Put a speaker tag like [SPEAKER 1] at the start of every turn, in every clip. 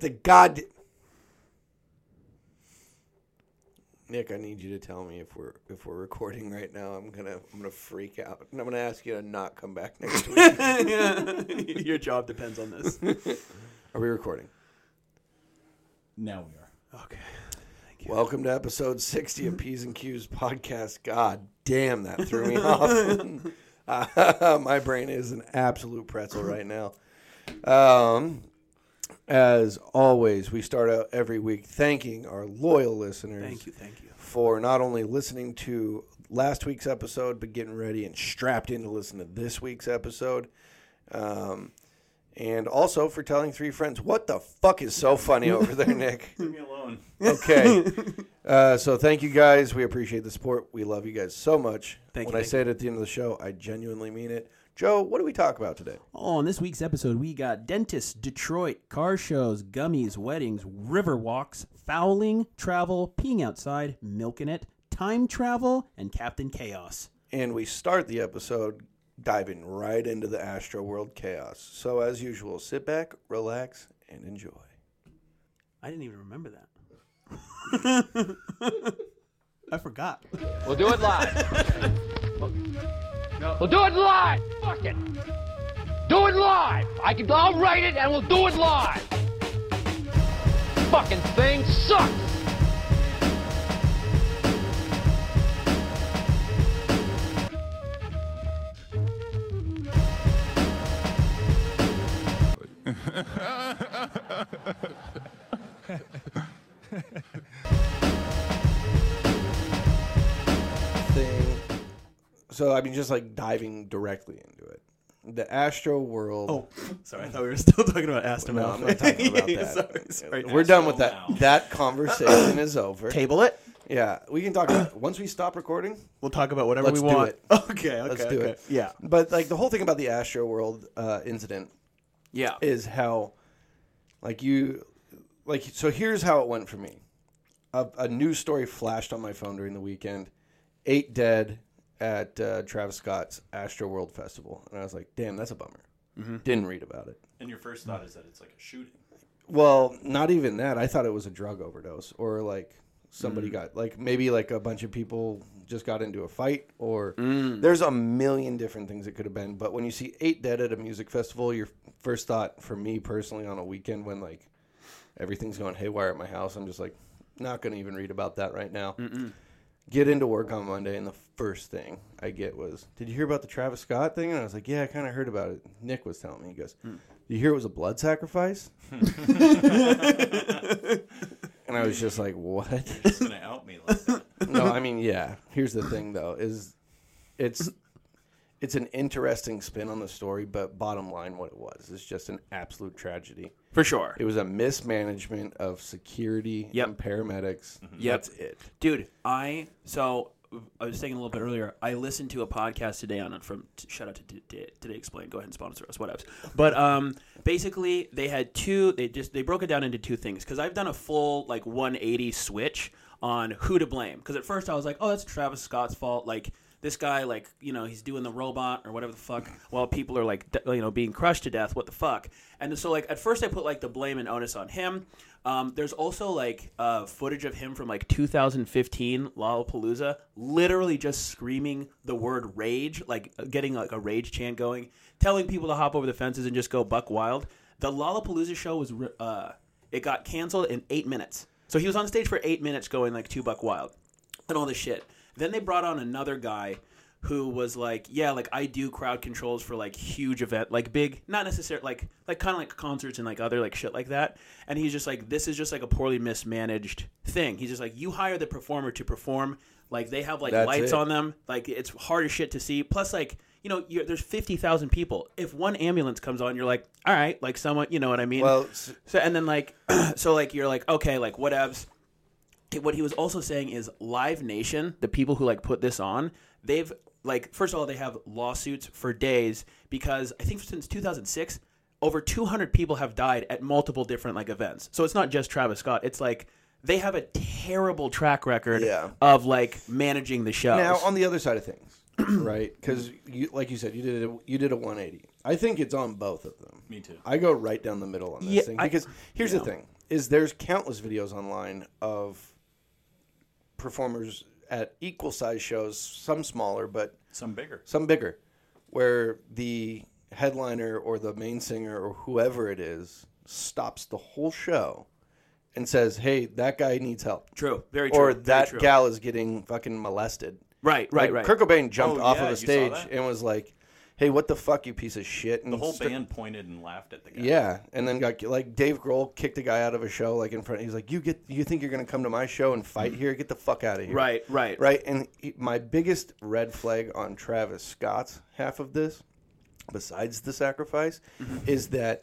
[SPEAKER 1] the god. Nick, I need you to tell me if we're if we're recording right now. I'm gonna I'm gonna freak out, and I'm gonna ask you to not come back next week.
[SPEAKER 2] Your job depends on this.
[SPEAKER 1] Are we recording?
[SPEAKER 3] Now we are.
[SPEAKER 2] Okay.
[SPEAKER 1] Welcome to episode 60 of P's and Q's podcast. God damn, that threw me off. Uh, my brain is an absolute pretzel right now. Um, as always, we start out every week thanking our loyal listeners
[SPEAKER 2] Thank you. Thank you.
[SPEAKER 1] for not only listening to last week's episode, but getting ready and strapped in to listen to this week's episode. Um, and also for telling three friends. What the fuck is so funny over there, Nick?
[SPEAKER 3] Leave me alone.
[SPEAKER 1] Okay. uh, so thank you guys. We appreciate the support. We love you guys so much.
[SPEAKER 2] Thank
[SPEAKER 1] when
[SPEAKER 2] you,
[SPEAKER 1] I
[SPEAKER 2] thank
[SPEAKER 1] say it at the end of the show, I genuinely mean it. Joe, what do we talk about today?
[SPEAKER 3] On this week's episode, we got dentists, Detroit, car shows, gummies, weddings, river walks, fouling, travel, peeing outside, milking it, time travel, and Captain Chaos.
[SPEAKER 1] And we start the episode diving right into the Astro World chaos. So as usual, sit back, relax, and enjoy.
[SPEAKER 3] I didn't even remember that. I forgot.
[SPEAKER 4] We'll do it live. We'll do it live. Fuck it. Do it live. I can. I'll write it and we'll do it live. Fucking thing sucks.
[SPEAKER 1] Thing. So I mean, just like diving directly into it. The Astro World.
[SPEAKER 2] Oh, sorry. I thought we were still talking about Aston
[SPEAKER 1] no, I'm
[SPEAKER 2] Martin.
[SPEAKER 1] not talking about
[SPEAKER 2] Yeah,
[SPEAKER 1] that.
[SPEAKER 2] sorry, sorry.
[SPEAKER 1] We're done with that. That conversation is over.
[SPEAKER 2] Table it.
[SPEAKER 1] Yeah, we can talk about once we stop recording.
[SPEAKER 2] We'll talk about whatever
[SPEAKER 1] Let's
[SPEAKER 2] we
[SPEAKER 1] do
[SPEAKER 2] want.
[SPEAKER 1] it.
[SPEAKER 2] Okay. Okay.
[SPEAKER 1] Let's do
[SPEAKER 2] okay.
[SPEAKER 1] it.
[SPEAKER 2] Yeah.
[SPEAKER 1] But like the whole thing about the Astro World uh, incident
[SPEAKER 2] Yeah.
[SPEAKER 1] is how, like you, like so. Here's how it went for me. A, a news story flashed on my phone during the weekend. Eight dead at uh, Travis Scott's Astro World Festival, and I was like, "Damn, that's a bummer."
[SPEAKER 2] Mm-hmm.
[SPEAKER 1] Didn't read about it.
[SPEAKER 5] And your first thought is that it's like a shooting.
[SPEAKER 1] Well, not even that. I thought it was a drug overdose or like somebody got like maybe like a bunch of people just got into a fight or there's a million different things it could have been. But when you see eight dead at a music festival, your first thought for me personally on a weekend when like everything's going haywire at my house, I'm just like not going to even read about that right now. Get into work on Monday, and the first thing I get was, "Did you hear about the Travis Scott thing?" And I was like, "Yeah, I kind of heard about it." Nick was telling me, he goes, "You hear it was a blood sacrifice?" And I was just like, what?
[SPEAKER 5] It's gonna out me like that.
[SPEAKER 1] no, I mean, yeah. Here's the thing though, is it's it's an interesting spin on the story, but bottom line what it was is just an absolute tragedy.
[SPEAKER 2] For sure.
[SPEAKER 1] It was a mismanagement of security
[SPEAKER 2] Yep. Mm-hmm.
[SPEAKER 1] and paramedics.
[SPEAKER 2] Yep.
[SPEAKER 1] That's it.
[SPEAKER 2] Dude, I so I was saying a little bit earlier. I listened to a podcast today on it from shout out to today, today explain. Go ahead and sponsor us, whatever. But um, basically they had two. They just they broke it down into two things because I've done a full like 180 switch on who to blame. Because at first I was like, oh, that's Travis Scott's fault. Like this guy, like you know, he's doing the robot or whatever the fuck, while people are like d- you know being crushed to death. What the fuck? And so like at first I put like the blame and onus on him. Um, there's also like uh, footage of him from like 2015 Lollapalooza, literally just screaming the word rage, like uh, getting like a rage chant going, telling people to hop over the fences and just go buck wild. The Lollapalooza show was re- uh, it got canceled in eight minutes. So he was on stage for eight minutes going like two buck wild and all this shit. Then they brought on another guy who was like, yeah, like I do crowd controls for like huge event, like big, not necessarily like like kind of like concerts and like other like shit like that. And he's just like, this is just like a poorly mismanaged thing. He's just like, you hire the performer to perform, like they have like
[SPEAKER 1] That's it.
[SPEAKER 2] lights on them, like it's hard as shit to see. Plus, like you know, you're, there's fifty thousand people. If one ambulance comes on, you're like, all right, like someone, you know what I mean?
[SPEAKER 1] Well, s-
[SPEAKER 2] So and then like so like you're like okay like whatevs. What he was also saying is Live Nation, the people who like put this on, they've like first of all they have lawsuits for days because I think since 2006 over 200 people have died at multiple different like events. So it's not just Travis Scott. It's like they have a terrible track record
[SPEAKER 1] Yeah.
[SPEAKER 2] of like managing the shows.
[SPEAKER 1] Now on the other side of things, right? Because you, like you said, you did a, you did a 180. I think it's on both of them.
[SPEAKER 5] Me too.
[SPEAKER 1] I go right down the middle on this
[SPEAKER 2] Yeah,
[SPEAKER 1] thing
[SPEAKER 2] I-
[SPEAKER 1] because here's the thing: is there's countless videos online of performers at equal size shows, some smaller, but
[SPEAKER 5] Some bigger.
[SPEAKER 1] some bigger, where the headliner or the main singer or whoever it is stops the whole show and says, "Hey, that guy needs help."
[SPEAKER 2] True. Very true.
[SPEAKER 1] Or
[SPEAKER 2] Very
[SPEAKER 1] that
[SPEAKER 2] true.
[SPEAKER 1] gal is getting fucking molested.
[SPEAKER 2] Right, right,
[SPEAKER 1] Like,
[SPEAKER 2] right.
[SPEAKER 1] Kurt Cobain jumped
[SPEAKER 5] Oh,
[SPEAKER 1] off
[SPEAKER 5] yeah,
[SPEAKER 1] of a
[SPEAKER 5] you saw
[SPEAKER 1] stage
[SPEAKER 5] that?
[SPEAKER 1] and was like, "Hey, what the fuck, you piece of shit!" And
[SPEAKER 5] The whole
[SPEAKER 1] sta-
[SPEAKER 5] band pointed and laughed at the guy.
[SPEAKER 1] Yeah, and then
[SPEAKER 2] Mm-hmm.
[SPEAKER 1] got like Dave Grohl kicked a guy out of a show like in front. He's like, "You get, you think you're gonna come to my show and fight here? Get the fuck out of here!"
[SPEAKER 2] Mm-hmm. Right, right.
[SPEAKER 1] right. And he, my biggest red flag on Travis Scott's half of this, besides the sacrifice,
[SPEAKER 2] Mm-hmm.
[SPEAKER 1] is that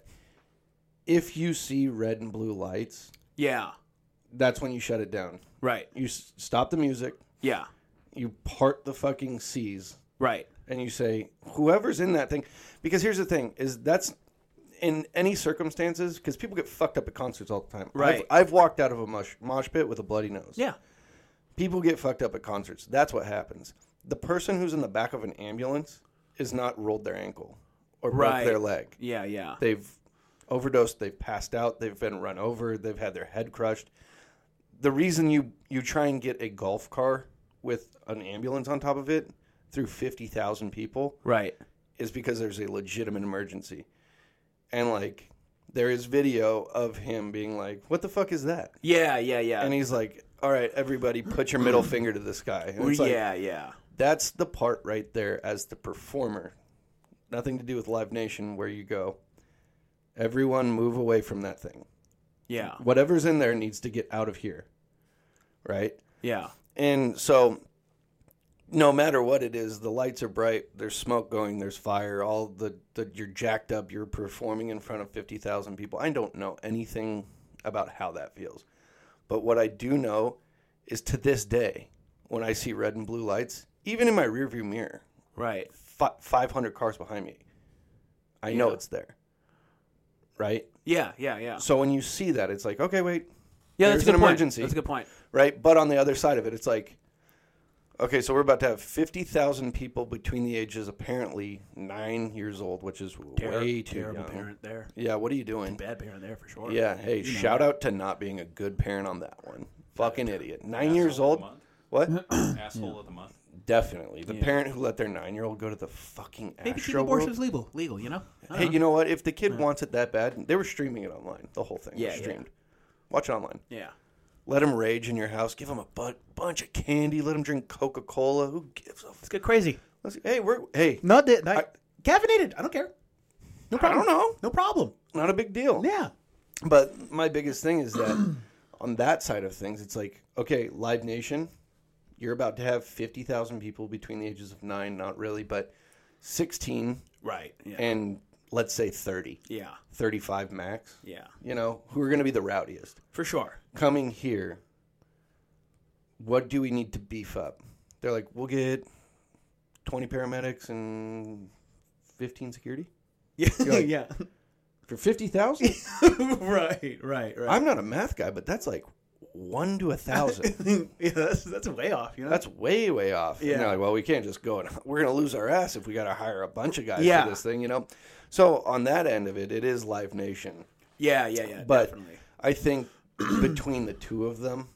[SPEAKER 1] if you see red and blue lights,
[SPEAKER 2] Yeah.
[SPEAKER 1] that's when you shut it down.
[SPEAKER 2] Right.
[SPEAKER 1] You s- stop the music.
[SPEAKER 2] Yeah.
[SPEAKER 1] You part the fucking seas
[SPEAKER 2] Right.
[SPEAKER 1] and you say whoever's in that thing because here's the thing is that's in any circumstances because people get fucked up at concerts all the time
[SPEAKER 2] Right.
[SPEAKER 1] i've, I've walked out of a mosh, mosh pit with a bloody nose
[SPEAKER 2] Yeah.
[SPEAKER 1] people get fucked up at concerts that's what happens the person who's in the back of an ambulance is not rolled their ankle or
[SPEAKER 2] Right.
[SPEAKER 1] broke their leg
[SPEAKER 2] Yeah. Yeah.
[SPEAKER 1] they've overdosed they've passed out they've been run over they've had their head crushed the reason you you try and get a golf car with an ambulance on top of it through 50,000 people
[SPEAKER 2] Right.
[SPEAKER 1] is because there's a legitimate emergency. And like there is video of him being like, "What the fuck is that?"
[SPEAKER 2] Yeah. Yeah. Yeah.
[SPEAKER 1] And he's like, "All right, everybody put your middle finger to the sky." And it's like,
[SPEAKER 2] yeah. Yeah.
[SPEAKER 1] that's the part right there as the performer. Nothing to do with Live Nation where you go, "Everyone move away from that thing.
[SPEAKER 2] Yeah.
[SPEAKER 1] Whatever's in there needs to get out of here." Right?
[SPEAKER 2] Yeah.
[SPEAKER 1] And so, no matter what it is, the lights are bright. There's smoke going. There's fire. All the, the you're jacked up. You're performing in front of fifty thousand people. I don't know anything about how that feels, but what I do know is to this day, when I see red and blue lights, even in my rearview mirror,
[SPEAKER 2] Right.
[SPEAKER 1] fi- five hundred cars behind me, I know it's there. Right.
[SPEAKER 2] Yeah. Yeah. Yeah.
[SPEAKER 1] So when you see that, it's like, okay, wait,
[SPEAKER 2] Yeah.
[SPEAKER 1] There's
[SPEAKER 2] That's a good
[SPEAKER 1] an
[SPEAKER 2] point.
[SPEAKER 1] emergency.
[SPEAKER 2] That's a good point.
[SPEAKER 1] right? But on the other side of it, it's like, okay, so we're about to have 50,000 people between the ages apparently nine years old, which is way too
[SPEAKER 2] terrible
[SPEAKER 1] young.
[SPEAKER 2] parent there.
[SPEAKER 1] Yeah, what are you doing?
[SPEAKER 2] Bad parent there for sure.
[SPEAKER 1] Yeah, hey, shout out to not being a good parent on that one. Fucking idiot. Nine years
[SPEAKER 5] Asshole of
[SPEAKER 1] old?
[SPEAKER 5] the month.
[SPEAKER 1] What?
[SPEAKER 5] Asshole of the month.
[SPEAKER 1] Definitely. The parent who let their nine year old go to the fucking
[SPEAKER 2] Maybe keep
[SPEAKER 1] Astro
[SPEAKER 2] abortions
[SPEAKER 1] World.
[SPEAKER 2] legal. Legal. You know. Uh-huh.
[SPEAKER 1] Hey, you know what? If the kid wants it that bad, they were streaming it online. The whole thing
[SPEAKER 2] Yeah,
[SPEAKER 1] was
[SPEAKER 2] yeah.
[SPEAKER 1] streamed. Watch it online.
[SPEAKER 2] Yeah.
[SPEAKER 1] Let him rage in your house. Give him a bu- bunch of candy. Let him drink Coca Cola. Who gives a
[SPEAKER 2] Let's get crazy.
[SPEAKER 1] Let's, hey, we're hey.
[SPEAKER 3] Not that I, caffeinated. I don't care.
[SPEAKER 1] I
[SPEAKER 3] No problem.
[SPEAKER 1] don't know.
[SPEAKER 3] No problem.
[SPEAKER 1] Not a big deal.
[SPEAKER 3] Yeah.
[SPEAKER 1] But my biggest thing is that on that side of things, it's like okay, Live Nation, you're about to have fifty thousand people between the ages of nine, not really, but sixteen
[SPEAKER 2] Right. Yeah.
[SPEAKER 1] and let's say 30,
[SPEAKER 2] yeah.
[SPEAKER 1] 35 max.
[SPEAKER 2] Yeah.
[SPEAKER 1] You know who are going to be the rowdiest
[SPEAKER 2] For sure.
[SPEAKER 1] coming here? What do we need to beef up? They're like, we'll get twenty paramedics and fifteen security
[SPEAKER 2] Yeah.
[SPEAKER 1] like-
[SPEAKER 2] yeah.
[SPEAKER 1] for fifty thousand.
[SPEAKER 2] right. Right. Right.
[SPEAKER 1] I'm not a math guy, but that's like one to a thousand.
[SPEAKER 2] yeah. That's that's way off. You know.
[SPEAKER 1] that's way, way off. Yeah.
[SPEAKER 2] Yeah.
[SPEAKER 1] like, well, we can't just go and we're gonna lose our ass if we gotta hire a bunch of guys
[SPEAKER 2] Yeah.
[SPEAKER 1] for this thing, you know. So on that end of it, it is Live Nation,
[SPEAKER 2] yeah. Yeah. Yeah.
[SPEAKER 1] but
[SPEAKER 2] definitely.
[SPEAKER 1] I think between the two of them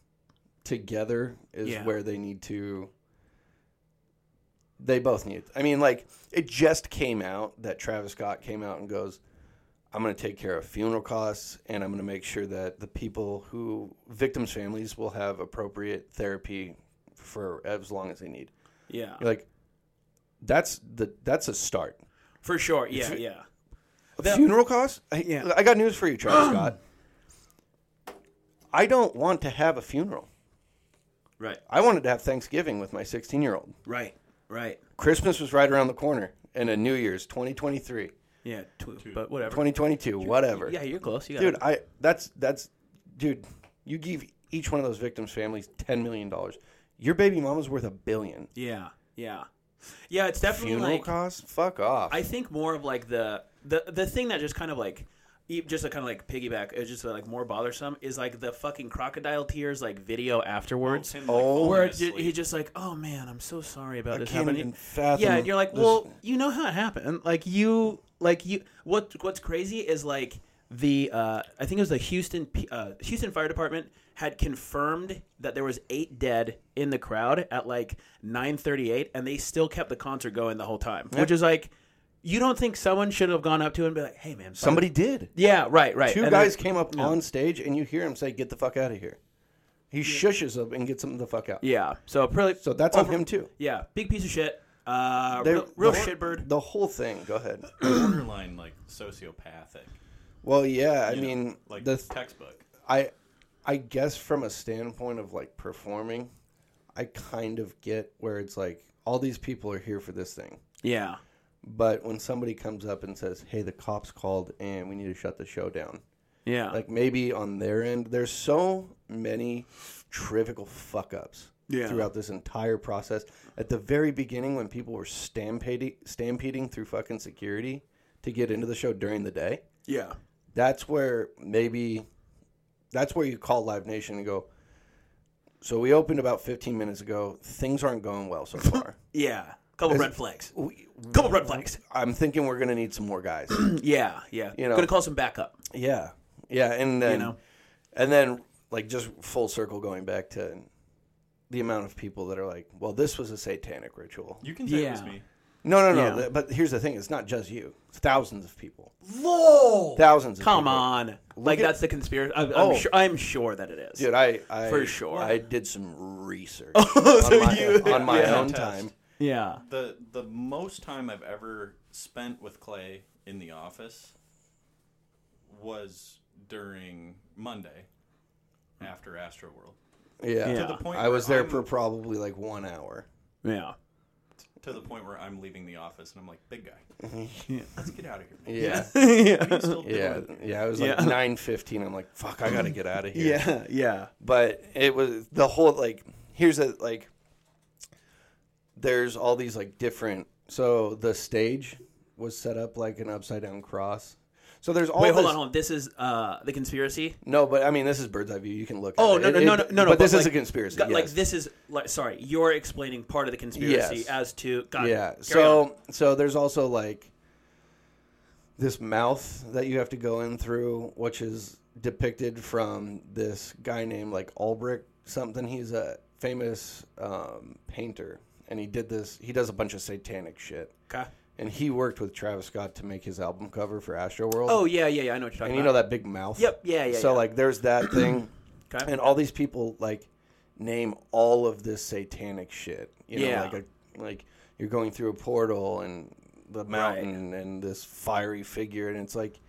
[SPEAKER 1] together is
[SPEAKER 2] Yeah.
[SPEAKER 1] where they need to. They both need. I mean, like it just came out that Travis Scott came out and goes, I'm going to take care of funeral costs and I'm going to make sure that the people who victims' families will have appropriate therapy for as long as they need.
[SPEAKER 2] Yeah.
[SPEAKER 1] You're like, that's the that's a start.
[SPEAKER 2] For sure. Yeah. Yeah.
[SPEAKER 1] funeral costs? I,
[SPEAKER 2] Yeah.
[SPEAKER 1] I got news for you, Travis Scott. I don't want to have a funeral.
[SPEAKER 2] Right.
[SPEAKER 1] I wanted to have Thanksgiving with my 16 year old.
[SPEAKER 2] Right. Right.
[SPEAKER 1] Christmas was right around the corner, and a New Year's 2023,
[SPEAKER 2] Yeah. Tw- but whatever.
[SPEAKER 1] 2022, whatever.
[SPEAKER 2] Yeah. You're close. You got
[SPEAKER 1] dude i that's that's dude you give each one of those victims families 10 million dollars your baby mama's worth a billion
[SPEAKER 2] Yeah, yeah, yeah. It's definitely
[SPEAKER 1] funeral
[SPEAKER 2] like
[SPEAKER 1] costs fuck off
[SPEAKER 2] I think more of like the the the thing that just kind of like e- just to kind of like piggyback, it was just like more bothersome is like the fucking crocodile tears like video afterwards.
[SPEAKER 5] Him,
[SPEAKER 1] Oh.
[SPEAKER 5] falling
[SPEAKER 2] Where
[SPEAKER 5] asleep.
[SPEAKER 2] he just like, oh man, I'm so sorry about
[SPEAKER 1] I
[SPEAKER 2] this
[SPEAKER 1] can't
[SPEAKER 2] happening.
[SPEAKER 1] even fathom
[SPEAKER 2] yeah, and you're like,
[SPEAKER 1] this.
[SPEAKER 2] well, you know how it happened. Like you, like you. What What's crazy is like the uh, I think it was the Houston P- uh, Houston Fire Department had confirmed that there was eight dead in the crowd at like 9:38, and they still kept the concert going the whole time, which is like. You don't think someone should have gone up to him and be like, "Hey, man, sorry."
[SPEAKER 1] Somebody did.
[SPEAKER 2] Yeah, right, right.
[SPEAKER 1] Two
[SPEAKER 2] And
[SPEAKER 1] guys
[SPEAKER 2] then-
[SPEAKER 1] came up on stage, and you hear him say, "Get the fuck out of here." He shushes them and gets them the fuck out.
[SPEAKER 2] Yeah, so pretty.
[SPEAKER 1] So that's on him too.
[SPEAKER 2] Yeah, big piece of shit. Uh,
[SPEAKER 1] They-
[SPEAKER 2] real, real
[SPEAKER 1] the whole-
[SPEAKER 2] shitbird.
[SPEAKER 1] The whole thing. Go ahead.
[SPEAKER 5] borderline like sociopathic.
[SPEAKER 1] Well, yeah. I
[SPEAKER 5] you know,
[SPEAKER 1] mean,
[SPEAKER 5] like
[SPEAKER 1] the
[SPEAKER 5] textbook.
[SPEAKER 1] I, I guess from a standpoint of like performing, I kind of get where it's like all these people are here for this thing.
[SPEAKER 2] Yeah,
[SPEAKER 1] But when somebody comes up and says, "Hey, the cops called and we need to shut the show down,"
[SPEAKER 2] yeah,
[SPEAKER 1] like maybe on their end, there's so many trivial fuck ups
[SPEAKER 2] Yeah.
[SPEAKER 1] throughout this entire process. At the very beginning, when people were stampeding, stampeding through fucking security to get into the show during the day,
[SPEAKER 2] yeah,
[SPEAKER 1] that's where maybe that's where you call Live Nation and go. So we opened about 15 minutes ago. Things aren't going well so far.
[SPEAKER 2] yeah. Couple red flags. Couple red flags.
[SPEAKER 1] I'm thinking we're gonna need some more guys.
[SPEAKER 2] Yeah, yeah.
[SPEAKER 1] You know.
[SPEAKER 2] gonna call some backup.
[SPEAKER 1] Yeah, yeah, and then
[SPEAKER 2] know?
[SPEAKER 1] and then like just full circle going back to the amount of people that are like, well, this was a satanic ritual.
[SPEAKER 5] You can say it was
[SPEAKER 2] Yeah.
[SPEAKER 5] me.
[SPEAKER 1] No, no, no.
[SPEAKER 2] Yeah.
[SPEAKER 1] th- But here's the thing: it's not just you. It's thousands of people.
[SPEAKER 2] Whoa!
[SPEAKER 1] Thousands. Of
[SPEAKER 2] Come
[SPEAKER 1] people.
[SPEAKER 2] on. Like
[SPEAKER 1] at-
[SPEAKER 2] that's the conspiracy. I'm,
[SPEAKER 1] Oh.
[SPEAKER 2] I'm, sure, I'm sure that it is.
[SPEAKER 1] dude. I, I
[SPEAKER 2] For sure.
[SPEAKER 1] I did some research on my, on my
[SPEAKER 5] Yeah.
[SPEAKER 1] own
[SPEAKER 5] Test.
[SPEAKER 1] time.
[SPEAKER 2] Yeah.
[SPEAKER 5] The the most time I've ever spent with Clay in the office was during Monday after Astroworld.
[SPEAKER 1] Yeah,
[SPEAKER 2] Yeah.
[SPEAKER 5] To the point
[SPEAKER 1] I was there
[SPEAKER 5] where
[SPEAKER 1] for
[SPEAKER 5] I'm-
[SPEAKER 1] probably like one hour.
[SPEAKER 2] Yeah.
[SPEAKER 5] to the point where I'm leaving the office and I'm like, big guy,
[SPEAKER 1] Mm-hmm.
[SPEAKER 5] let's get out of here. man.
[SPEAKER 1] Yeah,
[SPEAKER 5] What are you still
[SPEAKER 1] yeah,
[SPEAKER 5] doing?
[SPEAKER 1] yeah. It was like
[SPEAKER 2] Yeah.
[SPEAKER 1] nine fifteen. I'm like, fuck, I gotta get out of here.
[SPEAKER 2] Yeah. Yeah.
[SPEAKER 1] but it was the whole like here's a like there's all these like different so the stage was set up like an upside down cross so there's all
[SPEAKER 2] Wait, hold
[SPEAKER 1] this-
[SPEAKER 2] on, hold on. This is uh the conspiracy.
[SPEAKER 1] no but i mean this is bird's eye view you can look
[SPEAKER 2] Oh
[SPEAKER 1] at
[SPEAKER 2] no
[SPEAKER 1] it.
[SPEAKER 2] no
[SPEAKER 1] It-
[SPEAKER 2] no no
[SPEAKER 1] it-
[SPEAKER 2] no! no
[SPEAKER 1] but, this is
[SPEAKER 2] like-
[SPEAKER 1] a conspiracy
[SPEAKER 2] got- Like
[SPEAKER 1] yes.
[SPEAKER 2] this is like sorry, you're explaining part of the conspiracy
[SPEAKER 1] Yes.
[SPEAKER 2] as to God.
[SPEAKER 1] yeah so so there's also like this mouth that you have to go in through which is depicted from this guy named like Albrecht something he's a famous um, painter and he did this he does a bunch of satanic shit
[SPEAKER 2] okay.
[SPEAKER 1] and he worked with Travis Scott to make his album cover for Astroworld
[SPEAKER 2] Oh yeah yeah yeah. I know what you're talking
[SPEAKER 1] and you know
[SPEAKER 2] about.
[SPEAKER 1] that big mouth
[SPEAKER 2] Yep, yeah, yeah,
[SPEAKER 1] so
[SPEAKER 2] yeah.
[SPEAKER 1] like there's that thing
[SPEAKER 2] Okay.
[SPEAKER 1] and all these people like name all of this satanic shit you know
[SPEAKER 2] Yeah.
[SPEAKER 1] like a, like you're going through a portal and the mountain and this fiery figure and it's like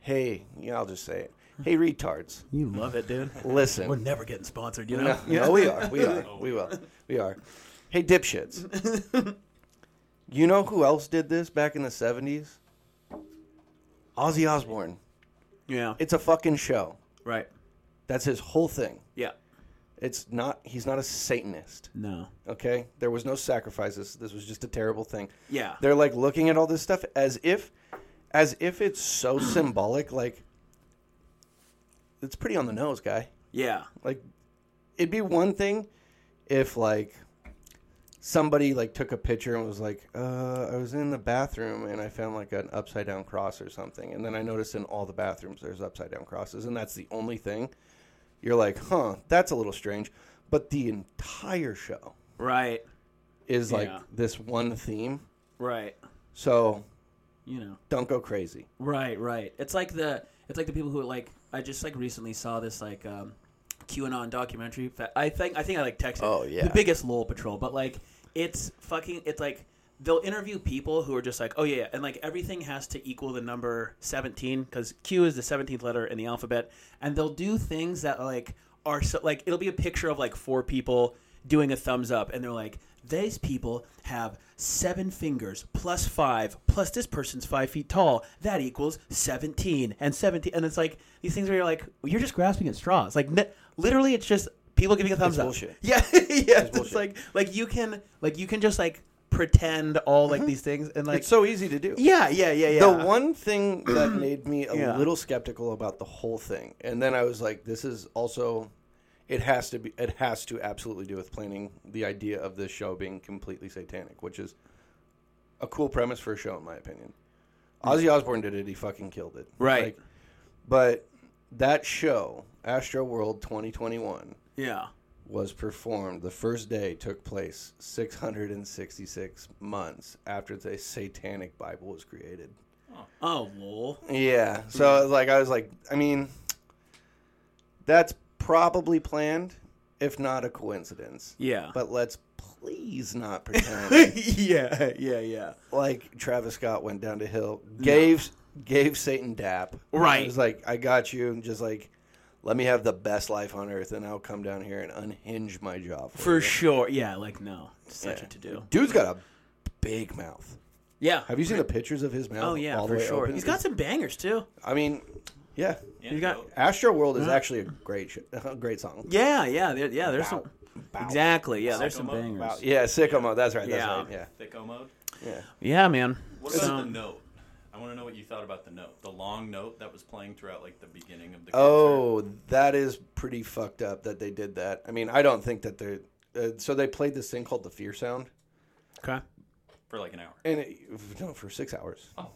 [SPEAKER 1] hey yeah i'll just say it hey retards
[SPEAKER 3] You love it, dude.
[SPEAKER 1] listen
[SPEAKER 2] We're never getting sponsored, you know.
[SPEAKER 1] no, no, we are. We are. We will. We are. Hey, dipshits. you know who else did this back in the 70s? Ozzy Osbourne.
[SPEAKER 2] Yeah.
[SPEAKER 1] It's a fucking show.
[SPEAKER 2] right.
[SPEAKER 1] That's his whole thing.
[SPEAKER 2] Yeah.
[SPEAKER 1] It's not, he's not a Satanist.
[SPEAKER 2] No.
[SPEAKER 1] Okay? There was no sacrifices. This was just a terrible thing.
[SPEAKER 2] Yeah.
[SPEAKER 1] They're like looking at all this stuff as if, as if it's so symbolic. Like, it's pretty on the nose, guy.
[SPEAKER 2] Yeah.
[SPEAKER 1] like it'd be one thing if like somebody like took a picture and was like uh, i was in the bathroom and i found like an upside down cross or something and then i noticed in all the bathrooms there's upside down crosses and that's the only thing you're like huh that's a little strange but the entire show
[SPEAKER 2] Right.
[SPEAKER 1] is like
[SPEAKER 2] Yeah.
[SPEAKER 1] this one theme
[SPEAKER 2] Right.
[SPEAKER 1] so
[SPEAKER 2] You know.
[SPEAKER 1] don't go crazy
[SPEAKER 2] Right, right. It's like the it's like the people who like I just like recently saw this like um QAnon documentary. Fa- I think I think I like texted.
[SPEAKER 1] Oh, yeah.
[SPEAKER 2] the biggest lol patrol. But like it's fucking it's like they'll interview people who are just like oh yeah, yeah, and like everything has to equal the number seventeen because Q is the seventeenth letter in the alphabet, and they'll do things that like are so like it'll be a picture of like four people doing a thumbs up and they're like these people have seven fingers plus five plus this person's five feet tall that equals 17 and 17 and it's like these things where you're like you're just grasping at straws like ne- literally it's just people giving a thumbs up
[SPEAKER 1] bullshit.
[SPEAKER 2] yeah yeah it's,
[SPEAKER 1] bullshit.
[SPEAKER 2] like like you can like you can just like pretend all like these things and like
[SPEAKER 1] Mm-hmm. It's so easy to do.
[SPEAKER 2] yeah yeah yeah yeah
[SPEAKER 1] The one thing that made me a
[SPEAKER 2] Yeah.
[SPEAKER 1] little skeptical about the whole thing, and then I was like, "This is also, it has to be, it has to absolutely do with planning the idea of this show being completely satanic, which is a cool premise for a show, in my opinion." Ozzy Osbourne did it; he fucking killed it,
[SPEAKER 2] Mm. Right.
[SPEAKER 1] Like, but that show, Astro World 2021,
[SPEAKER 2] yeah
[SPEAKER 1] was performed. The first day took place 666 months after the Satanic Bible was created.
[SPEAKER 2] oh lol
[SPEAKER 1] Yeah. So like I was like, I mean, that's probably planned, if not a coincidence.
[SPEAKER 2] Yeah.
[SPEAKER 1] But let's please not pretend
[SPEAKER 2] yeah yeah yeah
[SPEAKER 1] like Travis Scott went down to hill, gave gave Satan dap.
[SPEAKER 2] Right.
[SPEAKER 1] He's like, I got you, and just like. Let me have the best life on earth, and I'll come down here and unhinge my jaw for,
[SPEAKER 2] for
[SPEAKER 1] you."
[SPEAKER 2] sure yeah like no such
[SPEAKER 1] Yeah.
[SPEAKER 2] a to do
[SPEAKER 1] Dude's got a big mouth.
[SPEAKER 2] yeah
[SPEAKER 1] Have you seen the pictures of his mouth?
[SPEAKER 2] oh yeah
[SPEAKER 1] all the
[SPEAKER 2] for
[SPEAKER 1] way
[SPEAKER 2] sure
[SPEAKER 1] open?
[SPEAKER 2] he's got some bangers too
[SPEAKER 1] I mean, yeah.
[SPEAKER 5] Yeah,
[SPEAKER 2] He's got-
[SPEAKER 5] no,
[SPEAKER 1] Astro World is actually a great, sh- a great song.
[SPEAKER 2] yeah yeah there, yeah there's some exactly yeah there's some
[SPEAKER 5] Psycho Mode?
[SPEAKER 2] bangers
[SPEAKER 1] Wow. Yeah, sicko mode. That's right. That's
[SPEAKER 2] Yeah.
[SPEAKER 1] right. Yeah.
[SPEAKER 5] Thicko mode.
[SPEAKER 2] yeah man
[SPEAKER 5] What about the note? I want to know what you thought about the note. The long note that was playing throughout like the beginning of the concert.
[SPEAKER 1] Oh, that is pretty fucked up that they did that. I mean, I don't think that they're. Uh, so they played this thing called the Fear Sound,
[SPEAKER 2] okay
[SPEAKER 5] for like an hour.
[SPEAKER 1] and it, no, for six hours.
[SPEAKER 5] Oh,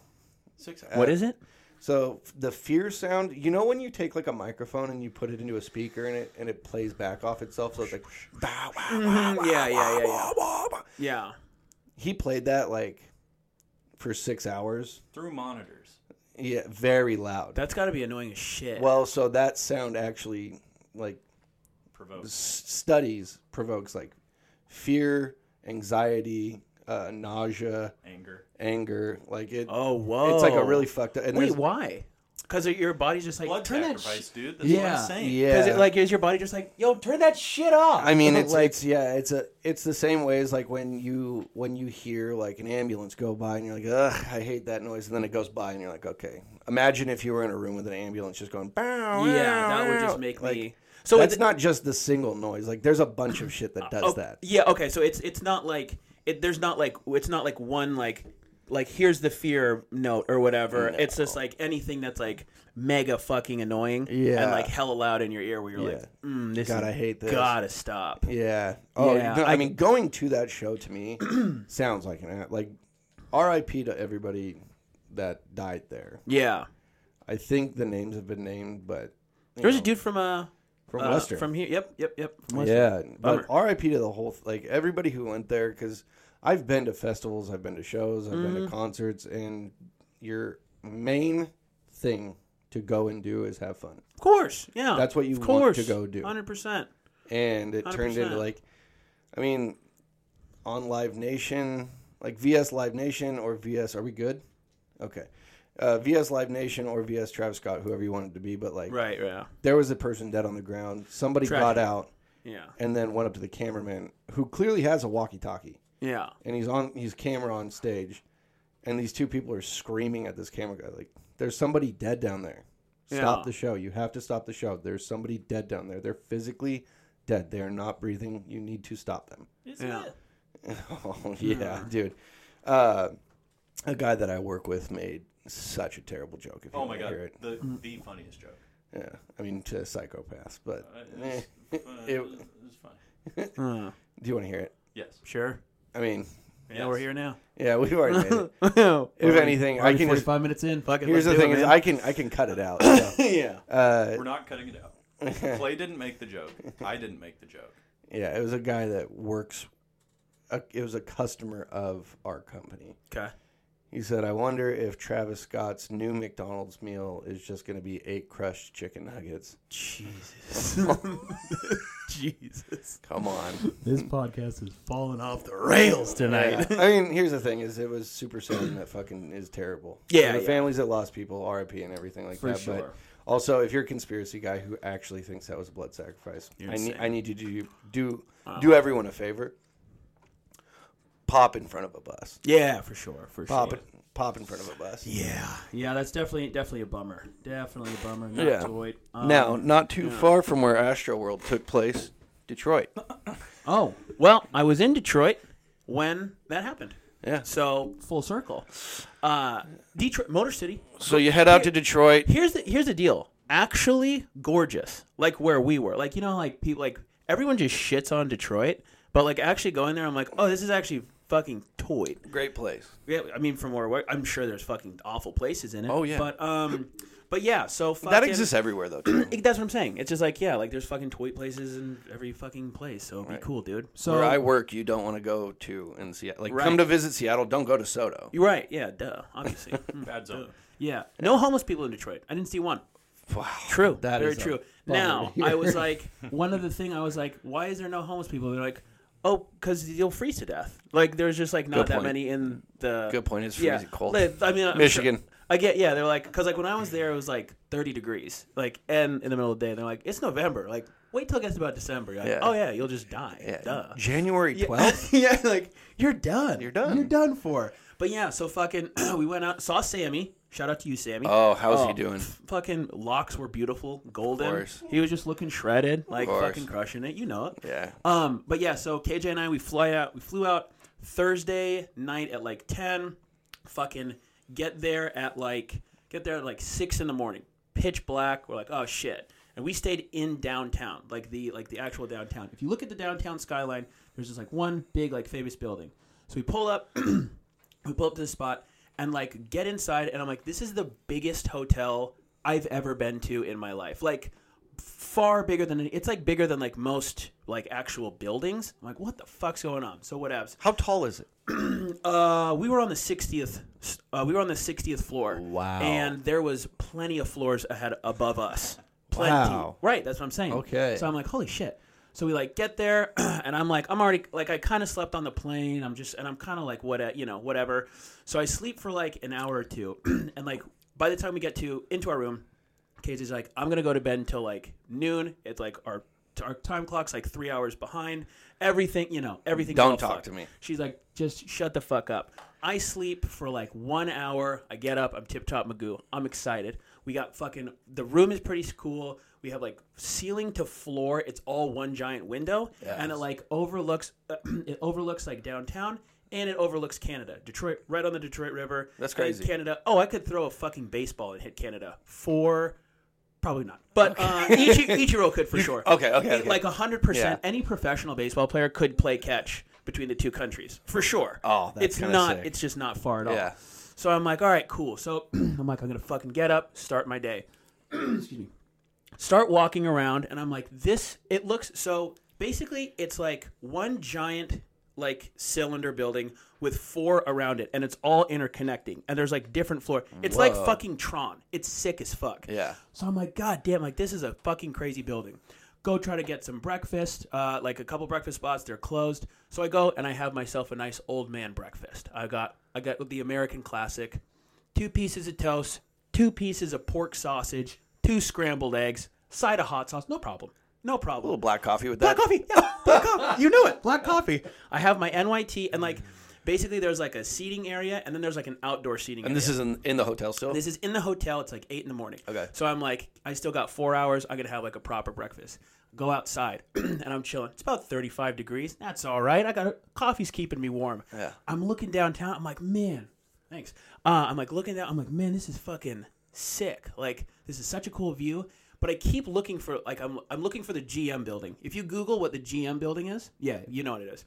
[SPEAKER 5] six
[SPEAKER 1] Uh,
[SPEAKER 5] hours.
[SPEAKER 2] what is it
[SPEAKER 1] So the Fear Sound, you know, when you take like a microphone and you put it into a speaker and it and it plays back off itself, so it's like bow, wow,
[SPEAKER 2] Mm.
[SPEAKER 1] wow, wow,
[SPEAKER 2] yeah, yeah, yeah, yeah.
[SPEAKER 1] wow, wow, wow.
[SPEAKER 2] yeah
[SPEAKER 1] He played that like for six hours.
[SPEAKER 5] Through monitors.
[SPEAKER 1] Yeah, very loud.
[SPEAKER 2] that's got to be annoying as shit
[SPEAKER 1] well, so that sound actually like
[SPEAKER 5] Provoked.
[SPEAKER 1] s- studies provokes like fear, anxiety, uh, nausea,
[SPEAKER 5] Anger.
[SPEAKER 1] anger. Like it,
[SPEAKER 2] oh whoa
[SPEAKER 1] it's like a really fucked up. And
[SPEAKER 2] wait
[SPEAKER 1] there's-
[SPEAKER 2] why because your body's just like
[SPEAKER 5] Blood
[SPEAKER 2] turn that
[SPEAKER 5] sacrifice,
[SPEAKER 2] sh-
[SPEAKER 5] dude. That's what
[SPEAKER 2] Yeah,
[SPEAKER 5] I'm saying.
[SPEAKER 1] yeah,
[SPEAKER 2] Is it like is your body just like yo turn that shit off?
[SPEAKER 1] I mean, it's it's yeah, it's a it's the same way as like when you when you hear like an ambulance go by and you're like, ugh, I hate that noise, and then it goes by and you're like, okay. Imagine if you were in a room with an ambulance just going, bow,
[SPEAKER 2] yeah,
[SPEAKER 1] wow,
[SPEAKER 2] that would
[SPEAKER 1] wow."
[SPEAKER 2] just make me.
[SPEAKER 1] Like,
[SPEAKER 2] So
[SPEAKER 1] that's
[SPEAKER 2] it's
[SPEAKER 1] not just the single noise. Like, there's a bunch of shit that does
[SPEAKER 2] oh,
[SPEAKER 1] that.
[SPEAKER 2] Yeah, okay. So it's it's not like it, there's not like it's not like one like like here's the fear note or whatever. It's just like anything that's like mega fucking annoying.
[SPEAKER 1] Yeah.
[SPEAKER 2] and like hella loud in your ear where you're like, mm, this
[SPEAKER 1] God,
[SPEAKER 2] is-
[SPEAKER 1] I hate this.
[SPEAKER 2] Gotta stop.
[SPEAKER 1] Yeah. Oh,
[SPEAKER 2] Yeah,
[SPEAKER 1] no, I,
[SPEAKER 2] I-
[SPEAKER 1] mean, going to that show to me sounds like an act- like R.I.P. to everybody that died there.
[SPEAKER 2] Yeah,
[SPEAKER 1] I think the names have been named, but
[SPEAKER 2] there was a dude from uh
[SPEAKER 1] from
[SPEAKER 2] uh,
[SPEAKER 1] Western,
[SPEAKER 2] from here. Yep, yep, yep. From Western.
[SPEAKER 1] yeah.
[SPEAKER 2] Bummer.
[SPEAKER 1] But R.I.P. to the whole th- like everybody who went there because I've been to festivals, I've been to shows, I've been to
[SPEAKER 2] Mm-hmm.
[SPEAKER 1] concerts, and your main thing to go and do is have fun.
[SPEAKER 2] Of course, yeah.
[SPEAKER 1] That's what you
[SPEAKER 2] of
[SPEAKER 1] want to
[SPEAKER 2] course.
[SPEAKER 1] go do.
[SPEAKER 2] Hundred percent.
[SPEAKER 1] and it turned into
[SPEAKER 2] 100%.
[SPEAKER 1] like i mean on live nation like vs live nation or vs are we good okay uh, vs live nation or vs travis scott whoever you wanted to be but like
[SPEAKER 2] Right. Yeah.
[SPEAKER 1] there was a person dead on the ground somebody got
[SPEAKER 2] Tragic.
[SPEAKER 1] out
[SPEAKER 2] Yeah.
[SPEAKER 1] and then went up to the cameraman who clearly has a walkie-talkie
[SPEAKER 2] Yeah.
[SPEAKER 1] and he's on he's camera on stage and these two people are screaming at this camera guy like there's somebody dead down there stop
[SPEAKER 2] Yeah.
[SPEAKER 1] the show you have to stop the show there's somebody dead down there they're physically dead they're not breathing you need to stop them
[SPEAKER 2] Yeah.
[SPEAKER 1] oh yeah, dude uh, a guy that i work with made such a terrible joke if you
[SPEAKER 5] Oh
[SPEAKER 1] want
[SPEAKER 5] my
[SPEAKER 1] to hear
[SPEAKER 5] god.
[SPEAKER 1] it
[SPEAKER 5] The
[SPEAKER 2] Mm.
[SPEAKER 5] the funniest joke.
[SPEAKER 1] yeah i mean to psychopaths but eh,
[SPEAKER 5] Uh, It's,
[SPEAKER 1] it-
[SPEAKER 5] Uh, funny.
[SPEAKER 1] do you want to hear it
[SPEAKER 5] Yes.
[SPEAKER 2] Sure.
[SPEAKER 1] i mean
[SPEAKER 2] Yeah, we're here now.
[SPEAKER 1] yeah we've already made it if anything i
[SPEAKER 3] Already
[SPEAKER 1] can just
[SPEAKER 3] 45 minutes in. Fuck it.
[SPEAKER 1] here's the
[SPEAKER 3] let's do
[SPEAKER 1] thing
[SPEAKER 3] it,
[SPEAKER 1] is
[SPEAKER 3] man.
[SPEAKER 1] i can i can cut it out so.
[SPEAKER 2] yeah.
[SPEAKER 1] Uh,
[SPEAKER 5] We're not cutting it out. Clay didn't make the joke. I didn't make the joke.
[SPEAKER 1] Yeah, it was a guy that works. A, it was a customer of our company.
[SPEAKER 2] Okay.
[SPEAKER 1] He said, "I wonder if Travis Scott's new McDonald's meal is just going to be eight crushed chicken nuggets."
[SPEAKER 2] Jesus. Jesus.
[SPEAKER 1] Come on.
[SPEAKER 3] This podcast is falling off the rails tonight.
[SPEAKER 1] Yeah. I mean, here's the thing: is it was super sad and that fucking is terrible.
[SPEAKER 2] Yeah,
[SPEAKER 1] For the
[SPEAKER 2] yeah.
[SPEAKER 1] families that lost people, RIP, and everything like that.
[SPEAKER 2] sure.
[SPEAKER 1] But also, if you're a conspiracy guy who actually thinks that was a blood sacrifice, I need
[SPEAKER 2] insane.
[SPEAKER 1] I need you to do do, do everyone a favor. Pop in front of a bus.
[SPEAKER 2] Yeah, for sure. For
[SPEAKER 1] Pop
[SPEAKER 2] sure.
[SPEAKER 1] it. Pop in front of a bus.
[SPEAKER 2] Yeah. Yeah, that's definitely definitely a bummer. Definitely a bummer. Not
[SPEAKER 1] Yeah.
[SPEAKER 2] to avoid. Um,
[SPEAKER 1] now, not too far from where Astro World took place, Detroit.
[SPEAKER 2] Oh well, I was in Detroit when that happened.
[SPEAKER 1] Yeah.
[SPEAKER 2] So full circle. Uh, Detroit, Motor City.
[SPEAKER 1] So you head out to Detroit.
[SPEAKER 2] Here's the here's the deal. Actually, gorgeous. Like where we were. Like you know, like people like everyone just shits on Detroit, but like actually going there, I'm like, oh, this is actually fucking toyed.
[SPEAKER 1] Great place.
[SPEAKER 2] Yeah, I mean, from where we're- I'm sure there's fucking awful places in it.
[SPEAKER 1] Oh, yeah.
[SPEAKER 2] but um, but yeah, so fucking,
[SPEAKER 1] That exists everywhere though. Too.
[SPEAKER 2] It- That's what I'm saying. It's just like yeah, like there's fucking toy places in every fucking place. So be cool, dude. So
[SPEAKER 1] Where I work, you don't want to go to in Seattle. Like,
[SPEAKER 2] Right.
[SPEAKER 1] come to visit Seattle. Don't go to Soto.
[SPEAKER 2] you're right. Yeah, duh. Obviously, Hmm.
[SPEAKER 5] Bad zone.
[SPEAKER 2] yeah. No homeless people in Detroit. I didn't see one.
[SPEAKER 1] Wow.
[SPEAKER 2] True.
[SPEAKER 1] That
[SPEAKER 2] Very
[SPEAKER 1] is a
[SPEAKER 2] true.
[SPEAKER 1] bummer
[SPEAKER 2] Now,
[SPEAKER 1] to
[SPEAKER 2] I
[SPEAKER 1] hear.
[SPEAKER 2] was like, one other thing, I was like, why is there no homeless people? They're like, oh, because you'll freeze to death. Like, there's just like not
[SPEAKER 1] Good
[SPEAKER 2] that
[SPEAKER 1] point.
[SPEAKER 2] many in the.
[SPEAKER 1] Good point. It's
[SPEAKER 2] Yeah.
[SPEAKER 1] freezing cold.
[SPEAKER 2] Li- I mean, I'm
[SPEAKER 1] Michigan.
[SPEAKER 2] sure- I get, yeah, they're like, because like when I was there, it was like 30 degrees, like, and in the middle of the day, and they're like, it's November. Like, wait till it gets about December. You're like,
[SPEAKER 1] Yeah.
[SPEAKER 2] oh, yeah, you'll just die.
[SPEAKER 1] Yeah.
[SPEAKER 2] Duh.
[SPEAKER 1] January
[SPEAKER 2] Yeah.
[SPEAKER 1] 12th?
[SPEAKER 2] yeah, like, you're done.
[SPEAKER 1] You're done.
[SPEAKER 2] You're done for. But yeah, so fucking, we went out, saw Sammy. Shout out to you, Sammy.
[SPEAKER 1] Oh, how's
[SPEAKER 2] Oh,
[SPEAKER 1] he doing?
[SPEAKER 2] Fucking locks were beautiful, golden.
[SPEAKER 1] course.
[SPEAKER 2] He was just looking shredded, like
[SPEAKER 1] course.
[SPEAKER 2] fucking crushing it. You know it.
[SPEAKER 1] Yeah.
[SPEAKER 2] Um, but yeah, so KJ and I we fly out. We flew out Thursday night at like ten. Fucking get there at like get there at like six in the morning. Pitch black. We're like, oh shit. And we stayed in downtown, like the like the actual downtown. If you look at the downtown skyline, there's just like one big like famous building. So we pull up. we pull up to the spot and like get inside and i'm like this is the biggest hotel i've ever been to in my life like far bigger than it's like bigger than like most like actual buildings i'm like what the fuck's going on so what else
[SPEAKER 1] How tall is it?
[SPEAKER 2] uh we were on the 60th uh, we were on the 60th floor
[SPEAKER 1] Wow.
[SPEAKER 2] and there was plenty of floors ahead above us plenty
[SPEAKER 1] Wow.
[SPEAKER 2] right that's what i'm saying
[SPEAKER 1] Okay.
[SPEAKER 2] so i'm like holy shit so we like get there and i'm like i'm already like i kind of slept on the plane i'm just and i'm kind of like what uh, you know whatever so i sleep for like an hour or two and like by the time we get to into our room Casey's like, I'm gonna go to bed until like noon. It's like our our time clock's like three hours behind. Everything, you know, everything.
[SPEAKER 1] Don't talk to me.
[SPEAKER 2] She's like, just shut the fuck up. I sleep for like one hour. I get up. I'm tip top Magoo. I'm excited. We got fucking. The room is pretty cool. We have like ceiling to floor. It's all one giant window, and it like overlooks. it overlooks like downtown, and it overlooks Canada, Detroit, right on the Detroit River.
[SPEAKER 1] That's
[SPEAKER 2] And
[SPEAKER 1] crazy.
[SPEAKER 2] Canada. Oh, I could throw a fucking baseball and hit Canada for Probably not. But uh, Ichi, Ichiro could for sure.
[SPEAKER 1] okay, okay, okay.
[SPEAKER 2] Like 100%,
[SPEAKER 1] Yeah.
[SPEAKER 2] any professional baseball player could play catch between the two countries for sure.
[SPEAKER 1] Oh, that's
[SPEAKER 2] It's
[SPEAKER 1] kinda
[SPEAKER 2] not,
[SPEAKER 1] sick.
[SPEAKER 2] it's just not far at all.
[SPEAKER 1] Yeah.
[SPEAKER 2] So I'm like, all right, cool. So I'm like, I'm going to fucking get up, start my day. Excuse me. Start walking around, and I'm like, this, it looks so basically, it's like one giant like cylinder building with four around it and it's all interconnecting and there's like different floor it's like fucking tron it's sick as fuck
[SPEAKER 1] Yeah.
[SPEAKER 2] so I'm like, God damn, like this is a fucking crazy building. Go try to get some breakfast, uh, like a couple breakfast spots. They're closed, so I go and I have myself a nice old man breakfast. I got I got the American classic, two pieces of toast, two pieces of pork sausage, two scrambled eggs, side of hot sauce. No problem, no problem.
[SPEAKER 1] A little black coffee with
[SPEAKER 2] Black
[SPEAKER 1] that.
[SPEAKER 2] coffee. Yeah, black coffee. You knew it. Black coffee. I have my NYT and like basically there's like a seating area and then there's like an outdoor seating
[SPEAKER 1] And
[SPEAKER 2] area.
[SPEAKER 1] this is in, in the hotel still?
[SPEAKER 2] This is in the hotel. It's like eight in the morning.
[SPEAKER 1] Okay.
[SPEAKER 2] So I'm like, I still got four hours. I'm gonna have like a proper breakfast. Go outside, and I'm chilling. It's about 35 degrees. That's all right. I got a, coffee's keeping me warm.
[SPEAKER 1] Yeah.
[SPEAKER 2] I'm looking downtown. I'm like, man, thanks. Uh, I'm like looking down. I'm like, man, this is fucking sick. Like, this is such a cool view. But I keep looking for like I'm I'm looking for the GM building. If you Google what the GM building is, yeah, you know what it is.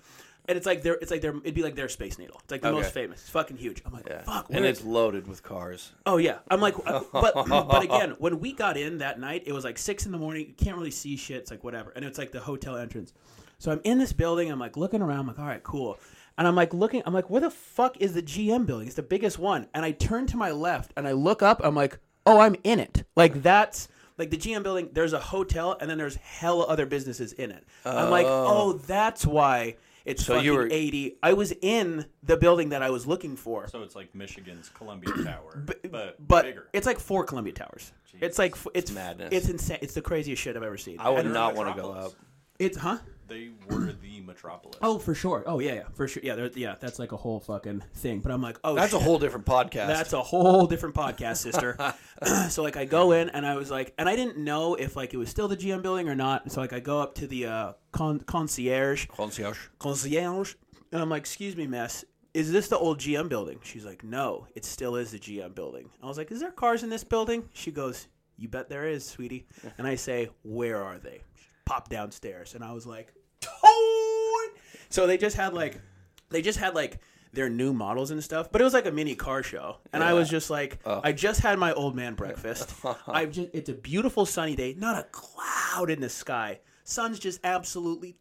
[SPEAKER 2] And it's like their it's like their it'd be like their Space Needle. It's like the most famous. It's fucking huge. I'm like, fuck.
[SPEAKER 1] and
[SPEAKER 2] where
[SPEAKER 1] it's loaded with cars.
[SPEAKER 2] Oh yeah, I'm like, uh, but but again, when we got in that night, it was like six in the morning. You can't really see shit. It's like whatever, and it's like the hotel entrance. So I'm in this building. I'm like looking around. I'm like, all right, cool. And I'm like looking. I'm like, where the fuck is the GM building? It's the biggest one. And I turn to my left and I look up. I'm like, oh, I'm in it. Like that's like the GM building. There's a hotel and then there's hella other businesses in it. I'm like, oh, that's why it's fucking
[SPEAKER 1] you were-
[SPEAKER 2] 80. I was in the building that I was looking for
[SPEAKER 5] So it's like Michigan's Columbia Tower, but, but,
[SPEAKER 2] but
[SPEAKER 5] bigger.
[SPEAKER 2] it's like four Columbia Towers. It's like f- it's
[SPEAKER 1] madness.
[SPEAKER 2] It's insane. It's the craziest shit I've ever seen.
[SPEAKER 1] I would
[SPEAKER 5] And
[SPEAKER 1] not
[SPEAKER 5] the
[SPEAKER 1] want to go up.
[SPEAKER 5] metropolis.
[SPEAKER 2] It's huh?
[SPEAKER 5] they were the metropolis.
[SPEAKER 2] Oh, for sure. Oh yeah, yeah, for sure. Yeah, there, yeah. That's like a whole fucking thing. But I'm like, oh,
[SPEAKER 1] That's a
[SPEAKER 2] shit.
[SPEAKER 1] whole different podcast.
[SPEAKER 2] That's a whole different podcast, sister. so like I go in and I was like, and I didn't know if like it was still the GM building or not. So like I go up to the uh, con- concierge,
[SPEAKER 1] concierge.
[SPEAKER 2] concierge, And I'm like, excuse me, miss, is this the old GM building? She's like, no, it still is the GM building. I was like, is there cars in this building? She goes, you bet there is, sweetie. And I say, where are they? She popped downstairs. And I was like, "Toad!" so they just had like, they just had like their new models and stuff, but it was like a mini car show. And I was just like, I just had my old man breakfast. I just, it's a beautiful sunny day, not a cloud in the sky. Sun's just absolutely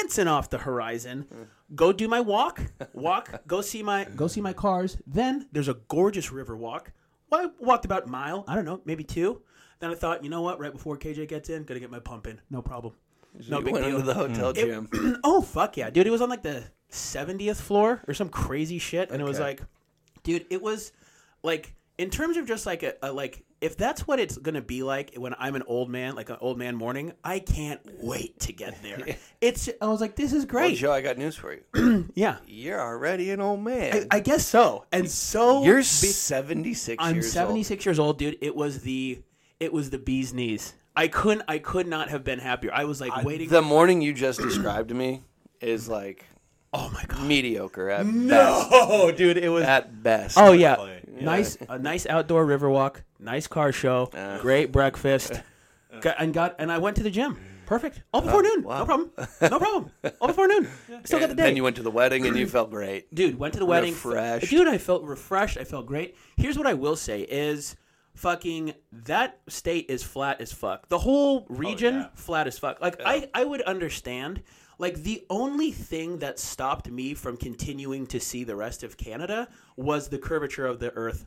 [SPEAKER 2] dancing off the horizon. Go do my walk, walk. Go see my go see my cars. Then there's a gorgeous river walk. Well, I walked about a mile. I don't know, maybe two. Then I thought, you know what? Right before KJ gets in, gonna get my pump in. No problem. No
[SPEAKER 1] you
[SPEAKER 2] big
[SPEAKER 1] went
[SPEAKER 2] deal.
[SPEAKER 1] into the hotel gym.
[SPEAKER 2] oh fuck yeah, dude! It was on like the seventieth floor or some crazy shit, and it was
[SPEAKER 1] Okay.
[SPEAKER 2] like, dude, it was like in terms of just like a, a like if that's what it's gonna be like when I'm an old man, like an old man morning, I can't wait to get there. it's I was like, this is
[SPEAKER 1] Well,
[SPEAKER 2] great.
[SPEAKER 1] Joe, I got news for you.
[SPEAKER 2] yeah,
[SPEAKER 1] You're already an old man.
[SPEAKER 2] I guess so. And so
[SPEAKER 1] You're 76
[SPEAKER 2] I'm
[SPEAKER 1] years
[SPEAKER 2] 76 years old, dude. It was the it was the bee's knees. I couldn't I could not have been happier. I was like waiting.
[SPEAKER 1] old. The morning you just described to me is like
[SPEAKER 2] oh my god.
[SPEAKER 1] mediocre at best.
[SPEAKER 2] No, dude, it was
[SPEAKER 1] At best.
[SPEAKER 2] Oh yeah.
[SPEAKER 5] play.
[SPEAKER 2] nice a nice outdoor river walk, nice car show,
[SPEAKER 1] Uh.
[SPEAKER 2] great breakfast, got, and got and I went to the gym. Perfect. All before noon.
[SPEAKER 1] wow.
[SPEAKER 2] No problem. No problem. All before noon. Still got the day.
[SPEAKER 1] Then you went to the wedding and you felt great.
[SPEAKER 2] dude went to the wedding fe-
[SPEAKER 1] Refreshed.
[SPEAKER 2] dude i felt refreshed i felt great here's what i will say is fucking that state is flat as fuck the whole region
[SPEAKER 5] Oh, yeah.
[SPEAKER 2] flat as fuck like i i would understand like the only thing that stopped me from continuing to see the rest of canada was the curvature of the earth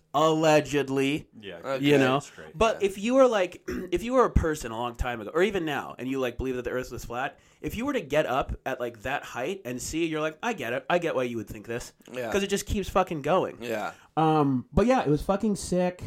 [SPEAKER 2] allegedly
[SPEAKER 5] Yeah.
[SPEAKER 1] Uh,
[SPEAKER 2] you know
[SPEAKER 5] that's great.
[SPEAKER 2] but if you were like if you were a person a long time ago or even now and you like believe that the earth was flat if you were to get up at like that height and see it, you're like i get it i get why you would think this
[SPEAKER 1] Yeah.
[SPEAKER 2] because it just keeps fucking going
[SPEAKER 1] Yeah.
[SPEAKER 3] Um,
[SPEAKER 2] but yeah it was fucking sick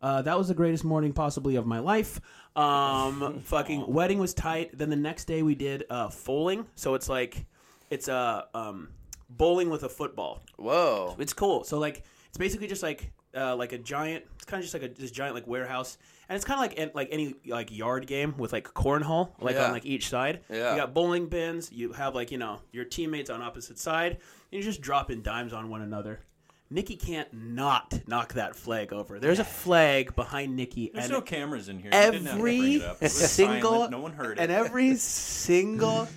[SPEAKER 2] uh, that was the greatest morning possibly of my life um, fucking wedding was tight then the next day we did uh, foaling so it's like it's uh, um, bowling with a football
[SPEAKER 1] Whoa.
[SPEAKER 2] it's cool. So like, it's basically just like uh, like a giant. It's kind of just like a this giant like warehouse, and it's kind of like an- like any like yard game with like cornhole like
[SPEAKER 1] Yeah.
[SPEAKER 2] on like each side.
[SPEAKER 1] Yeah.
[SPEAKER 2] You got bowling bins. You have like you know your teammates on opposite side. And you're just dropping dimes on one another. Nikki can't not knock that flag over. There's a flag behind Nikki.
[SPEAKER 5] There's
[SPEAKER 2] and
[SPEAKER 5] no cameras in here. You didn't have to bring
[SPEAKER 2] every
[SPEAKER 5] it up. It was
[SPEAKER 2] single
[SPEAKER 5] silent. No one heard it.
[SPEAKER 2] And every single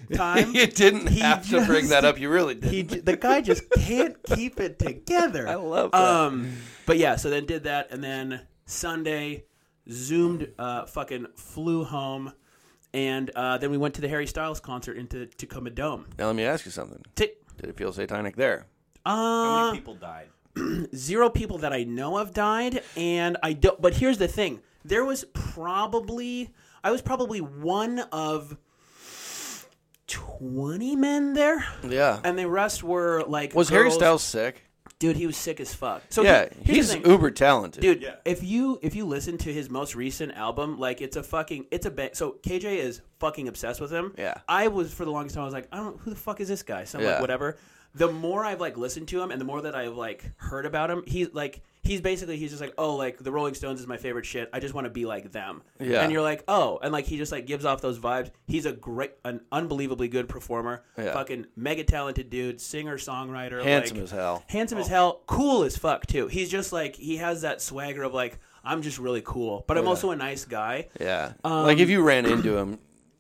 [SPEAKER 2] time
[SPEAKER 1] You didn't
[SPEAKER 2] He
[SPEAKER 1] have to bring that
[SPEAKER 2] just-
[SPEAKER 1] up. You really did.
[SPEAKER 2] he j- the guy just can't keep it together. I
[SPEAKER 1] love that.
[SPEAKER 2] Um, but yeah, so then did that, and then Sunday zoomed, uh, fucking flew home, and uh, then we went to the Harry Styles concert into Tacoma Dome.
[SPEAKER 1] Now let me ask you something.
[SPEAKER 2] T-
[SPEAKER 1] Did it feel satanic there?
[SPEAKER 5] How
[SPEAKER 2] uh,
[SPEAKER 5] many people died?
[SPEAKER 2] zero people that I know of died, and I don't. But here's the thing: there was probably I was probably one of twenty men there,
[SPEAKER 1] Yeah.
[SPEAKER 2] and the rest were like
[SPEAKER 1] was Harry
[SPEAKER 2] girls-
[SPEAKER 1] Styles sick?
[SPEAKER 2] dude he was sick as fuck so
[SPEAKER 1] Yeah,
[SPEAKER 2] dude, here's
[SPEAKER 1] he's
[SPEAKER 2] the thing.
[SPEAKER 1] uber talented.
[SPEAKER 2] dude
[SPEAKER 5] Yeah.
[SPEAKER 2] if you if you listen to his most recent album like it's a fucking it's a ba- so kj is fucking obsessed with him
[SPEAKER 1] Yeah.
[SPEAKER 2] i was for the longest time i was like i don't who the fuck is this guy so I'm like,
[SPEAKER 1] Yeah.
[SPEAKER 2] whatever the more i've like listened to him and the more that i've like heard about him he's like he's basically he's just like oh like the rolling stones is my favorite shit i just want to be like them
[SPEAKER 1] Yeah.
[SPEAKER 2] and you're like oh and like he just like gives off those vibes he's a great an unbelievably good performer
[SPEAKER 1] Yeah.
[SPEAKER 2] fucking mega talented dude singer songwriter
[SPEAKER 1] Handsome
[SPEAKER 2] like-
[SPEAKER 1] as hell.
[SPEAKER 2] handsome as hell, cool as fuck too. He's just like he has that swagger of like I'm just really cool, but I'm
[SPEAKER 1] Oh,
[SPEAKER 2] also a nice guy.
[SPEAKER 1] Yeah. like if you ran into him,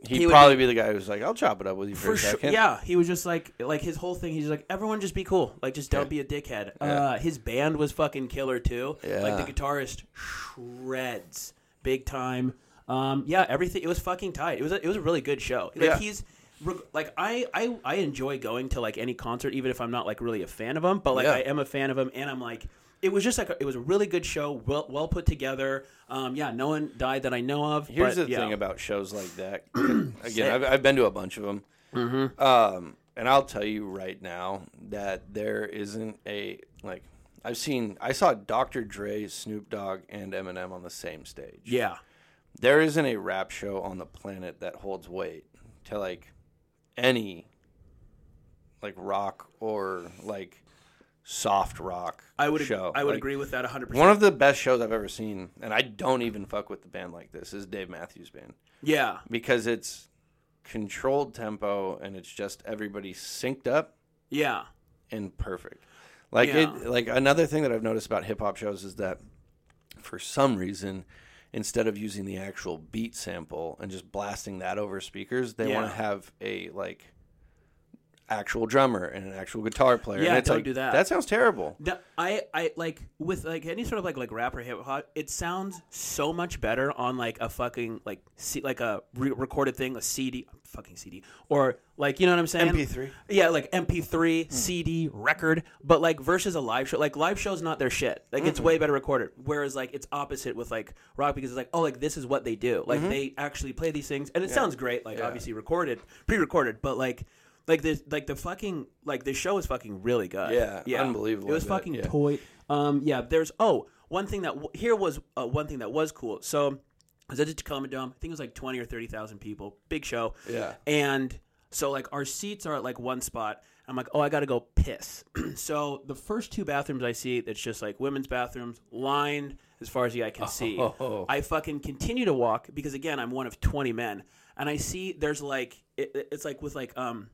[SPEAKER 1] he'd
[SPEAKER 2] um, he would
[SPEAKER 1] probably be the guy who's like, "I'll chop it up with you for,
[SPEAKER 2] For
[SPEAKER 1] a
[SPEAKER 2] sure,
[SPEAKER 1] second.
[SPEAKER 2] yeah. He was just like like his whole thing. He's like everyone just be cool, like just don't be a dickhead. Uh, his band was fucking killer too. Like
[SPEAKER 1] Yeah.
[SPEAKER 2] the guitarist shreds big time. Um, yeah, everything. It was fucking tight. It was a, it was a really good show. Like
[SPEAKER 1] Yeah.
[SPEAKER 2] he's. reg- Like I, I, I enjoy going to like any concert, even if I'm not like really a fan of them. But like
[SPEAKER 1] Yeah.
[SPEAKER 2] I am a fan of them, and I'm like, it was just like a, it was a really good show, well well put together. Um, yeah, no one died that I know of.
[SPEAKER 1] Here's
[SPEAKER 2] but,
[SPEAKER 1] the
[SPEAKER 2] yeah.
[SPEAKER 1] thing about shows like that. Again, I've, I've been to a bunch of them,
[SPEAKER 2] Mm-hmm.
[SPEAKER 1] um, and I'll tell you right now that there isn't a like. I've seen. I saw Dr. Dre, Snoop Dogg, and Eminem on the same stage.
[SPEAKER 2] yeah,
[SPEAKER 1] There isn't a rap show on the planet that holds weight to like any like rock or like soft rock.
[SPEAKER 2] I would ag-
[SPEAKER 1] show.
[SPEAKER 2] I would
[SPEAKER 1] Like,
[SPEAKER 2] agree with that 100. percent
[SPEAKER 1] One of the best shows I've ever seen, and I don't even fuck with the band like this, is Dave Matthews Band
[SPEAKER 2] Yeah,
[SPEAKER 1] because it's controlled tempo and it's just everybody synced up
[SPEAKER 2] yeah.
[SPEAKER 1] and perfect. Like it,
[SPEAKER 2] Yeah.
[SPEAKER 1] like another thing that I've noticed about hip hop shows is that for some reason, instead of using the actual beat sample and just blasting that over speakers, they want
[SPEAKER 2] Yeah.
[SPEAKER 1] to have a like actual drummer and an actual guitar player.
[SPEAKER 2] Yeah,
[SPEAKER 1] and it's
[SPEAKER 2] don't
[SPEAKER 1] like,
[SPEAKER 2] do that.
[SPEAKER 1] That sounds terrible.
[SPEAKER 2] The- I, I like with like any sort of like like rap or hip hop, it sounds so much better on like a fucking like C, like a re- recorded thing, a CD, fucking CD, or like you know what I'm saying?
[SPEAKER 1] MP3.
[SPEAKER 2] Yeah, like MP3, CD, record, but like versus a live show. Like live show's not their shit. Like it's way better recorded. Whereas like it's opposite with like rock because it's like oh like this is what they do. Like they actually play these things and it sounds great. Like obviously recorded, pre-recorded, but like. Like this, like the fucking, like this show is fucking really good.
[SPEAKER 1] Yeah, unbelievable
[SPEAKER 2] It was
[SPEAKER 1] that,
[SPEAKER 2] fucking
[SPEAKER 1] yeah.
[SPEAKER 2] toy. Um, yeah, there's oh one thing that w- here was uh, one thing that was cool. So I was at the Tacoma Dome. I think it was like twenty or thirty thousand people. Big show.
[SPEAKER 1] Yeah.
[SPEAKER 2] And so like our seats are at like one spot. I'm like, oh, I gotta go piss. so the first two bathrooms I see, it's just like women's bathrooms, lined as far as the eye can see.
[SPEAKER 1] Oh.
[SPEAKER 2] I fucking continue to walk because again, I'm one of twenty men, and I see there's like it, it- it's like with like um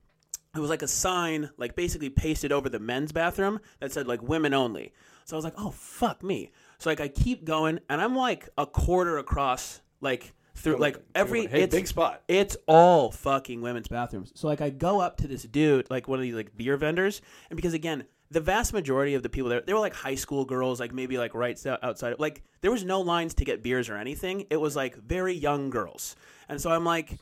[SPEAKER 2] it was like a sign, like basically pasted over the men's bathroom that said like women only. So I was like, oh fuck me. So like I keep going, and I'm like a quarter across, like through like every
[SPEAKER 1] Hey,
[SPEAKER 2] it's,
[SPEAKER 1] big spot.
[SPEAKER 2] It's all fucking women's bathrooms. So like I go up to this dude, like one of these like beer vendors, and because again. The vast majority of the people there, they were like high school girls, like maybe like right so- outside. Like there was no lines to get beers or anything. It was like very young girls, and so I'm like,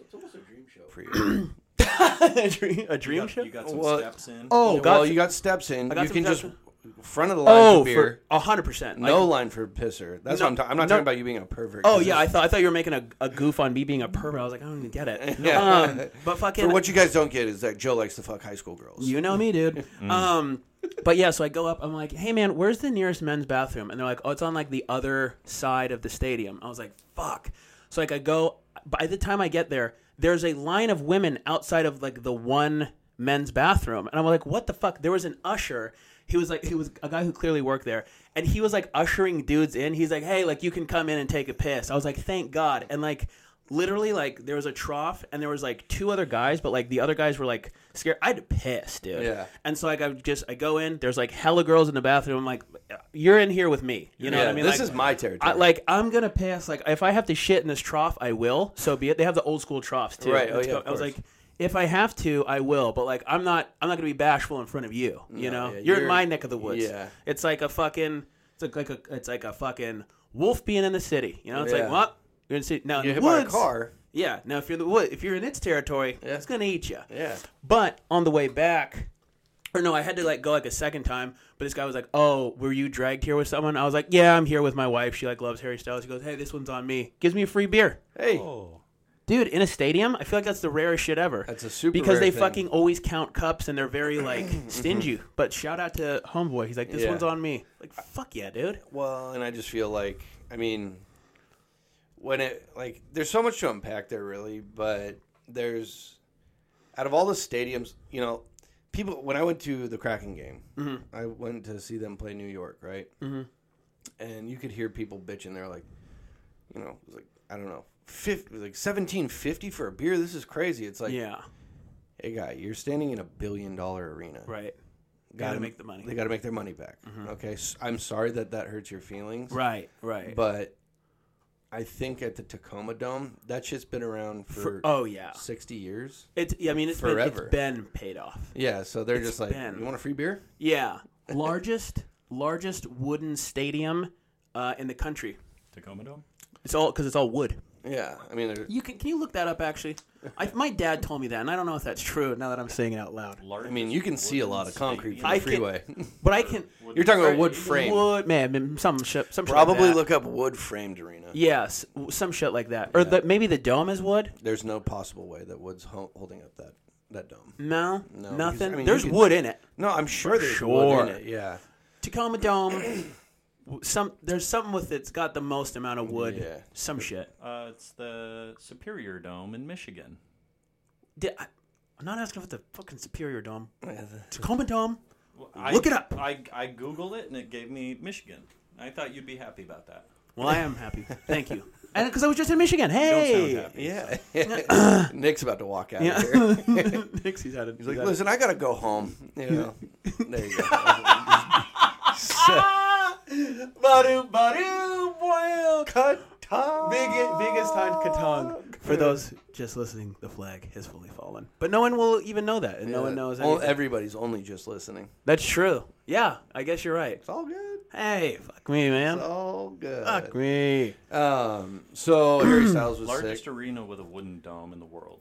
[SPEAKER 2] a dream, a dream
[SPEAKER 5] You got,
[SPEAKER 2] show.
[SPEAKER 5] you got some
[SPEAKER 1] Well,
[SPEAKER 5] steps in.
[SPEAKER 2] oh,
[SPEAKER 1] well,
[SPEAKER 2] God.
[SPEAKER 1] you got steps in.
[SPEAKER 2] got
[SPEAKER 1] You
[SPEAKER 2] some
[SPEAKER 1] can
[SPEAKER 2] steps
[SPEAKER 1] just front of the line
[SPEAKER 2] Oh,
[SPEAKER 1] for beer.
[SPEAKER 2] for hundred percent.
[SPEAKER 1] no line for pisser. That's
[SPEAKER 2] No,
[SPEAKER 1] what I'm talking. I'm not
[SPEAKER 2] no.
[SPEAKER 1] talking about you being a pervert.
[SPEAKER 2] oh
[SPEAKER 1] 'cause
[SPEAKER 2] yeah, I
[SPEAKER 1] that's-
[SPEAKER 2] thought I thought you were making a, a goof on me being a pervert. I was like, I don't even get it.
[SPEAKER 1] Yeah.
[SPEAKER 2] Um, but fucking,
[SPEAKER 1] For what you guys don't get is that Joe likes to fuck high school girls.
[SPEAKER 2] you know me, dude. um, but yeah, so I go up. I'm like, hey man, where's the nearest men's bathroom? And they're like, oh, it's on like the other side of the stadium. I was like, fuck. So like I go. By the time I get there, there's a line of women outside of like the one men's bathroom, and I'm like, what the fuck? There was an usher. He was like, he was a guy who clearly worked there, and he was like ushering dudes in. He's like, hey, like you can come in and take a piss. I was like, thank God. And like, literally, like there was a trough, and there was like two other guys, but like the other guys were like scared. I'd piss, dude.
[SPEAKER 1] Yeah.
[SPEAKER 2] And so like I just I go in. There's like hella girls in the bathroom. I'm like, you're in here with me. You know
[SPEAKER 1] Yeah,
[SPEAKER 2] what I mean?
[SPEAKER 1] this
[SPEAKER 2] Like,
[SPEAKER 1] is my territory.
[SPEAKER 2] I, like I'm gonna pass. Like if I have to shit in this trough, I will. So be it. They have the old school troughs too.
[SPEAKER 1] Right, oh,
[SPEAKER 2] It's
[SPEAKER 1] yeah,
[SPEAKER 2] co-
[SPEAKER 1] of
[SPEAKER 2] I was
[SPEAKER 1] course.
[SPEAKER 2] like, if I have to, I will. But like I'm not. I'm not gonna be bashful in front of you. You know,
[SPEAKER 1] yeah,
[SPEAKER 2] you're, in
[SPEAKER 1] you're-
[SPEAKER 2] my neck of the woods.
[SPEAKER 1] yeah.
[SPEAKER 2] It's like a fucking. It's like, like a. It's like a fucking wolf being in the city. You know. It's like
[SPEAKER 1] Yeah.
[SPEAKER 2] what. You're in the city. Now in
[SPEAKER 1] you
[SPEAKER 2] the
[SPEAKER 1] hit by a
[SPEAKER 2] woods-
[SPEAKER 1] car.
[SPEAKER 2] Yeah. Now if you're in the wood, if you're in its territory, it's gonna eat you.
[SPEAKER 1] Yeah.
[SPEAKER 2] But on the way back, or no, I had to like go like a second time. But this guy was like, "Oh, were you dragged here with someone?" I was like, "Yeah, I'm here with my wife. She like loves Harry Styles." She goes, "Hey, this one's on me." Gives me a free beer,
[SPEAKER 1] Hey,
[SPEAKER 2] dude. In a stadium, I feel like that's the rarest shit ever.
[SPEAKER 1] That's a super
[SPEAKER 2] because
[SPEAKER 1] rare
[SPEAKER 2] they
[SPEAKER 1] thing. Mm-hmm.
[SPEAKER 2] fucking always count cups and they're very like stingy. But shout out to homeboy. He's like, "This
[SPEAKER 1] Yeah.
[SPEAKER 2] one's on me." Like, fuck yeah, dude.
[SPEAKER 1] well, and I just feel like, I mean, when it like, there's so much to unpack there, really. But there's, out of all the stadiums, you know, people. When I went to the Kraken game,
[SPEAKER 2] Mm-hmm.
[SPEAKER 1] I went to see them play New York, right? Mm-hmm. And you could hear people bitching. They're like, you know, it was like I don't know, 50, like seventeen fifty for a beer. This is crazy. It's like,
[SPEAKER 2] Yeah,
[SPEAKER 1] hey guy, you're standing in a billion dollar arena,
[SPEAKER 2] right.
[SPEAKER 1] Gotta
[SPEAKER 2] make the money. Mm-hmm.
[SPEAKER 1] They got to make their money back. Okay, S I'm sorry that that hurts your feelings,
[SPEAKER 2] Right, right.
[SPEAKER 1] but I think at the Tacoma Dome, that shit's been around for,
[SPEAKER 2] oh yeah,
[SPEAKER 1] sixty years.
[SPEAKER 2] it's. I mean, it's been, it's
[SPEAKER 1] Forever.
[SPEAKER 2] been paid off.
[SPEAKER 1] Yeah, so they're just like,
[SPEAKER 2] been-
[SPEAKER 1] you want a free beer?
[SPEAKER 2] Yeah, largest largest wooden stadium uh, in the country.
[SPEAKER 5] Tacoma Dome?
[SPEAKER 2] It's all because it's all wood.
[SPEAKER 1] Yeah, I mean, they're-
[SPEAKER 2] You can can you look that up actually? I, my dad told me that, and I don't know if that's true. Now that I'm saying it out loud,
[SPEAKER 5] Large.
[SPEAKER 1] I mean, you can see a lot of concrete from
[SPEAKER 2] I
[SPEAKER 1] the
[SPEAKER 2] can-
[SPEAKER 1] freeway.
[SPEAKER 2] but I can
[SPEAKER 1] You're talking about wood frame.
[SPEAKER 2] wood man some shit some shit like
[SPEAKER 1] Probably
[SPEAKER 2] that.
[SPEAKER 1] look up wood framed arena.
[SPEAKER 2] yes w- some shit like that or the, maybe the dome is wood.
[SPEAKER 1] There's no possible way that wood's ho- holding up that that dome.
[SPEAKER 2] No,
[SPEAKER 1] No,
[SPEAKER 2] nothing.
[SPEAKER 1] because, I mean,
[SPEAKER 2] There's
[SPEAKER 1] you can-
[SPEAKER 2] wood in it.
[SPEAKER 1] No, I'm sure there's wood in
[SPEAKER 2] sure.
[SPEAKER 1] it. Yeah,
[SPEAKER 2] Tacoma Dome. w- some there's something with it's got the most amount of wood.
[SPEAKER 1] Yeah.
[SPEAKER 2] Some shit.
[SPEAKER 5] Uh, it's the Superior Dome in Michigan.
[SPEAKER 2] Did, I, I'm not asking about the fucking Superior Dome. Tacoma Dome.
[SPEAKER 5] I,
[SPEAKER 2] Look it up.
[SPEAKER 5] I, I Googled it and it gave me Michigan. I thought you'd be happy about that.
[SPEAKER 2] Well, I am happy. Thank you. And because I was just in Michigan.
[SPEAKER 5] Don't sound
[SPEAKER 2] Hey.
[SPEAKER 5] happy.
[SPEAKER 1] yeah. Nick's about to walk out of here.
[SPEAKER 2] Nixies had it.
[SPEAKER 1] He's like, listen, I gotta go home. You know, There you go.
[SPEAKER 2] Badu, badu, boil.
[SPEAKER 1] Cut time.
[SPEAKER 2] Biggest, biggest time Katong. For those just listening, the flag has fully fallen. But no one will even know that, and no one knows.
[SPEAKER 1] Well,
[SPEAKER 2] anything.
[SPEAKER 1] everybody's only just listening.
[SPEAKER 2] That's true. Yeah, I guess you're right.
[SPEAKER 1] It's all good.
[SPEAKER 2] Hey, fuck me,
[SPEAKER 1] It's
[SPEAKER 2] man.
[SPEAKER 1] all good.
[SPEAKER 2] Fuck me.
[SPEAKER 1] Um. So Harry Styles was
[SPEAKER 5] Largest
[SPEAKER 1] sick.
[SPEAKER 5] arena with a wooden dome in the world.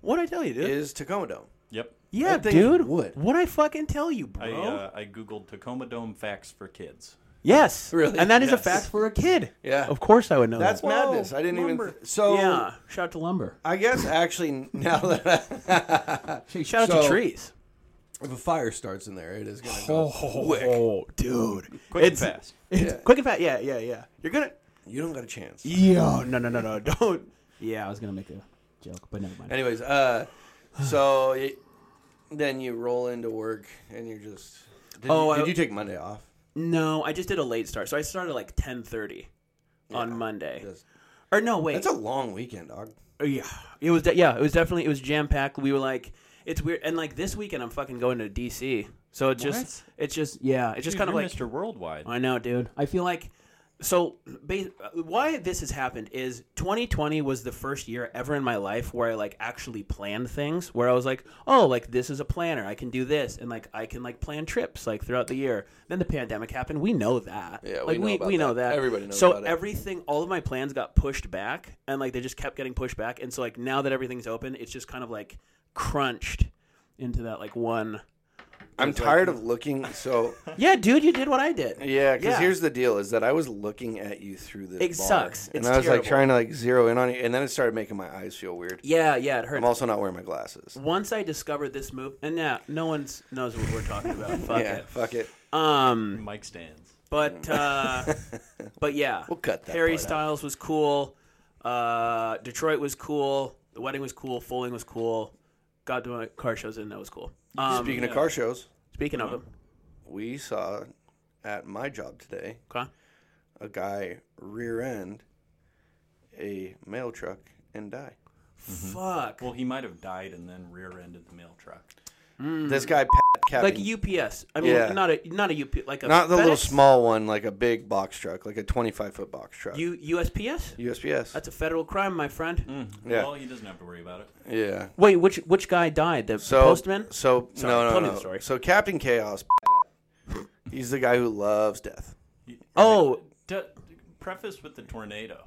[SPEAKER 2] What'd I tell you, dude?
[SPEAKER 1] Is Tacoma Dome.
[SPEAKER 5] Yep.
[SPEAKER 2] yeah,
[SPEAKER 1] that thing's
[SPEAKER 2] dude.
[SPEAKER 1] wood.
[SPEAKER 2] What'd I fucking tell you, bro?
[SPEAKER 5] I, uh, I googled Tacoma Dome facts for kids.
[SPEAKER 2] yes.
[SPEAKER 1] Really?
[SPEAKER 2] And that is a
[SPEAKER 5] Yes.
[SPEAKER 2] fact for a kid.
[SPEAKER 1] Yeah.
[SPEAKER 2] Of course I would know
[SPEAKER 1] That's
[SPEAKER 2] that.
[SPEAKER 1] madness. I didn't even.
[SPEAKER 5] lumber.
[SPEAKER 1] Th- so
[SPEAKER 2] yeah. Shout out to Lumber.
[SPEAKER 1] I guess actually now that
[SPEAKER 2] Shout out to
[SPEAKER 1] So-
[SPEAKER 2] Trees.
[SPEAKER 1] if a fire starts in there, it is gonna go.
[SPEAKER 2] Oh, dude.
[SPEAKER 5] Quick
[SPEAKER 2] it's,
[SPEAKER 5] and fast.
[SPEAKER 2] It's
[SPEAKER 1] Yeah.
[SPEAKER 2] Quick and fast. Yeah, yeah, yeah. You're gonna.
[SPEAKER 1] You don't got a chance.
[SPEAKER 2] Yo, no, no, no, no. Don't.
[SPEAKER 3] Yeah, I was gonna make a joke, but never mind.
[SPEAKER 1] Anyways, uh, so it, then you roll into work and you're just. Did
[SPEAKER 2] Oh,
[SPEAKER 1] you,
[SPEAKER 2] I-
[SPEAKER 1] did you take Monday off?
[SPEAKER 2] No, I just did a late start. So I started at like 10:30 on Monday.
[SPEAKER 1] Just-
[SPEAKER 2] Or no, wait.
[SPEAKER 1] That's a long weekend, dog.
[SPEAKER 2] Oh, yeah. It was de- yeah, it was definitely it was jam packed. We were like it's weird and like this weekend I'm fucking going to DC. So it just it's just yeah, it's just
[SPEAKER 5] Dude,
[SPEAKER 2] kind of
[SPEAKER 5] you're
[SPEAKER 2] like
[SPEAKER 5] Mr. Worldwide.
[SPEAKER 2] I know, dude. I feel like so. Ba- why this has happened is 2020 was the first year ever in my life where I like actually planned things. Where I was like, oh, like this is a planner. I can do this, and like I can like plan trips like throughout the year. Then the pandemic happened. We know that.
[SPEAKER 1] Yeah, we
[SPEAKER 2] like,
[SPEAKER 1] know about
[SPEAKER 2] we know
[SPEAKER 1] that.
[SPEAKER 2] that.
[SPEAKER 1] Everybody knows
[SPEAKER 2] So
[SPEAKER 1] about it.
[SPEAKER 2] everything, all of my plans got pushed back, and like they just kept getting pushed back. And so like now that everything's open, it's just kind of like crunched into that like one.
[SPEAKER 1] I'm tired of looking. So
[SPEAKER 2] Yeah, dude, you did what I did.
[SPEAKER 1] yeah, because
[SPEAKER 2] Yeah.
[SPEAKER 1] here's the deal: is that I was looking at you through this.
[SPEAKER 2] It
[SPEAKER 1] bar,
[SPEAKER 2] sucks.
[SPEAKER 1] and
[SPEAKER 2] It's
[SPEAKER 1] I was like
[SPEAKER 2] terrible.
[SPEAKER 1] trying to like zero in on you, and then it started making my eyes feel weird.
[SPEAKER 2] Yeah, yeah, it hurts.
[SPEAKER 1] I'm also not wearing my glasses.
[SPEAKER 2] once I discovered this move, and now no one knows what we're talking about. Fuck
[SPEAKER 1] Yeah, fuck it.
[SPEAKER 2] it. Um,
[SPEAKER 5] Mike stands.
[SPEAKER 2] but uh, but yeah,
[SPEAKER 1] We'll cut that
[SPEAKER 2] Harry
[SPEAKER 1] part out.
[SPEAKER 2] Styles was cool. Uh, Detroit was cool. The wedding was cool. Fooling was cool. Got to my car shows in. That was cool. Um,
[SPEAKER 1] Speaking of car shows,
[SPEAKER 2] speaking of them,
[SPEAKER 1] we saw at my job today
[SPEAKER 2] okay.
[SPEAKER 1] a guy rear end a mail truck and die. Mm-hmm.
[SPEAKER 2] fuck,
[SPEAKER 5] Well, he might have died and then rear-ended the mail truck.
[SPEAKER 1] This guy, Pat Kevin,
[SPEAKER 2] Mm. like UPS. I mean,
[SPEAKER 1] Yeah.
[SPEAKER 2] not a not a UPS, like a
[SPEAKER 1] not the little
[SPEAKER 2] FedEx?
[SPEAKER 1] small one, like a big box truck, like a 25 foot box truck.
[SPEAKER 2] U- USPS.
[SPEAKER 1] USPS.
[SPEAKER 2] That's a federal crime, my friend.
[SPEAKER 1] Yeah.
[SPEAKER 5] Well, he doesn't have to worry about it.
[SPEAKER 1] yeah.
[SPEAKER 2] Wait, which which guy died? The
[SPEAKER 1] So
[SPEAKER 2] postman.
[SPEAKER 1] So
[SPEAKER 2] Sorry,
[SPEAKER 1] no,
[SPEAKER 2] tell
[SPEAKER 1] no,
[SPEAKER 2] me the
[SPEAKER 1] no.
[SPEAKER 2] story.
[SPEAKER 1] So Captain Chaos, he's the guy who loves death.
[SPEAKER 2] Oh,
[SPEAKER 5] D- preface with the tornado.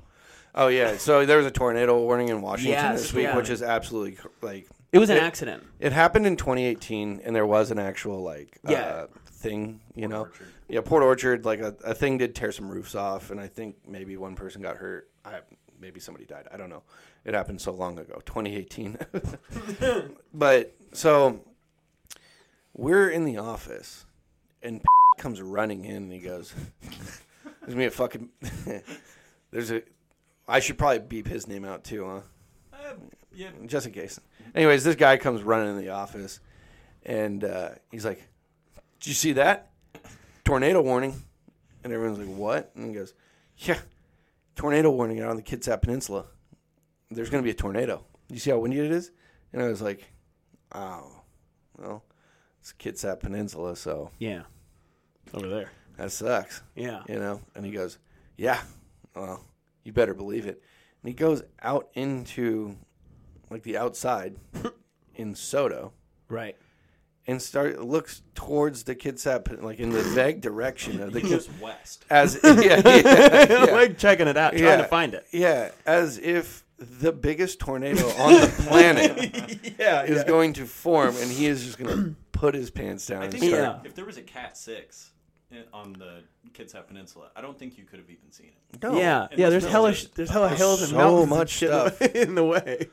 [SPEAKER 1] Oh yeah. So there was a tornado warning in Washington
[SPEAKER 2] Yes,
[SPEAKER 1] this week,
[SPEAKER 2] yeah.
[SPEAKER 1] which is absolutely cr- like
[SPEAKER 2] it was an accident.
[SPEAKER 1] It happened in 2018, and there was an actual like
[SPEAKER 2] Yeah.
[SPEAKER 1] uh, thing, you know. Yeah, Port Orchard, like a, a thing did tear some roofs off, and I think maybe one person got hurt. I maybe somebody died. I don't know. It happened so long ago, 2018. but so we're in the office, and comes running in, and he goes, "There's me a fucking. there's a. I should probably beep his name out too, huh?"
[SPEAKER 5] Uh, yeah,
[SPEAKER 1] just in case. Anyways, this guy comes running in the office, and uh, he's like, "Did you see that tornado warning?" And everyone's like, "What?" And he goes, "Yeah, tornado warning out on the Kitsap Peninsula. There's going to be a tornado. You see how windy it is?" And I was like, "Oh, well, it's Kitsap Peninsula, so
[SPEAKER 2] Yeah, over there.
[SPEAKER 1] that sucks."
[SPEAKER 2] Yeah.
[SPEAKER 1] you know and he goes yeah well you better believe it and he goes out into like the outside in soto
[SPEAKER 2] Right. and
[SPEAKER 1] and start looks towards the kitsap like in the vague direction of the
[SPEAKER 5] he
[SPEAKER 1] kids
[SPEAKER 5] goes west.
[SPEAKER 1] as yeah, yeah,
[SPEAKER 2] like checking it out, trying
[SPEAKER 1] Yeah.
[SPEAKER 2] to find it.
[SPEAKER 1] yeah as if the biggest tornado on the planet
[SPEAKER 2] Yeah,
[SPEAKER 1] is going to form and he is just going to put his pants down
[SPEAKER 5] I
[SPEAKER 1] and
[SPEAKER 5] think
[SPEAKER 1] start
[SPEAKER 2] Yeah.
[SPEAKER 5] if there was a Cat Six in- on the Kitsap Peninsula, I don't think you could have even seen it.
[SPEAKER 1] No.
[SPEAKER 2] yeah,
[SPEAKER 5] And
[SPEAKER 2] yeah.
[SPEAKER 5] there's
[SPEAKER 2] There's hella,
[SPEAKER 5] just-
[SPEAKER 2] there's hella hills and
[SPEAKER 1] so
[SPEAKER 2] mountains and
[SPEAKER 1] much
[SPEAKER 2] shit
[SPEAKER 1] stuff.
[SPEAKER 2] in the way.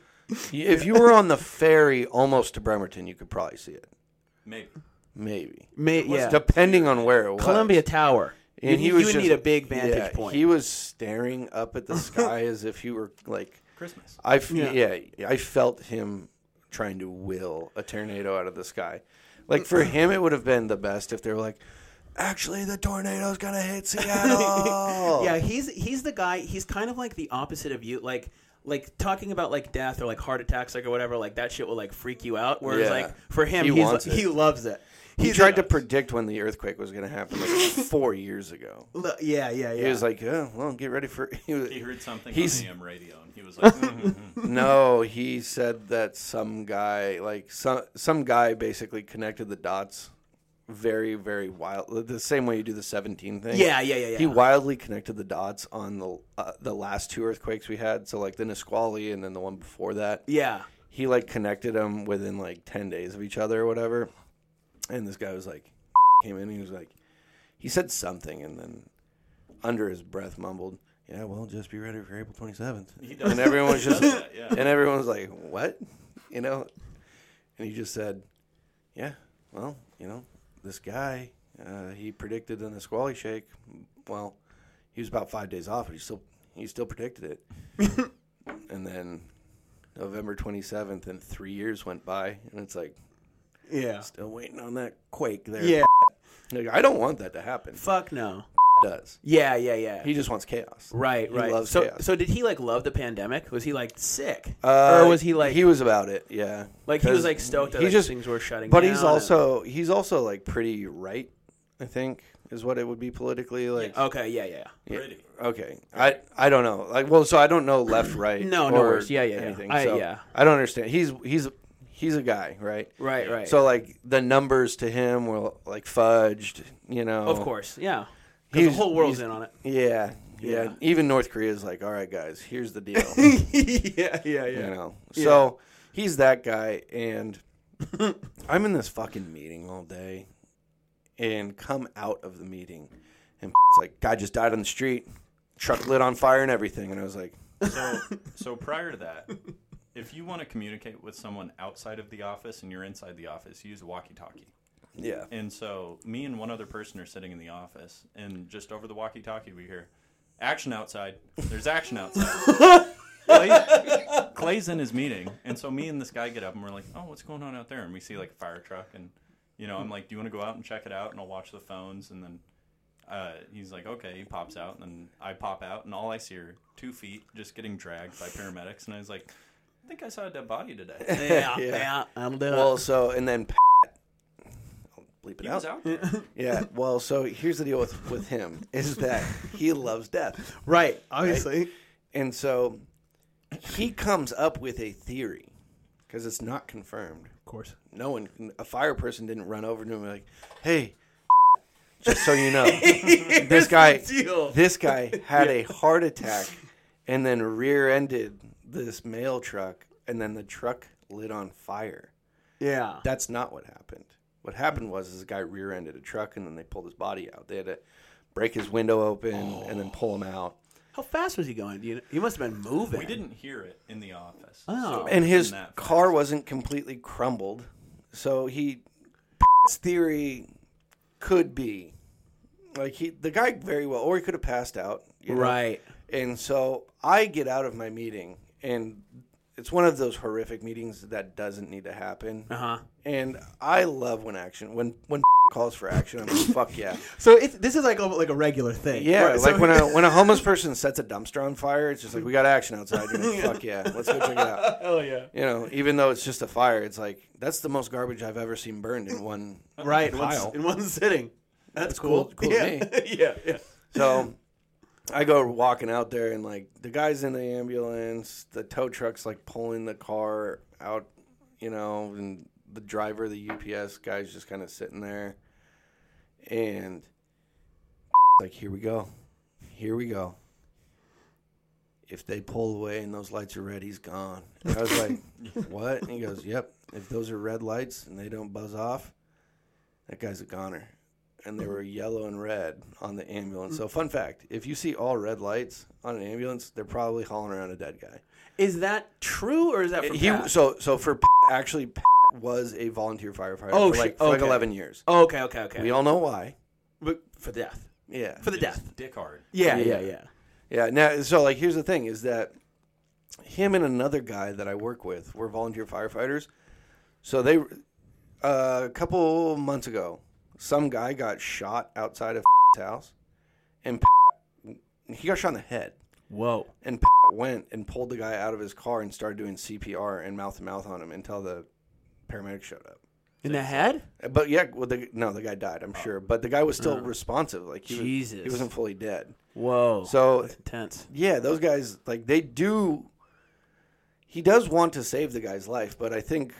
[SPEAKER 1] if you were on the ferry almost to bremerton you could probably see it
[SPEAKER 5] Maybe.
[SPEAKER 1] maybe
[SPEAKER 2] May, yeah,
[SPEAKER 1] depending on where it was.
[SPEAKER 2] Columbia Tower. You,
[SPEAKER 1] and
[SPEAKER 2] need-
[SPEAKER 1] he was
[SPEAKER 2] you would
[SPEAKER 1] just-
[SPEAKER 2] need a big vantage
[SPEAKER 1] yeah,
[SPEAKER 2] point.
[SPEAKER 1] He was staring up at the sky as if he were like
[SPEAKER 5] Christmas.
[SPEAKER 1] I f- yeah. I felt him trying to will a tornado out of the sky. Like for him, it would have been the best if they were like, actually, the tornado's gonna hit Seattle.
[SPEAKER 2] yeah, he's he's the guy. He's kind of like the opposite of you. Like like talking about like death or like heart attacks like or whatever. Like that shit will like freak you out. Whereas
[SPEAKER 1] Yeah.
[SPEAKER 2] like for him,
[SPEAKER 1] He
[SPEAKER 2] he's
[SPEAKER 1] wants
[SPEAKER 2] like,
[SPEAKER 1] it.
[SPEAKER 2] he loves it.
[SPEAKER 1] He tried to predict when the earthquake was going to happen like four years ago.
[SPEAKER 3] L- Yeah, yeah, yeah.
[SPEAKER 1] He was like, oh, well, get ready for. He was,
[SPEAKER 5] He heard something
[SPEAKER 1] He's-
[SPEAKER 5] on AM radio, and he was like, "Mhm,
[SPEAKER 1] no, he said that some guy, like some some guy, basically connected the dots very, very wild. The same way you do the seventeen thing.
[SPEAKER 3] yeah, yeah, yeah, yeah.
[SPEAKER 1] He wildly connected the dots on the uh, the last two earthquakes we had. So like the Nisqually and then the one before that.
[SPEAKER 3] yeah.
[SPEAKER 1] He like connected them within like ten days of each other or whatever. And this guy was like, came in. and He was like, he said something and then under his breath mumbled, "Yeah, well, just be ready for April twenty seventh.
[SPEAKER 5] does-
[SPEAKER 1] And everyone was just
[SPEAKER 5] that, yeah.
[SPEAKER 1] and everyone was like, "What?" You know, and he just said, "Yeah, well, you know, this guy, uh, he predicted an Nisqually shake. Well, he was about five days off, but he still he still predicted it. and then November twenty seventh, and three years went by, and it's like
[SPEAKER 3] Yeah.
[SPEAKER 1] still waiting on that quake there.
[SPEAKER 3] Yeah.
[SPEAKER 1] Like, I don't want that to happen.
[SPEAKER 3] Fuck no.
[SPEAKER 1] does
[SPEAKER 3] Yeah, yeah, yeah.
[SPEAKER 1] he just wants chaos?
[SPEAKER 2] Right,
[SPEAKER 1] He
[SPEAKER 2] right.
[SPEAKER 1] loves
[SPEAKER 2] so,
[SPEAKER 1] chaos.
[SPEAKER 2] so did he like love the pandemic? Was he like sick,
[SPEAKER 1] Uh,
[SPEAKER 2] or was he like
[SPEAKER 1] he was about it? Yeah,
[SPEAKER 2] like he was
[SPEAKER 1] 'Cause
[SPEAKER 2] like stoked that
[SPEAKER 1] he
[SPEAKER 2] like,
[SPEAKER 1] just-
[SPEAKER 2] things were shutting
[SPEAKER 1] But
[SPEAKER 2] down?
[SPEAKER 1] he's
[SPEAKER 2] and-
[SPEAKER 1] also he's also like pretty right, I think is what it would be politically like.
[SPEAKER 2] okay. Yeah, yeah.
[SPEAKER 1] Yeah.
[SPEAKER 5] pretty.
[SPEAKER 1] Okay, I I don't know. Like, well, so I don't know left right.
[SPEAKER 2] No, no
[SPEAKER 1] or
[SPEAKER 2] worries. Yeah, yeah, yeah.
[SPEAKER 1] anything.
[SPEAKER 2] I-
[SPEAKER 1] so
[SPEAKER 2] yeah.
[SPEAKER 1] I don't understand. He's he's he's a guy, right?
[SPEAKER 2] Right, right.
[SPEAKER 1] So like the numbers to him were like fudged, you know.
[SPEAKER 2] of course, yeah. 'Cause the
[SPEAKER 1] He's-
[SPEAKER 2] whole world's
[SPEAKER 1] he's-
[SPEAKER 2] in on it.
[SPEAKER 1] Yeah, yeah.
[SPEAKER 2] Yeah.
[SPEAKER 1] Even North Korea's like, all right, guys, here's the deal.
[SPEAKER 3] yeah, yeah, yeah.
[SPEAKER 1] You know. So he's that guy, and I'm in this fucking meeting all day, and come out of the meeting, and it's like guy just died on the street, truck lit on fire and everything, and I was like,
[SPEAKER 5] So, so prior to that, if you want to communicate with someone outside of the office and you're inside the office, use walkie-talkie.
[SPEAKER 1] yeah,
[SPEAKER 5] And so, me and one other person are sitting in the office, and just over the walkie-talkie, we hear action outside. There's action outside. Clay, Clay's in his meeting, and so me and this guy get up, and we're like, "Oh, what's going on out there?" And we see like a fire truck, and you know, I'm like, "Do you want to go out and check it out?" And I'll watch the phones, and then uh, he's like, okay, he pops out, and then I pop out, and all I see are two feet just getting dragged by paramedics, and I was like, I think I saw a dead body today.
[SPEAKER 3] Yeah, yeah.
[SPEAKER 1] Yeah.
[SPEAKER 3] I'll do
[SPEAKER 1] well, so and then Pat, I'll bleep it
[SPEAKER 5] uh, He was
[SPEAKER 1] out.
[SPEAKER 5] out there.
[SPEAKER 1] Yeah, well, so here's the deal with with him is that he loves death,
[SPEAKER 3] it. Right, obviously.
[SPEAKER 1] and so he comes up with a theory because it's not confirmed.
[SPEAKER 3] Of course.
[SPEAKER 1] no one, a fire person didn't run over to him and be like, hey, just so you know, this guy,
[SPEAKER 3] deal.
[SPEAKER 1] this guy had a heart attack and then rear-ended this mail truck, and then the truck lit on fire.
[SPEAKER 3] Yeah.
[SPEAKER 1] That's not what happened. What happened was is the guy rear-ended a truck, and then they pulled his body out. They had to break his window open and then pull him out.
[SPEAKER 3] How fast was he going? Do You know? He must have been moving.
[SPEAKER 5] we didn't hear it in the office.
[SPEAKER 3] Oh.
[SPEAKER 1] and his
[SPEAKER 5] that
[SPEAKER 1] car wasn't completely crumbled. So he his theory could be like he the guy very well, or he could have passed out, you know?
[SPEAKER 3] Right.
[SPEAKER 1] And so I get out of my meeting, and it's one of those horrific meetings that doesn't need to happen.
[SPEAKER 3] Uh-huh.
[SPEAKER 1] And I love when action when when calls for action. I'm like, fuck yeah.
[SPEAKER 3] So it's, this is like a, like a regular thing.
[SPEAKER 1] Yeah,
[SPEAKER 3] Right,
[SPEAKER 1] like
[SPEAKER 3] so-
[SPEAKER 1] when a when a homeless person sets a dumpster on fire, it's just like we got action outside. You're like, Fuck yeah, let's go check it out. Hell yeah! You know, even though it's just a fire, it's like that's the most garbage I've ever seen burned in one.
[SPEAKER 3] right in one,
[SPEAKER 1] Kyle.
[SPEAKER 3] in one sitting. That's,
[SPEAKER 1] cool- cool
[SPEAKER 3] cool.
[SPEAKER 1] to
[SPEAKER 3] yeah.
[SPEAKER 1] me.
[SPEAKER 3] yeah, yeah.
[SPEAKER 1] So I go walking out there, and like the guy's in the ambulance, the tow truck's like pulling the car out, you know, and the driver, the UPS guy's just kind of sitting there, and like here we go, here we go. If they pull away and those lights are red, he's gone. And I was like, what? And he goes, yep. If those are red lights and they don't buzz off, that guy's a goner and they
[SPEAKER 3] Mm-hmm.
[SPEAKER 1] were yellow and red on the ambulance.
[SPEAKER 3] Mm.
[SPEAKER 1] So, fun fact: if you see all red lights on an ambulance, they're probably hauling around a dead guy.
[SPEAKER 3] Is that true or is that from
[SPEAKER 1] he
[SPEAKER 3] Pat?
[SPEAKER 1] so so for Pat, actually Pat was a volunteer firefighter
[SPEAKER 3] Oh,
[SPEAKER 1] for
[SPEAKER 3] shit.
[SPEAKER 1] like, for like
[SPEAKER 3] Okay.
[SPEAKER 1] eleven years.
[SPEAKER 3] Oh, okay, okay, okay.
[SPEAKER 1] We all know why.
[SPEAKER 3] But for death.
[SPEAKER 1] Yeah,
[SPEAKER 3] For the death.
[SPEAKER 5] Dick hard.
[SPEAKER 3] Yeah,
[SPEAKER 1] Yeah.
[SPEAKER 3] yeah, yeah.
[SPEAKER 1] yeah. Now, so like, here's the thing: is that him and another guy that I work with were volunteer firefighters. So they uh, a couple months ago, some guy got shot outside of house, and he got shot in the head.
[SPEAKER 3] Whoa.
[SPEAKER 1] and went and pulled the guy out of his car and started doing CPR and mouth to mouth on him until the paramedics showed up.
[SPEAKER 2] in the head.
[SPEAKER 1] But yeah, well, the, no, the guy died, I'm sure. But the guy was still responsive. Like he was-
[SPEAKER 2] Oh. Uh-huh. Jesus.
[SPEAKER 1] he wasn't fully dead.
[SPEAKER 2] Whoa.
[SPEAKER 1] So
[SPEAKER 2] That's intense.
[SPEAKER 1] yeah, those guys like they do. He does want to save the guy's life, but I think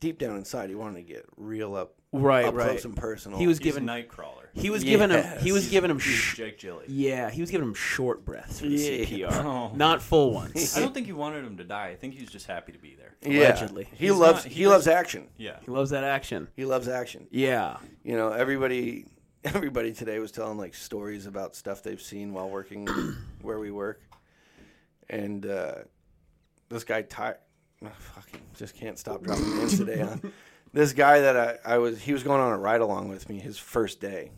[SPEAKER 1] deep down inside he wanted to get real up,
[SPEAKER 2] Right,
[SPEAKER 1] up
[SPEAKER 2] right.
[SPEAKER 1] close and personal.
[SPEAKER 2] He was
[SPEAKER 5] He's
[SPEAKER 2] given.
[SPEAKER 5] Nightcrawler.
[SPEAKER 2] He was giving him. He was
[SPEAKER 1] Yes.
[SPEAKER 2] giving him.
[SPEAKER 5] He's
[SPEAKER 2] Sh-
[SPEAKER 5] Jake Gilly.
[SPEAKER 2] yeah, he was giving him short breaths for the
[SPEAKER 1] Yeah.
[SPEAKER 2] CPR,
[SPEAKER 5] Oh.
[SPEAKER 2] not full ones.
[SPEAKER 5] I don't think he wanted him to die. I think he was just happy to be there.
[SPEAKER 1] yeah.
[SPEAKER 2] allegedly.
[SPEAKER 1] He
[SPEAKER 5] He's
[SPEAKER 1] loves
[SPEAKER 5] not-
[SPEAKER 1] he,
[SPEAKER 5] he
[SPEAKER 1] loves action.
[SPEAKER 5] Yeah.
[SPEAKER 2] he loves that action.
[SPEAKER 1] He loves action.
[SPEAKER 2] Yeah.
[SPEAKER 1] You know, everybody everybody today was telling like stories about stuff they've seen while working where we work, and uh, this guy Ty, oh, fucking just can't stop dropping names today. Huh? This guy that I, I was he was going on a ride along with me his first day,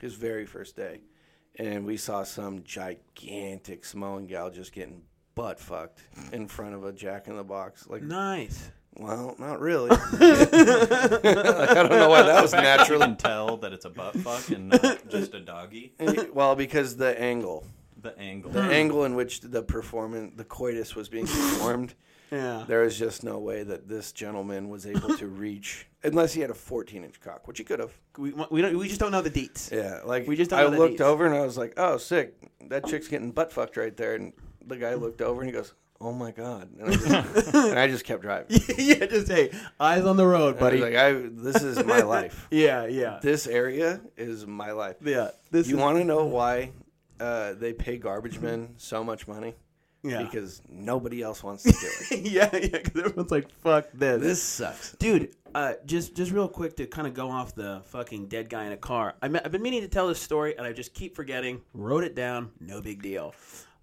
[SPEAKER 1] his very first day, and we saw some gigantic Samoan gal just getting butt fucked in front of a Jack in the Box like
[SPEAKER 2] Nice.
[SPEAKER 1] well, not really. I don't know why that was
[SPEAKER 5] You
[SPEAKER 1] naturally.
[SPEAKER 5] can tell that it's a butt fuck and not just a doggy.
[SPEAKER 1] Well, because the angle,
[SPEAKER 5] The angle.
[SPEAKER 1] the angle in which the performance, the coitus was being performed,
[SPEAKER 2] Yeah.
[SPEAKER 1] there is just no way that this gentleman was able to reach, unless he had a 14-inch cock, which he could have.
[SPEAKER 2] We, we don't. We just don't know the deets.
[SPEAKER 1] Yeah, like
[SPEAKER 2] We just don't
[SPEAKER 1] I
[SPEAKER 2] know the
[SPEAKER 1] looked
[SPEAKER 2] deets.
[SPEAKER 1] over and I was like, "Oh, sick! That chick's getting butt fucked right there." And the guy looked over and he goes, "Oh my god!" And I just, and I just kept driving.
[SPEAKER 2] yeah. Just hey, eyes on the road,
[SPEAKER 1] But
[SPEAKER 2] buddy.
[SPEAKER 1] like, I this is my life.
[SPEAKER 2] yeah. Yeah.
[SPEAKER 1] This area is my life.
[SPEAKER 2] yeah. This.
[SPEAKER 1] You
[SPEAKER 2] is-
[SPEAKER 1] want to know why uh, they pay garbage men so much money?
[SPEAKER 2] Yeah.
[SPEAKER 1] Because nobody else wants to do it.
[SPEAKER 2] yeah. Yeah. Because everyone's like, fuck this.
[SPEAKER 1] this sucks.
[SPEAKER 2] Dude, uh, just just real quick to kind of go off the fucking dead guy in a car. I me- I've been meaning to tell this story, and I just keep forgetting. Wrote it down. No big deal.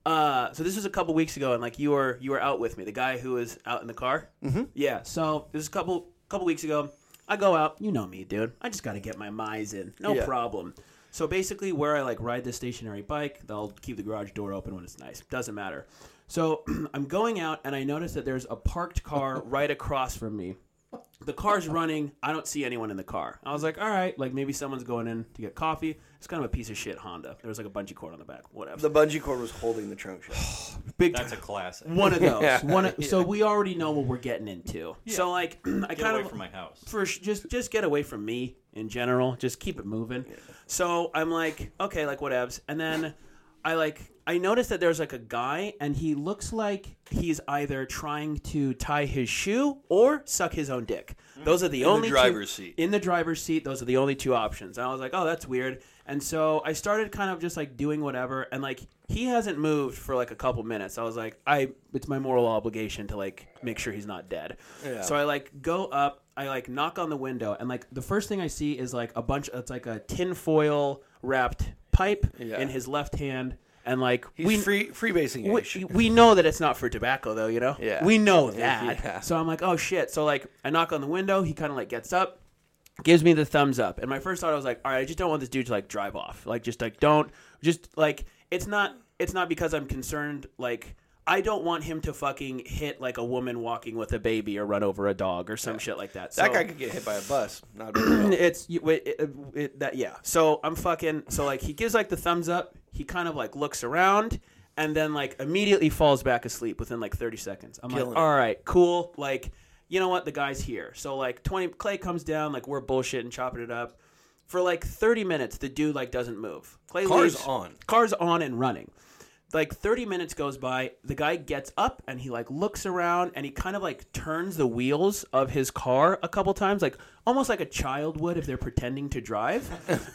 [SPEAKER 2] Uh, so this was a couple weeks ago, and like you were you were out with me, the guy who was out in the car. Mm-hmm. Yeah. So this is a couple couple weeks ago. I go out. You know me, dude. I just got to get my miles in. No
[SPEAKER 1] Yeah.
[SPEAKER 2] problem. So basically, where I like ride this stationary bike, I'll keep the garage door open when it's nice. Doesn't matter. So I'm going out, and I notice that there's a parked car right across from me the car's running. I don't see anyone in the car. I was like, all right, like maybe someone's going in to get coffee. It's kind of a piece of shit Honda. There was like a bungee cord on the back. Whatever.
[SPEAKER 1] The bungee cord was holding the trunk shut.
[SPEAKER 2] big
[SPEAKER 5] That's a classic.
[SPEAKER 2] one of those. One. Of, So we already know what we're getting into. So like, I
[SPEAKER 5] Get
[SPEAKER 2] kind
[SPEAKER 5] away
[SPEAKER 2] of
[SPEAKER 5] from my house.
[SPEAKER 2] for sh- just just get away from me in general. Just keep it moving. So I'm like, okay, like whatevs. And then I like I noticed that there's like a guy and he looks like he's either trying to tie his shoe or suck his own dick. Those are the only two-
[SPEAKER 5] Mm-hmm. driver's seat.
[SPEAKER 2] In the driver's seat, those are the only two options. And I was like, oh, that's weird. And so I started kind of just like doing whatever and like he hasn't moved for like a couple minutes. I was like, I it's my moral obligation to like make sure he's not dead. So I like go up, I like knock on the window, and like the first thing I see is like a bunch. It's like a tinfoil wrapped pipe
[SPEAKER 1] Yeah.
[SPEAKER 2] in his left hand, and like
[SPEAKER 1] He's
[SPEAKER 2] we
[SPEAKER 1] free freebasing
[SPEAKER 2] we,
[SPEAKER 1] ish.
[SPEAKER 2] we know that it's not for tobacco though, you know.
[SPEAKER 1] Yeah.
[SPEAKER 2] We know that.
[SPEAKER 1] Yeah.
[SPEAKER 2] So I'm like, oh shit. So like, I knock on the window. He kind of like gets up, gives me the thumbs up, and my first thought I was like, all right, I just don't want this dude to like drive off. Like, just like don't, just like it's not it's not because I'm concerned. Like, I don't want him to fucking hit like a woman walking with a baby or run over a dog or some shit like that. So,
[SPEAKER 1] That guy could get hit by a bus. Not a big deal.
[SPEAKER 2] it's you- it, it, it, that yeah. So I'm fucking so like he gives like the thumbs up. He kind of like looks around and then like immediately falls back asleep within like 30 seconds. I'm
[SPEAKER 1] Killing it.
[SPEAKER 2] like, all right, cool. Like, you know what? The guy's here. So like 20 Clay comes down. Like we're bullshit and chopping it up for like 30 minutes. The dude like doesn't move. Clay
[SPEAKER 1] Car's
[SPEAKER 2] leaves-
[SPEAKER 1] on.
[SPEAKER 2] Car's on and running like 30 minutes goes by the guy gets up and he like looks around and he kind of like turns the wheels of his car a couple times like almost like a child would if they're pretending to drive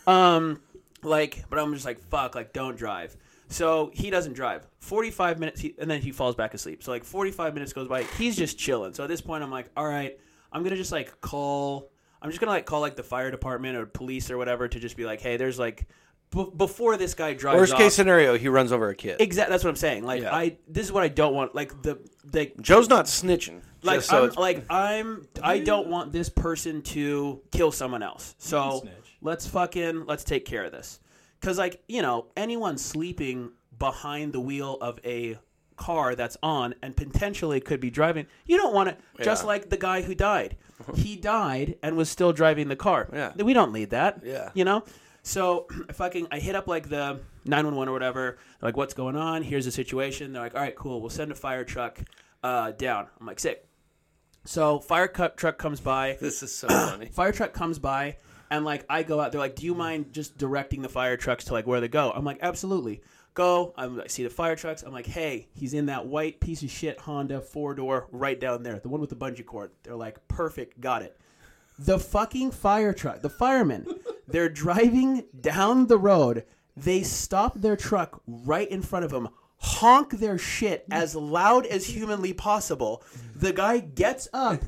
[SPEAKER 2] um like but i'm just like fuck like don't drive so he doesn't drive 45 minutes he, and then he falls back asleep so like 45 minutes goes by he's just chilling so at this point i'm like all right i'm gonna just like call i'm just gonna like call like the fire department or police or whatever to just be like hey there's like b- before this guy drives
[SPEAKER 1] Worst
[SPEAKER 2] off,
[SPEAKER 1] case scenario, he runs over a kid.
[SPEAKER 2] Exactly. That's what I'm saying. Like
[SPEAKER 1] Yeah.
[SPEAKER 2] I, this is what I don't want. Like the the
[SPEAKER 1] Joe's not snitching.
[SPEAKER 2] like
[SPEAKER 1] just so
[SPEAKER 2] I'm
[SPEAKER 1] it's-
[SPEAKER 2] like I'm I don't want this person to kill someone else. So
[SPEAKER 5] snitch.
[SPEAKER 2] let's fucking let's take care of this. Cause like you know anyone sleeping behind the wheel of a car that's on and potentially could be driving, you don't want to. Just
[SPEAKER 1] Yeah.
[SPEAKER 2] like the guy who died, he died and was still driving the car.
[SPEAKER 1] Yeah.
[SPEAKER 2] we don't need that.
[SPEAKER 1] Yeah.
[SPEAKER 2] you know. So I fucking I hit up like the 911 or whatever. Like what's going on? Here's the situation. They're like, all right, cool. We'll send a fire truck uh, down. I'm like, sick. So fire cu- truck comes by.
[SPEAKER 1] This is so funny.
[SPEAKER 2] Fire truck comes by, and like I go out. They're like, "Do you mind just directing the fire trucks to like where they go?" I'm like, "Absolutely." Go. I'm, I see the fire trucks. I'm like, "Hey, he's in that white piece of shit Honda four door right down there, the one with the bungee cord." They're like, "Perfect, got it." The fucking fire truck, the firemen, they're driving down the road. They stop their truck right in front of them, honk their shit as loud as humanly possible. The guy gets up,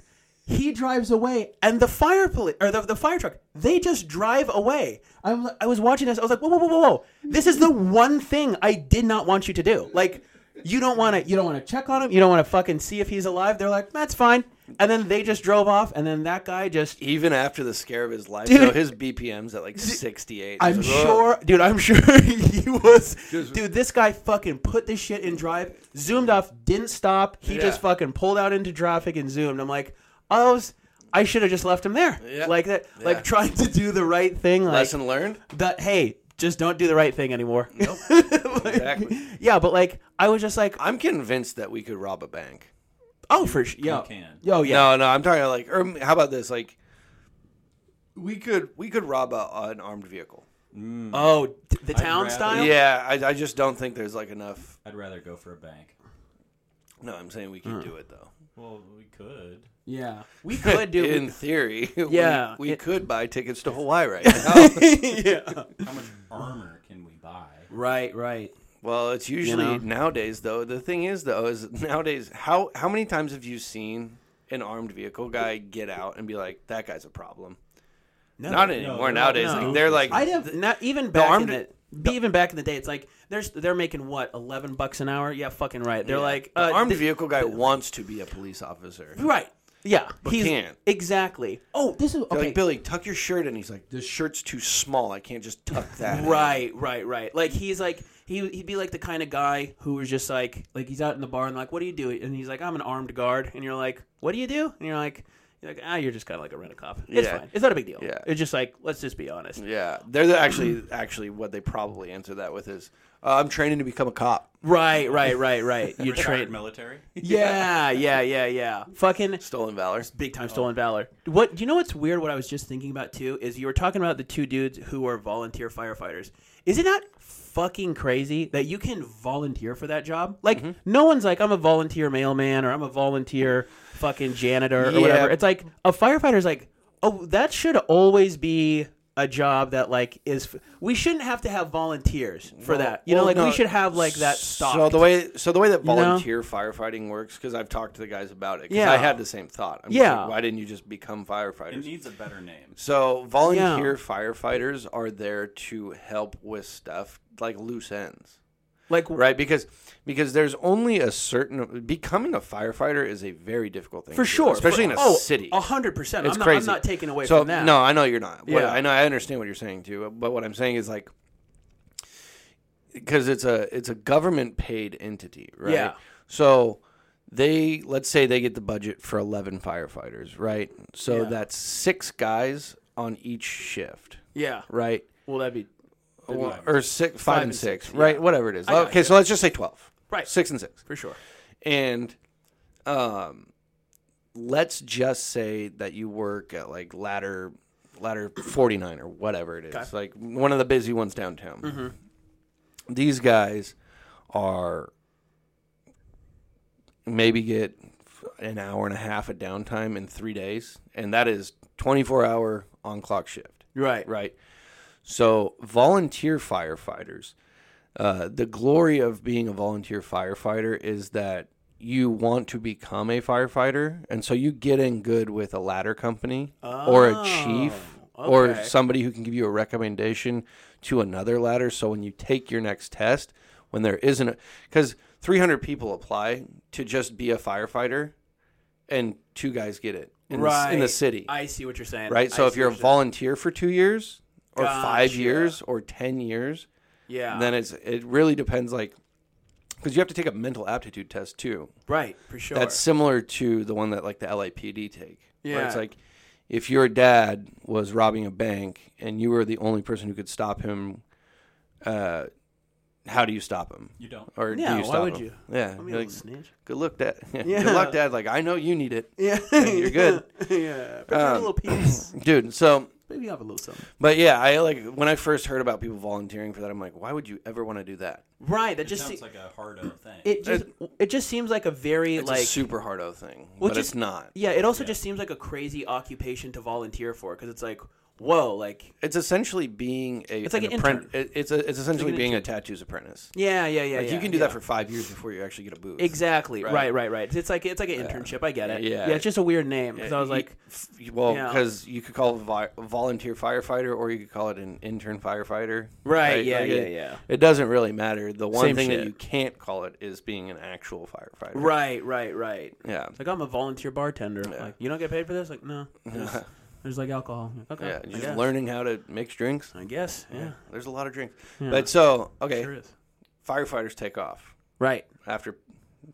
[SPEAKER 2] he drives away, and the fire police or the, the fire truck, they just drive away. I'm, li- I was watching this, I was like, whoa, whoa, whoa, whoa, whoa! This is the one thing I did not want you to do. Like, you don't want to. You don't want to check on him. You don't want to fucking see if he's alive. They're like, that's fine. And then they just drove off. And then that guy just
[SPEAKER 1] Even after the scare of his life,
[SPEAKER 2] Dude.
[SPEAKER 1] though, his BPM's at like 68.
[SPEAKER 2] I'm
[SPEAKER 1] He's like, "Whoa."
[SPEAKER 2] sure, dude. I'm sure he was, dude. This guy fucking put this shit in drive, zoomed off, didn't stop. He just
[SPEAKER 1] Yeah.
[SPEAKER 2] fucking pulled out into traffic and zoomed. I'm like, oh, I was- I should have just left him there,
[SPEAKER 1] Yeah.
[SPEAKER 2] like that,
[SPEAKER 1] Yeah.
[SPEAKER 2] like trying to do the right thing. Like
[SPEAKER 1] Lesson learned?
[SPEAKER 2] that, hey, just don't do the right thing anymore.
[SPEAKER 1] Exactly.
[SPEAKER 2] yeah, but like, I was just like,
[SPEAKER 1] I'm convinced that we could rob a bank.
[SPEAKER 2] oh, for sure, yeah,
[SPEAKER 5] can.
[SPEAKER 2] oh yeah,
[SPEAKER 1] No, no, I'm talking like, or m- how about this? Like, we could we could rob a, an armed vehicle.
[SPEAKER 2] oh, t- the town
[SPEAKER 5] rather-
[SPEAKER 2] style.
[SPEAKER 1] Yeah, I, I just don't think there's like enough.
[SPEAKER 5] I'd rather go for a bank.
[SPEAKER 1] No, I'm saying we could
[SPEAKER 2] Hmm.
[SPEAKER 1] do it though.
[SPEAKER 5] Well, we could.
[SPEAKER 2] yeah, we could do.
[SPEAKER 1] In theory, we-
[SPEAKER 2] Yeah,
[SPEAKER 1] we,
[SPEAKER 2] it-
[SPEAKER 1] could buy tickets to Hawaii right now.
[SPEAKER 2] yeah,
[SPEAKER 5] How much armor can we buy?
[SPEAKER 2] right, right.
[SPEAKER 1] well, it's usually
[SPEAKER 2] know?
[SPEAKER 1] nowadays though. The thing is though is nowadays how how many times have you seen an armed vehicle guy get out and be like, that guy's a problem? Not anymore.
[SPEAKER 5] no,
[SPEAKER 1] nowadays,
[SPEAKER 2] no.
[SPEAKER 1] like, they're like,
[SPEAKER 2] I'd have not even back
[SPEAKER 1] armed-
[SPEAKER 2] in the, even back in the day. It's like there's they're making what eleven bucks an hour. Yeah, fucking right. They're like
[SPEAKER 1] the
[SPEAKER 2] uh,
[SPEAKER 1] armed
[SPEAKER 2] th-
[SPEAKER 1] vehicle guy wants to be a police officer.
[SPEAKER 2] right. Yeah, but
[SPEAKER 1] can't.
[SPEAKER 2] exactly. Oh, this is
[SPEAKER 1] They're
[SPEAKER 2] okay.
[SPEAKER 1] Like Billy, tuck your shirt in. He's like, this shirt's too small. I can't just tuck that. in."
[SPEAKER 2] Right, right, right. Like he's like he he'd be like the kind of guy who was just like like he's out in the bar and like what do you do? And he's like I'm an armed guard, and you're like what do you do? And you're like you're like ah you're just kind of like a rent a cop. It's
[SPEAKER 1] Yeah.
[SPEAKER 2] fine. It's not a big deal.
[SPEAKER 1] Yeah.
[SPEAKER 2] It's just like let's just be honest.
[SPEAKER 1] Yeah, they're the, actually actually what they probably answer that with is, uh, I'm training to become a cop.
[SPEAKER 2] Right, right, right, right. You
[SPEAKER 5] Retired
[SPEAKER 2] train.
[SPEAKER 5] military.
[SPEAKER 2] Yeah, yeah, yeah, yeah. Fucking
[SPEAKER 1] Stolen valor.
[SPEAKER 2] Big time stolen valor. What you know? What's weird? What I was just thinking about too is you were talking about the two dudes who are volunteer firefighters. Is it not fucking crazy that you can volunteer for that job? Like
[SPEAKER 1] Mm-hmm.
[SPEAKER 2] no one's like I'm a volunteer mailman or I'm a volunteer fucking janitor or
[SPEAKER 1] Yeah.
[SPEAKER 2] whatever. It's like a firefighter's like oh that should always be a job that like is f- we shouldn't have to have volunteers for that. You know,
[SPEAKER 1] well,
[SPEAKER 2] like we
[SPEAKER 1] no.
[SPEAKER 2] should have like that stock.
[SPEAKER 1] So the way so the way that
[SPEAKER 2] know?
[SPEAKER 1] volunteer firefighting works, because I've talked to the guys about it. 'cause
[SPEAKER 2] Yeah.
[SPEAKER 1] I had the same thought. I'm just
[SPEAKER 2] Yeah.
[SPEAKER 1] like, why didn't you just become
[SPEAKER 5] It
[SPEAKER 1] firefighters?
[SPEAKER 5] needs a better name.
[SPEAKER 1] So volunteer firefighters are there to help with stuff like loose ends.
[SPEAKER 2] like
[SPEAKER 1] right because because there's only a certain becoming a firefighter is a very difficult thing
[SPEAKER 2] for
[SPEAKER 1] to do,
[SPEAKER 2] sure,
[SPEAKER 1] especially
[SPEAKER 2] for,
[SPEAKER 1] in a
[SPEAKER 2] oh,
[SPEAKER 1] city
[SPEAKER 2] A hundred percent.
[SPEAKER 1] it's
[SPEAKER 2] I'm not,
[SPEAKER 1] crazy
[SPEAKER 2] I'm not taking away
[SPEAKER 1] so
[SPEAKER 2] from that.
[SPEAKER 1] no i know you're not What-
[SPEAKER 2] Yeah.
[SPEAKER 1] i know i understand what you're saying too but what i'm saying is like because it's a it's a government paid entity right
[SPEAKER 2] Yeah.
[SPEAKER 1] so they let's say they get the budget for 11 firefighters right so that's six guys on each shift
[SPEAKER 2] Yeah.
[SPEAKER 1] right
[SPEAKER 2] Well, that'd be
[SPEAKER 1] Well, or six, five, and
[SPEAKER 2] and
[SPEAKER 1] six,
[SPEAKER 2] six,
[SPEAKER 1] right?
[SPEAKER 2] yeah.
[SPEAKER 1] Whatever it is.
[SPEAKER 2] got
[SPEAKER 1] Okay,
[SPEAKER 2] you.
[SPEAKER 1] so let's just say twelve.
[SPEAKER 2] Right.
[SPEAKER 1] six and six,
[SPEAKER 2] for sure.
[SPEAKER 1] and um, let's just say that you work at like ladder ladder forty nine or whatever it is, like one of the busy ones downtown.
[SPEAKER 2] Mm-hmm.
[SPEAKER 1] These guys are maybe get an hour and a half of downtime in three days, and that is twenty four hour on clock shift.
[SPEAKER 2] Right.
[SPEAKER 1] Right. So volunteer firefighters. Uh, the glory of being a volunteer firefighter is that you want to become a firefighter, and so you get in good with a ladder company or a chief or somebody who can give you a recommendation to another ladder. So when you take your next test, when there isn't, because 300 people apply to just be a firefighter, and two guys get it in, the, in the city
[SPEAKER 2] I see what you're saying.
[SPEAKER 1] right?
[SPEAKER 2] I
[SPEAKER 1] So if
[SPEAKER 2] see
[SPEAKER 1] you're a
[SPEAKER 2] what saying.
[SPEAKER 1] volunteer for two years, or five
[SPEAKER 2] Gotcha.
[SPEAKER 1] years, or ten years,
[SPEAKER 2] yeah,
[SPEAKER 1] then it's it really depends, like, because you have to take a mental aptitude test too.
[SPEAKER 2] right for sure.
[SPEAKER 1] That's similar to the one that like the LAPD take. where it's
[SPEAKER 2] Yeah.
[SPEAKER 1] like if your dad was robbing a bank and you were the only person who could stop him, uh, how do you stop him?
[SPEAKER 5] You don't.
[SPEAKER 1] Or
[SPEAKER 3] Yeah,
[SPEAKER 1] do you
[SPEAKER 3] why
[SPEAKER 1] stop
[SPEAKER 3] would
[SPEAKER 1] him?
[SPEAKER 3] you?
[SPEAKER 1] Yeah.
[SPEAKER 3] I'm a
[SPEAKER 1] you're
[SPEAKER 3] little
[SPEAKER 1] like,
[SPEAKER 3] snitch.
[SPEAKER 1] good luck, Dad. Yeah.
[SPEAKER 3] Yeah.
[SPEAKER 1] Good luck, Dad. Like I know you need it,
[SPEAKER 3] Yeah,
[SPEAKER 1] you're good.
[SPEAKER 3] yeah, but you have a little piece.
[SPEAKER 1] dude. So,
[SPEAKER 3] Maybe you have a little something.
[SPEAKER 1] but yeah, I like when I first heard about people volunteering for that, I'm like, why would you ever want to do that?
[SPEAKER 2] Right. That
[SPEAKER 5] It
[SPEAKER 2] just
[SPEAKER 5] sounds
[SPEAKER 2] se-
[SPEAKER 5] like a hard O thing.
[SPEAKER 2] it just it just seems like a very
[SPEAKER 1] It's
[SPEAKER 2] like
[SPEAKER 1] a super hard O thing,
[SPEAKER 2] Well,
[SPEAKER 1] but
[SPEAKER 2] just-
[SPEAKER 1] it's not.
[SPEAKER 2] yeah. It also just seems like a crazy occupation to volunteer for because it's like whoa, like
[SPEAKER 1] It's essentially being a
[SPEAKER 2] It's like an
[SPEAKER 1] appren-
[SPEAKER 2] intern.
[SPEAKER 1] it- It's a, it's essentially
[SPEAKER 2] an
[SPEAKER 1] being a tattoo's apprentice.
[SPEAKER 2] yeah, yeah, yeah.
[SPEAKER 1] Like
[SPEAKER 2] yeah,
[SPEAKER 1] you can do
[SPEAKER 2] yeah.
[SPEAKER 1] that for five years before you actually get a booth.
[SPEAKER 2] exactly right.
[SPEAKER 1] Right.
[SPEAKER 2] right, right, It's like it's like an internship. I get it.
[SPEAKER 1] Yeah.
[SPEAKER 2] yeah. It's just a weird name because I was
[SPEAKER 1] You-
[SPEAKER 2] like,
[SPEAKER 1] f- well,
[SPEAKER 2] Yeah.
[SPEAKER 1] because you could call it vi- volunteer firefighter, or you could call it an intern firefighter.
[SPEAKER 2] Right, yeah, yeah,
[SPEAKER 1] it,
[SPEAKER 2] yeah.
[SPEAKER 1] It doesn't really matter. The one
[SPEAKER 2] Same
[SPEAKER 1] thing
[SPEAKER 2] shit.
[SPEAKER 1] that you can't call it is being an actual firefighter.
[SPEAKER 2] right, right, right.
[SPEAKER 1] Yeah.
[SPEAKER 2] It's like I'm a volunteer bartender. Like you don't get paid for this. Like no, there's, there's like alcohol. I'm like, okay,
[SPEAKER 1] Yeah.
[SPEAKER 2] I
[SPEAKER 1] You're just
[SPEAKER 2] guess.
[SPEAKER 1] learning how to mix drinks.
[SPEAKER 2] I guess. Yeah,
[SPEAKER 1] There's a lot of drinks. But so okay,
[SPEAKER 2] sure is.
[SPEAKER 1] firefighters take off
[SPEAKER 2] Right.
[SPEAKER 1] after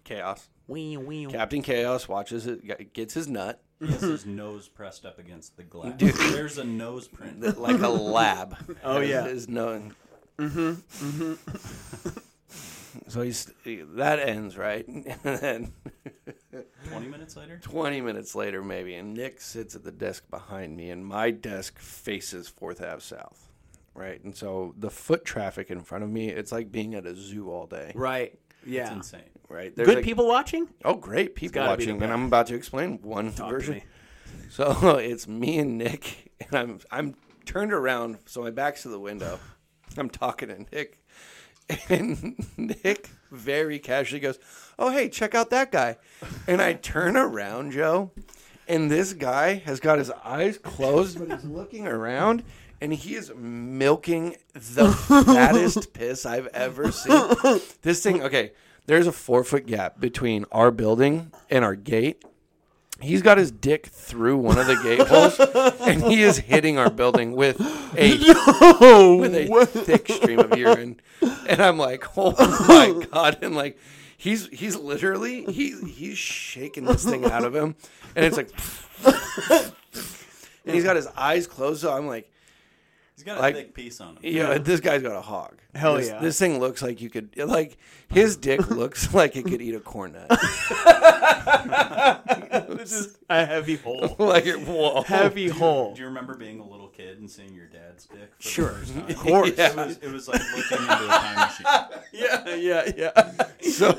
[SPEAKER 1] chaos.
[SPEAKER 2] Wee, wee, wee.
[SPEAKER 1] Captain Chaos watches it, g- gets his nut
[SPEAKER 5] He has his nose pressed up against the glass. There's a nose print.
[SPEAKER 1] like a lab. oh
[SPEAKER 2] yeah.
[SPEAKER 1] his nose. Mm-hmm. Mm-hmm. so he's that ends right, and then
[SPEAKER 5] 20 minutes later?
[SPEAKER 1] 20 minutes later, maybe, and Nick sits at the desk behind me, and my desk faces Fourth Ave South, right? And so the foot traffic in front of me, it's like being at a zoo all day,
[SPEAKER 2] Right. Yeah.
[SPEAKER 5] Insane.
[SPEAKER 1] right? There's
[SPEAKER 2] Good
[SPEAKER 1] like-
[SPEAKER 2] people watching.
[SPEAKER 1] Oh, great people
[SPEAKER 2] gotta be the
[SPEAKER 1] watching, and
[SPEAKER 2] best.
[SPEAKER 1] I'm about to explain one version.
[SPEAKER 2] me.
[SPEAKER 1] So it's me and Nick, and I'm I'm turned around, so my back's to the window. I'm talking to Nick, and Nick very casually goes, "Oh hey, check out that guy," and I turn around, Joe, and this guy has got his eyes closed, but he's looking around. And he is milking the fattest piss I've ever seen. This thing, okay, there's a four foot gap between our building and our gate. He's got his dick through one of the gate holes, and he is hitting our building with a with a thick stream of urine. And I'm like, oh my god! And like, he's he's literally he he's shaking this thing out of him, and it's like, and he's got his eyes closed. So I'm like,
[SPEAKER 5] He's got a
[SPEAKER 1] Like-
[SPEAKER 5] thick piece on him.
[SPEAKER 1] yeah, this guy's got a hog.
[SPEAKER 2] Hell
[SPEAKER 1] This-
[SPEAKER 2] yeah.
[SPEAKER 1] This thing looks like you could like his dick looks like it could eat a corn nut.
[SPEAKER 2] This is a heavy hole.
[SPEAKER 1] like, whoa.
[SPEAKER 2] heavy hole.
[SPEAKER 5] Do you remember being a little kid and seeing your dad's dick? For
[SPEAKER 2] Sure.
[SPEAKER 5] The first time? Of
[SPEAKER 1] course.
[SPEAKER 5] It, was, it was like looking into a time machine.
[SPEAKER 2] Yeah, yeah, yeah.
[SPEAKER 1] So,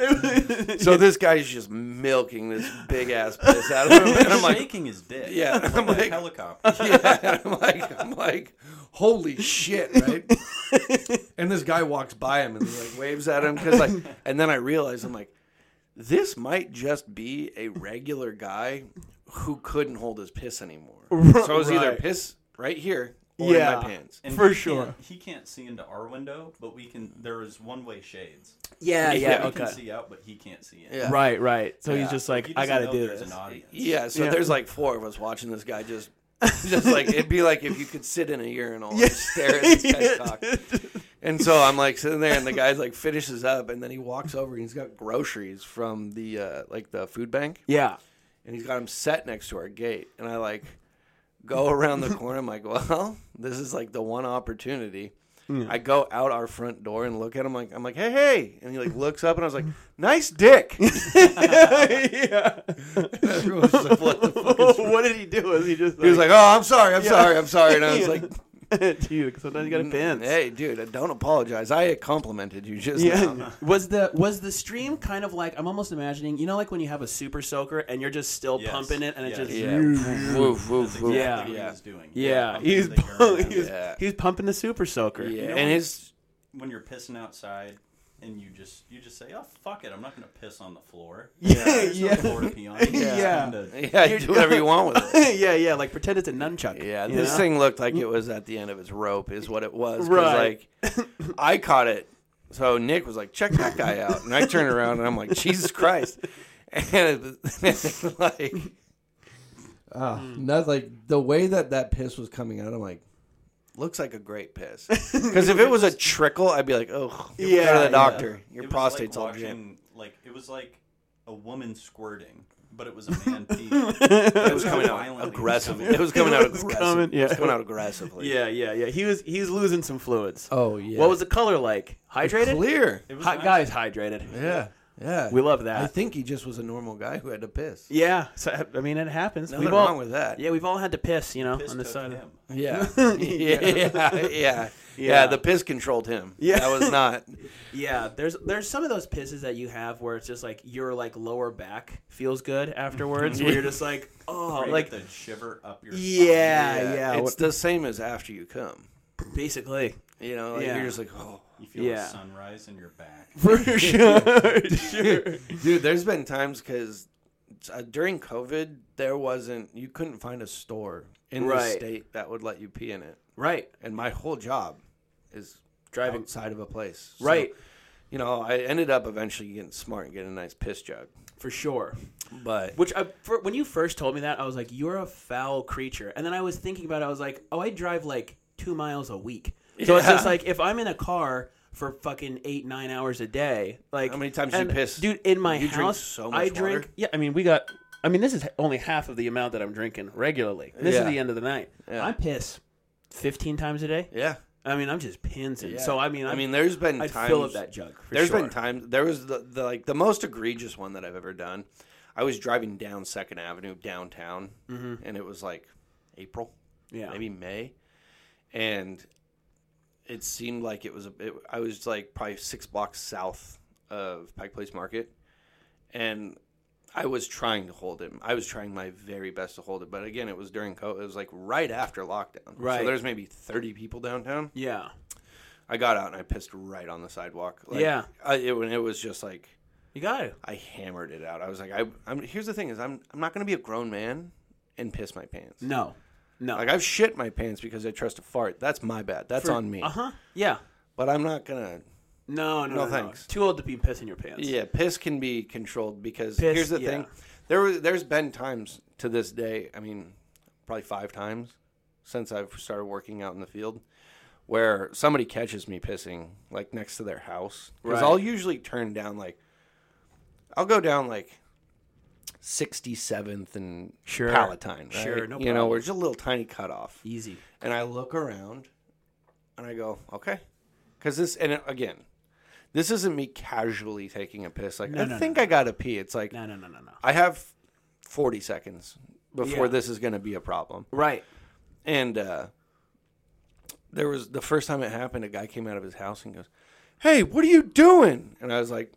[SPEAKER 1] so this guy's just milking this big ass piss out of him, and I'm like,
[SPEAKER 5] shaking his dick.
[SPEAKER 1] Yeah,
[SPEAKER 5] Like
[SPEAKER 1] I'm
[SPEAKER 5] a
[SPEAKER 1] like-
[SPEAKER 5] helicopter.
[SPEAKER 1] yeah, and I'm like, I'm like, holy shit, right? and this guy walks by him and like waves at him because like, and then I realize I'm like, this might just be a regular guy who couldn't hold his piss anymore. So it was either
[SPEAKER 2] Right.
[SPEAKER 1] piss right here or in
[SPEAKER 2] Yeah.
[SPEAKER 1] my pants.
[SPEAKER 5] And
[SPEAKER 2] For
[SPEAKER 5] he
[SPEAKER 2] sure.
[SPEAKER 5] Can't, he can't see into our window, but we can. There is one way shades.
[SPEAKER 2] Yeah, yeah.
[SPEAKER 5] we
[SPEAKER 2] Okay.
[SPEAKER 5] can see out, but he can't see in.
[SPEAKER 1] Yeah.
[SPEAKER 2] Right, right. So he's
[SPEAKER 1] Yeah.
[SPEAKER 2] just like,
[SPEAKER 5] He
[SPEAKER 2] I
[SPEAKER 5] doesn't
[SPEAKER 2] gotta
[SPEAKER 5] know
[SPEAKER 2] do
[SPEAKER 5] there's
[SPEAKER 2] this.
[SPEAKER 5] an audience.
[SPEAKER 1] Yeah, so
[SPEAKER 2] Yeah.
[SPEAKER 1] there's like four of us watching this guy just, just like it'd be like if you could sit in a urinal and stare at this guy's cock. And so I'm like sitting there, and the guy's like finishes up, and then he walks over, and he's got groceries from the uh, like the food bank,
[SPEAKER 2] Yeah.
[SPEAKER 1] and he's got them set next to our gate, and I like go around the corner. I'm like, well, this is like the one opportunity. I go out our front door and look at him like I'm like, hey, hey, and he like looks up, and I was like, nice dick.
[SPEAKER 2] yeah.
[SPEAKER 1] Everyone's just like, what the fuck is
[SPEAKER 2] what did he do? Is he just
[SPEAKER 1] He was like, "Oh, I'm sorry, I'm sorry, I'm sorry," and I was
[SPEAKER 2] Yeah.
[SPEAKER 1] like,
[SPEAKER 2] dude, sometimes you gotta pin.
[SPEAKER 1] "Hey, dude, don't apologize. I complimented you just now."
[SPEAKER 2] Yeah. was the was the stream kind of like I'm almost imagining, you know like when you have a super soaker and you're just still
[SPEAKER 5] Yes.
[SPEAKER 2] pumping it and it
[SPEAKER 5] Yes.
[SPEAKER 2] just
[SPEAKER 1] Yeah, woof, woof, woof.
[SPEAKER 2] Yeah.
[SPEAKER 5] Exactly what
[SPEAKER 1] yeah,
[SPEAKER 5] He was doing.
[SPEAKER 2] Yeah,
[SPEAKER 5] I'm
[SPEAKER 2] he's,
[SPEAKER 5] thinking
[SPEAKER 2] pu-
[SPEAKER 5] around.
[SPEAKER 2] he's
[SPEAKER 1] Yeah.
[SPEAKER 2] he's pumping the super soaker.
[SPEAKER 1] yeah.
[SPEAKER 5] know
[SPEAKER 1] and
[SPEAKER 5] what?
[SPEAKER 1] his
[SPEAKER 5] when you're pissing outside and you just you just say, "Oh fuck it, I'm not gonna piss on the floor."
[SPEAKER 2] Yeah,
[SPEAKER 5] There's no
[SPEAKER 2] yeah.
[SPEAKER 5] floor to pee on. It's
[SPEAKER 2] Yeah.
[SPEAKER 5] kinda-
[SPEAKER 1] yeah, you do whatever you want with it.
[SPEAKER 2] yeah, yeah, like pretend it's a nunchuck.
[SPEAKER 1] Yeah,
[SPEAKER 2] you
[SPEAKER 1] this
[SPEAKER 2] know?
[SPEAKER 1] thing looked like it was at the end of its rope, is what it was. 'cause,
[SPEAKER 2] Right.
[SPEAKER 1] Like, I caught it. So Nick was like, "Check that guy out," and I turn around and I'm like, "Jesus Christ!" And it's like, uh, not like the way that that piss was coming out. I'm like, looks like a great piss. Because if it was a trickle, I'd be like, "Oh, yeah, go
[SPEAKER 2] Yeah,
[SPEAKER 1] to
[SPEAKER 2] yeah.
[SPEAKER 1] the doctor. Your
[SPEAKER 5] it was
[SPEAKER 1] prostate's
[SPEAKER 5] like
[SPEAKER 1] all jammed."
[SPEAKER 5] watching, Like it was like a woman squirting, but it was a man pee. it was
[SPEAKER 1] coming out aggressively. It was coming out aggressively.
[SPEAKER 2] coming- yeah.
[SPEAKER 1] It was coming out aggressively.
[SPEAKER 2] Yeah, yeah, yeah. He was he's losing some fluids.
[SPEAKER 1] Oh, yeah.
[SPEAKER 2] What was the color like? Hydrated.
[SPEAKER 1] Clear.
[SPEAKER 5] was
[SPEAKER 2] Hot
[SPEAKER 5] nice.
[SPEAKER 2] guys hydrated.
[SPEAKER 1] Yeah. Yeah.
[SPEAKER 2] We love that.
[SPEAKER 1] I think he just was a normal guy who had to piss.
[SPEAKER 2] Yeah. So I mean, it happens.
[SPEAKER 1] Nothing
[SPEAKER 2] we've all
[SPEAKER 1] wrong with that.
[SPEAKER 2] yeah, we've all had to piss, you know,
[SPEAKER 5] This
[SPEAKER 2] on the
[SPEAKER 5] took
[SPEAKER 2] side. of-
[SPEAKER 5] him.
[SPEAKER 1] Yeah. yeah. yeah. Yeah. The piss controlled him.
[SPEAKER 2] Yeah.
[SPEAKER 1] That was not.
[SPEAKER 2] Yeah, there's there's some of those pisses that you have where it's just like your like lower back feels good afterwards. where you're just like, oh,
[SPEAKER 5] Like
[SPEAKER 2] like
[SPEAKER 5] the shiver up your
[SPEAKER 2] yeah, yeah,
[SPEAKER 1] It's
[SPEAKER 2] what-
[SPEAKER 1] the same as after you come.
[SPEAKER 2] basically
[SPEAKER 1] You know, like
[SPEAKER 2] Yeah.
[SPEAKER 1] you're just like, oh.
[SPEAKER 5] You feel
[SPEAKER 2] Yeah.
[SPEAKER 5] the sunrise in your back.
[SPEAKER 2] for sure. sure.
[SPEAKER 1] Dude, there's been times because uh, during COVID, there wasn't, you couldn't find a store in the
[SPEAKER 2] Right.
[SPEAKER 1] state that would let you pee in it.
[SPEAKER 2] Right,
[SPEAKER 1] And my whole job is
[SPEAKER 2] Driving.
[SPEAKER 1] outside of a place. So,
[SPEAKER 2] right,
[SPEAKER 1] you know, I ended up eventually getting smart and getting a nice piss jug.
[SPEAKER 2] for sure.
[SPEAKER 1] But
[SPEAKER 2] Which I, for, when you first told me that, I was like, "You're a foul creature," and then I was thinking about it. I was like, "Oh, I drive like two miles a week, so it's just like if I'm in a car." For fucking eight nine hours a day, like
[SPEAKER 1] How many times you
[SPEAKER 2] and,
[SPEAKER 1] piss?
[SPEAKER 2] dude? In my
[SPEAKER 1] You drink
[SPEAKER 2] house,
[SPEAKER 1] so
[SPEAKER 2] I
[SPEAKER 1] much
[SPEAKER 2] drink.
[SPEAKER 1] water.
[SPEAKER 2] Yeah, I mean, we got. I mean, this is only half of the amount that I'm drinking regularly. This is
[SPEAKER 1] Yeah.
[SPEAKER 2] the end of the night.
[SPEAKER 1] Yeah.
[SPEAKER 2] I piss fifteen times a day.
[SPEAKER 1] yeah.
[SPEAKER 2] I mean, I'm just pinsing. So I mean, i
[SPEAKER 1] I mean, there's been
[SPEAKER 2] I'd
[SPEAKER 1] times.
[SPEAKER 2] fill up that jug. For
[SPEAKER 1] There's
[SPEAKER 2] sure.
[SPEAKER 1] been times. There was the, the like the most egregious one that I've ever done. I was driving down Second Avenue downtown,
[SPEAKER 2] Mm-hmm.
[SPEAKER 1] and it was like April,
[SPEAKER 2] yeah,
[SPEAKER 1] maybe May, and it seemed like it was a. It, I was like probably six blocks south of Pike Place Market, and I was trying to hold it. I was trying my very best to hold it, but again, it was during COVID. It was like right after lockdown.
[SPEAKER 2] Right.
[SPEAKER 1] So there's maybe thirty people downtown.
[SPEAKER 2] yeah,
[SPEAKER 1] I got out and I pissed right on the sidewalk. Like,
[SPEAKER 2] Yeah.
[SPEAKER 1] I, it, when it was just like
[SPEAKER 2] you got to.
[SPEAKER 1] I hammered it out. I was like, I, I'm. Here's the thing: is I'm I'm not going to be a grown man and piss my pants.
[SPEAKER 2] No, no,
[SPEAKER 1] Like I've shit my pants because I trust a fart. That's my bad. That's on me.
[SPEAKER 2] uh huh, yeah.
[SPEAKER 1] But I'm not gonna.
[SPEAKER 2] No, no, no,
[SPEAKER 1] No,
[SPEAKER 2] no.
[SPEAKER 1] thanks.
[SPEAKER 2] Too old to be pissing your pants.
[SPEAKER 1] Yeah, piss can be controlled because
[SPEAKER 2] Piss,
[SPEAKER 1] here's the
[SPEAKER 2] yeah.
[SPEAKER 1] thing: there was there's been times to this day. I mean, probably five times since I've started working out in the field where somebody catches me pissing like next to their house because
[SPEAKER 2] Right.
[SPEAKER 1] I'll usually turn down like I'll go down like. 67th and
[SPEAKER 2] Sure.
[SPEAKER 1] Palatine. Right?
[SPEAKER 2] Sure, no
[SPEAKER 1] You know,
[SPEAKER 2] problem.
[SPEAKER 1] we're just a little tiny cutoff
[SPEAKER 2] Easy.
[SPEAKER 1] and I look around and I go, okay. Because this, and again, this isn't me casually taking a piss. Like, I
[SPEAKER 2] no,
[SPEAKER 1] think I got to pee. It's like,
[SPEAKER 2] No, no, no, no, no.
[SPEAKER 1] I have 40 seconds before
[SPEAKER 2] Yeah.
[SPEAKER 1] this is going to be a problem.
[SPEAKER 2] Right.
[SPEAKER 1] And uh, there was the first time it happened, a guy came out of his house and goes, Hey, what are you doing? And I was like,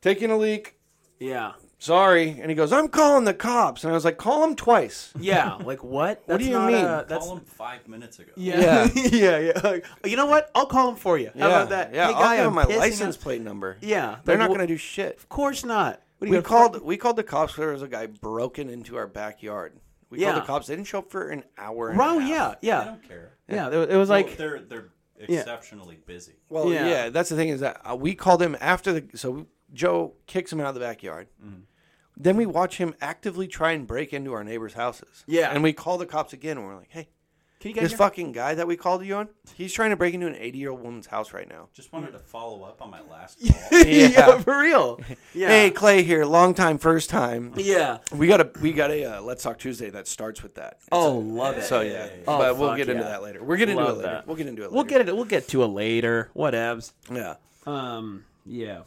[SPEAKER 1] Taking a leak.
[SPEAKER 2] Yeah.
[SPEAKER 1] Sorry. And he goes, I'm calling the cops. And I was like, Call them twice.
[SPEAKER 2] Yeah. Like what? That's
[SPEAKER 1] do you
[SPEAKER 2] not
[SPEAKER 1] mean?
[SPEAKER 2] A, that's
[SPEAKER 5] Call him five minutes ago.
[SPEAKER 2] yeah. yeah. Yeah. Like, you know what? I'll call him for you. How about that?
[SPEAKER 1] Yeah,
[SPEAKER 2] Hey,
[SPEAKER 1] I'll
[SPEAKER 2] guy,
[SPEAKER 1] give them
[SPEAKER 2] I'm
[SPEAKER 1] my
[SPEAKER 2] pissing
[SPEAKER 1] license
[SPEAKER 2] on-
[SPEAKER 1] plate number.
[SPEAKER 2] Yeah.
[SPEAKER 1] they're
[SPEAKER 2] Like,
[SPEAKER 1] not
[SPEAKER 2] wh-
[SPEAKER 1] going to do shit.
[SPEAKER 2] Of course not. What do
[SPEAKER 1] We
[SPEAKER 2] you
[SPEAKER 1] called we called the cops. There was a guy broken into our backyard. We
[SPEAKER 2] Yeah.
[SPEAKER 1] called the cops. They didn't show up for an hour. And a
[SPEAKER 2] Wrong.
[SPEAKER 1] half.
[SPEAKER 2] Yeah.
[SPEAKER 5] I
[SPEAKER 2] Yeah.
[SPEAKER 5] don't care.
[SPEAKER 2] Yeah. It was
[SPEAKER 5] Well,
[SPEAKER 2] like.
[SPEAKER 5] they're they're exceptionally busy.
[SPEAKER 1] Well,
[SPEAKER 2] Yeah.
[SPEAKER 1] yeah. That's the thing is that uh, we called him after the. So Joe kicks him out of the backyard.
[SPEAKER 2] Mm-hmm.
[SPEAKER 1] Then we watch him actively try and break into our neighbors' houses.
[SPEAKER 2] Yeah.
[SPEAKER 1] and we call the cops again. and We're like, hey.
[SPEAKER 2] Can you
[SPEAKER 1] This
[SPEAKER 2] guys?
[SPEAKER 1] fucking guy that we called you on, he's trying to break into an 80 year old woman's house right now.
[SPEAKER 5] Just wanted to follow up on my last call.
[SPEAKER 2] yeah.
[SPEAKER 1] Yeah.
[SPEAKER 2] For real. Yeah.
[SPEAKER 1] Hey, Clay here, long time, first time.
[SPEAKER 2] Yeah.
[SPEAKER 1] We got a we got a uh, Let's Talk Tuesday that starts with that.
[SPEAKER 2] Oh, love it.
[SPEAKER 1] So yeah,
[SPEAKER 2] Oh,
[SPEAKER 1] but we'll
[SPEAKER 2] fuck
[SPEAKER 1] get into
[SPEAKER 2] yeah.
[SPEAKER 1] that later. We're getting into it
[SPEAKER 2] Love
[SPEAKER 1] later.
[SPEAKER 2] that.
[SPEAKER 1] We'll get into it. Later.
[SPEAKER 2] We'll get it. We'll get to a later. Whatevs.
[SPEAKER 1] Yeah,
[SPEAKER 2] Um. Yeah.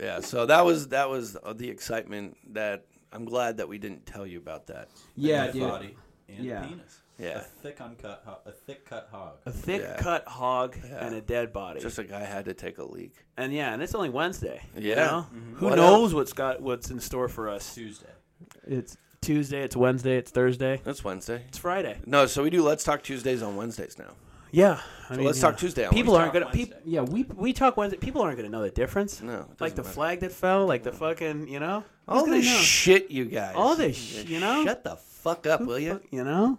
[SPEAKER 1] yeah. So that was that was uh, the excitement that I'm glad that we didn't tell you about that.
[SPEAKER 6] Yeah,
[SPEAKER 5] My Body and
[SPEAKER 6] Yeah.
[SPEAKER 5] penis.
[SPEAKER 1] Yeah.
[SPEAKER 5] A thick uncut ho- a thick cut hog.
[SPEAKER 2] A thick
[SPEAKER 1] Yeah.
[SPEAKER 2] cut hog and a dead body.
[SPEAKER 1] Just a guy had to take a leak.
[SPEAKER 2] And yeah, and it's only Wednesday.
[SPEAKER 1] Yeah. Mm-hmm.
[SPEAKER 2] know? Who
[SPEAKER 1] What
[SPEAKER 2] knows what's got what's in store for us?
[SPEAKER 5] Tuesday.
[SPEAKER 2] It's Tuesday, it's Wednesday, it's Thursday,
[SPEAKER 1] That's Wednesday.
[SPEAKER 2] it's Friday.
[SPEAKER 1] No, so we do Let's Talk Tuesdays on Wednesdays now.
[SPEAKER 2] Yeah. I
[SPEAKER 1] Let's
[SPEAKER 2] yeah.
[SPEAKER 1] Talk Tuesday on
[SPEAKER 2] People
[SPEAKER 1] Let's
[SPEAKER 2] aren't
[SPEAKER 1] Talk
[SPEAKER 2] gonna people yeah, we we talk Wednesday people aren't gonna know the difference.
[SPEAKER 1] No, it doesn't
[SPEAKER 2] Like the
[SPEAKER 1] matter.
[SPEAKER 2] flag that fell, like the fucking you know?
[SPEAKER 1] All
[SPEAKER 2] Who's
[SPEAKER 1] this
[SPEAKER 2] gonna know?
[SPEAKER 1] shit, you guys.
[SPEAKER 2] all this sh- you know?
[SPEAKER 1] Shut the fuck up, will you?
[SPEAKER 2] you know?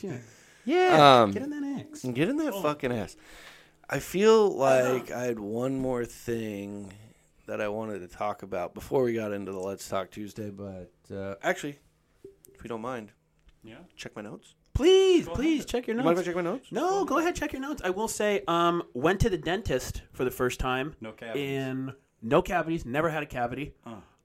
[SPEAKER 2] Shit. Yeah.
[SPEAKER 1] Um,
[SPEAKER 2] Get in that X.
[SPEAKER 1] Get in
[SPEAKER 2] Oh.
[SPEAKER 1] that fucking ass. I feel like I had one more thing that I wanted to talk about before we got into the Let's Talk Tuesday, but uh, actually, if you don't mind,
[SPEAKER 5] Yeah.
[SPEAKER 1] check my notes.
[SPEAKER 2] Please, please check your
[SPEAKER 1] You mind if I
[SPEAKER 2] notes.
[SPEAKER 1] check my notes?
[SPEAKER 2] No, go ahead, check your notes. I will say, um, went to the dentist for the first time.
[SPEAKER 5] No cavities.
[SPEAKER 2] In no cavities, never had a cavity.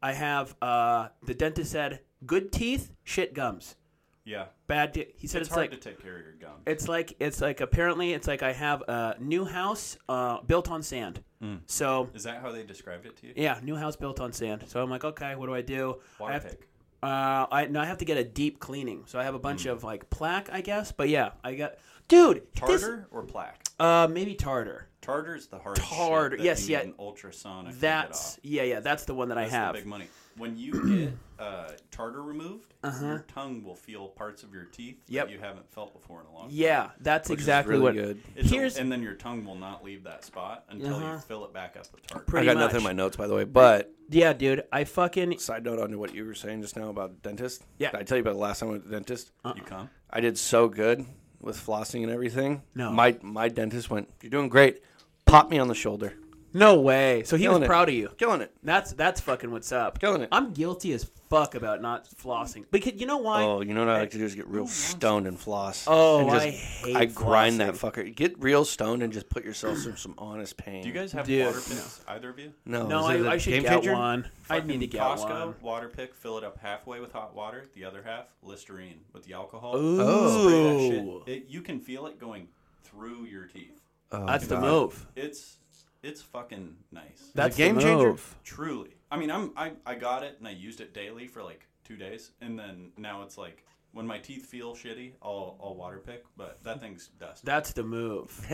[SPEAKER 2] I have uh, the dentist said good teeth, shit gums.
[SPEAKER 5] Yeah.
[SPEAKER 2] Bad. Di- he said
[SPEAKER 5] It's,
[SPEAKER 2] it's,
[SPEAKER 5] hard
[SPEAKER 2] like
[SPEAKER 5] to take care of your gum.
[SPEAKER 2] it's like it's like apparently it's like I have a new house uh, built on sand.
[SPEAKER 5] Hmm.
[SPEAKER 2] So
[SPEAKER 5] Is that how they described it to you?
[SPEAKER 2] yeah, new house built on sand. So I'm like, okay, what do I do? I
[SPEAKER 5] Water
[SPEAKER 2] have
[SPEAKER 5] pick.
[SPEAKER 2] uh, I no, I have to get a deep cleaning. So I have a bunch
[SPEAKER 5] Hmm.
[SPEAKER 2] of like plaque, I guess. But yeah, I got dude this-
[SPEAKER 5] Tartar or plaque?
[SPEAKER 2] uh, maybe tartar.
[SPEAKER 5] Tartar is the hard.
[SPEAKER 2] Tartar,
[SPEAKER 5] Shit that
[SPEAKER 2] yes,
[SPEAKER 5] you need
[SPEAKER 2] yeah.
[SPEAKER 5] An ultrasonic. to get
[SPEAKER 2] That's
[SPEAKER 5] off.
[SPEAKER 2] yeah, yeah. That's the one that
[SPEAKER 5] That's
[SPEAKER 2] I have.
[SPEAKER 5] the big money. When you get uh, tartar removed, your tongue will feel parts of your teeth
[SPEAKER 2] Uh-huh. Yep.
[SPEAKER 5] that you haven't felt before in a long time.
[SPEAKER 2] Yeah, that's
[SPEAKER 7] is
[SPEAKER 2] exactly
[SPEAKER 7] really
[SPEAKER 2] what.
[SPEAKER 7] good.
[SPEAKER 5] It's a-
[SPEAKER 2] Here's Uh-huh.
[SPEAKER 5] and then your tongue will not leave that spot until you fill it back up with tartar.
[SPEAKER 7] I
[SPEAKER 2] pretty
[SPEAKER 7] got
[SPEAKER 2] much.
[SPEAKER 7] nothing in my notes, by the way. But
[SPEAKER 2] yeah, dude. I fucking
[SPEAKER 7] side note onto what you were saying just now about dentist.
[SPEAKER 2] Yeah. Uh-uh.
[SPEAKER 7] Did I tell you about the last time I went to the dentist?
[SPEAKER 5] You come.
[SPEAKER 7] I did so good with flossing and everything.
[SPEAKER 2] No.
[SPEAKER 7] My my dentist went, You're doing great. Pop me on the shoulder.
[SPEAKER 2] no way. So he
[SPEAKER 7] Killing
[SPEAKER 2] was
[SPEAKER 7] it.
[SPEAKER 2] proud of you.
[SPEAKER 7] Killing it.
[SPEAKER 2] That's that's fucking what's up.
[SPEAKER 7] Killing it.
[SPEAKER 2] I'm guilty as fuck about not flossing. Because you know why?
[SPEAKER 7] Oh, you know what I like to do is get real stoned and floss.
[SPEAKER 2] Oh,
[SPEAKER 7] and
[SPEAKER 2] I hate
[SPEAKER 7] I grind that fucker. Get real stoned and just put yourself through some honest pain.
[SPEAKER 5] Do you guys have
[SPEAKER 2] Dude,
[SPEAKER 5] water picks? Either of you?
[SPEAKER 7] No,
[SPEAKER 2] no,
[SPEAKER 7] oh, is it a
[SPEAKER 2] I, I should
[SPEAKER 7] game
[SPEAKER 2] get
[SPEAKER 7] changer? Oh
[SPEAKER 2] one. I
[SPEAKER 5] Fucking
[SPEAKER 2] need to get
[SPEAKER 5] Costco
[SPEAKER 2] one.
[SPEAKER 5] water pick. Fill it up halfway with hot water. The other half Listerine with the alcohol. Spray
[SPEAKER 2] Ooh,
[SPEAKER 5] that shit. It- you can feel it going through your teeth.
[SPEAKER 2] that's the move.
[SPEAKER 5] It's it's fucking nice.
[SPEAKER 2] That's
[SPEAKER 7] game
[SPEAKER 2] the
[SPEAKER 7] changer.
[SPEAKER 2] move.
[SPEAKER 5] Truly. I mean, I'm I, I got it and I used it daily for like two days, and then now it's like when my teeth feel shitty, I'll I'll water pick, but that thing's dust.
[SPEAKER 2] That's the move.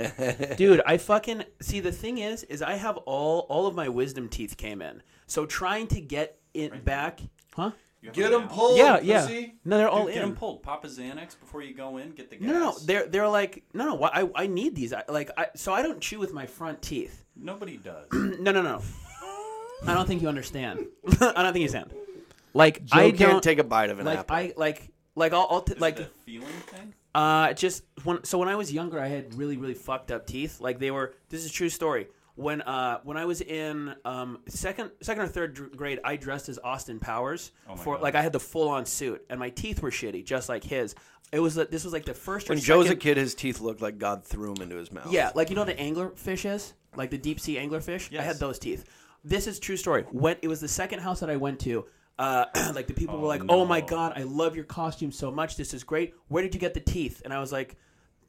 [SPEAKER 2] Dude, I fucking see the thing is is I have all all of my wisdom teeth came in. So trying to get it back, huh?
[SPEAKER 5] You have
[SPEAKER 1] Get
[SPEAKER 5] them
[SPEAKER 1] him
[SPEAKER 5] down.
[SPEAKER 1] pulled.
[SPEAKER 2] yeah, yeah.
[SPEAKER 1] pussy.
[SPEAKER 2] No, they're all
[SPEAKER 5] Dude,
[SPEAKER 2] in.
[SPEAKER 5] get them pulled. Pop a Xanax before you go in. Get the gas.
[SPEAKER 2] No, no, they're they're like no, no. why- I I need these. I, like I so I don't chew with my front teeth.
[SPEAKER 5] nobody does.
[SPEAKER 2] No, no, no. I don't think you understand. I don't think you understand. Like I
[SPEAKER 7] I
[SPEAKER 2] don't
[SPEAKER 7] can't take a bite of an
[SPEAKER 2] like
[SPEAKER 7] apple.
[SPEAKER 2] I like like I'll, I'll t-
[SPEAKER 5] like
[SPEAKER 2] like
[SPEAKER 5] the feeling thing.
[SPEAKER 2] uh just when so when I was younger I had really really fucked up teeth. Like they were this is a true story. When uh when I was in um second second or third dr- grade I dressed as Austin Powers
[SPEAKER 7] Oh
[SPEAKER 2] for like I had the full on suit and my teeth were shitty just like his. It was like- this was like the first or
[SPEAKER 7] when Joe was a
[SPEAKER 2] second-
[SPEAKER 7] kid, his teeth looked like God threw them into his mouth.
[SPEAKER 2] Yeah, like you know what an anglerfish is? Like the deep sea anglerfish? I had
[SPEAKER 5] Yes.
[SPEAKER 2] those teeth. This is true story. When it was the second house that I went to, uh, like the people were like, "Oh my god, I love your costume so much. This is great. Where did you get the teeth?" And I was like,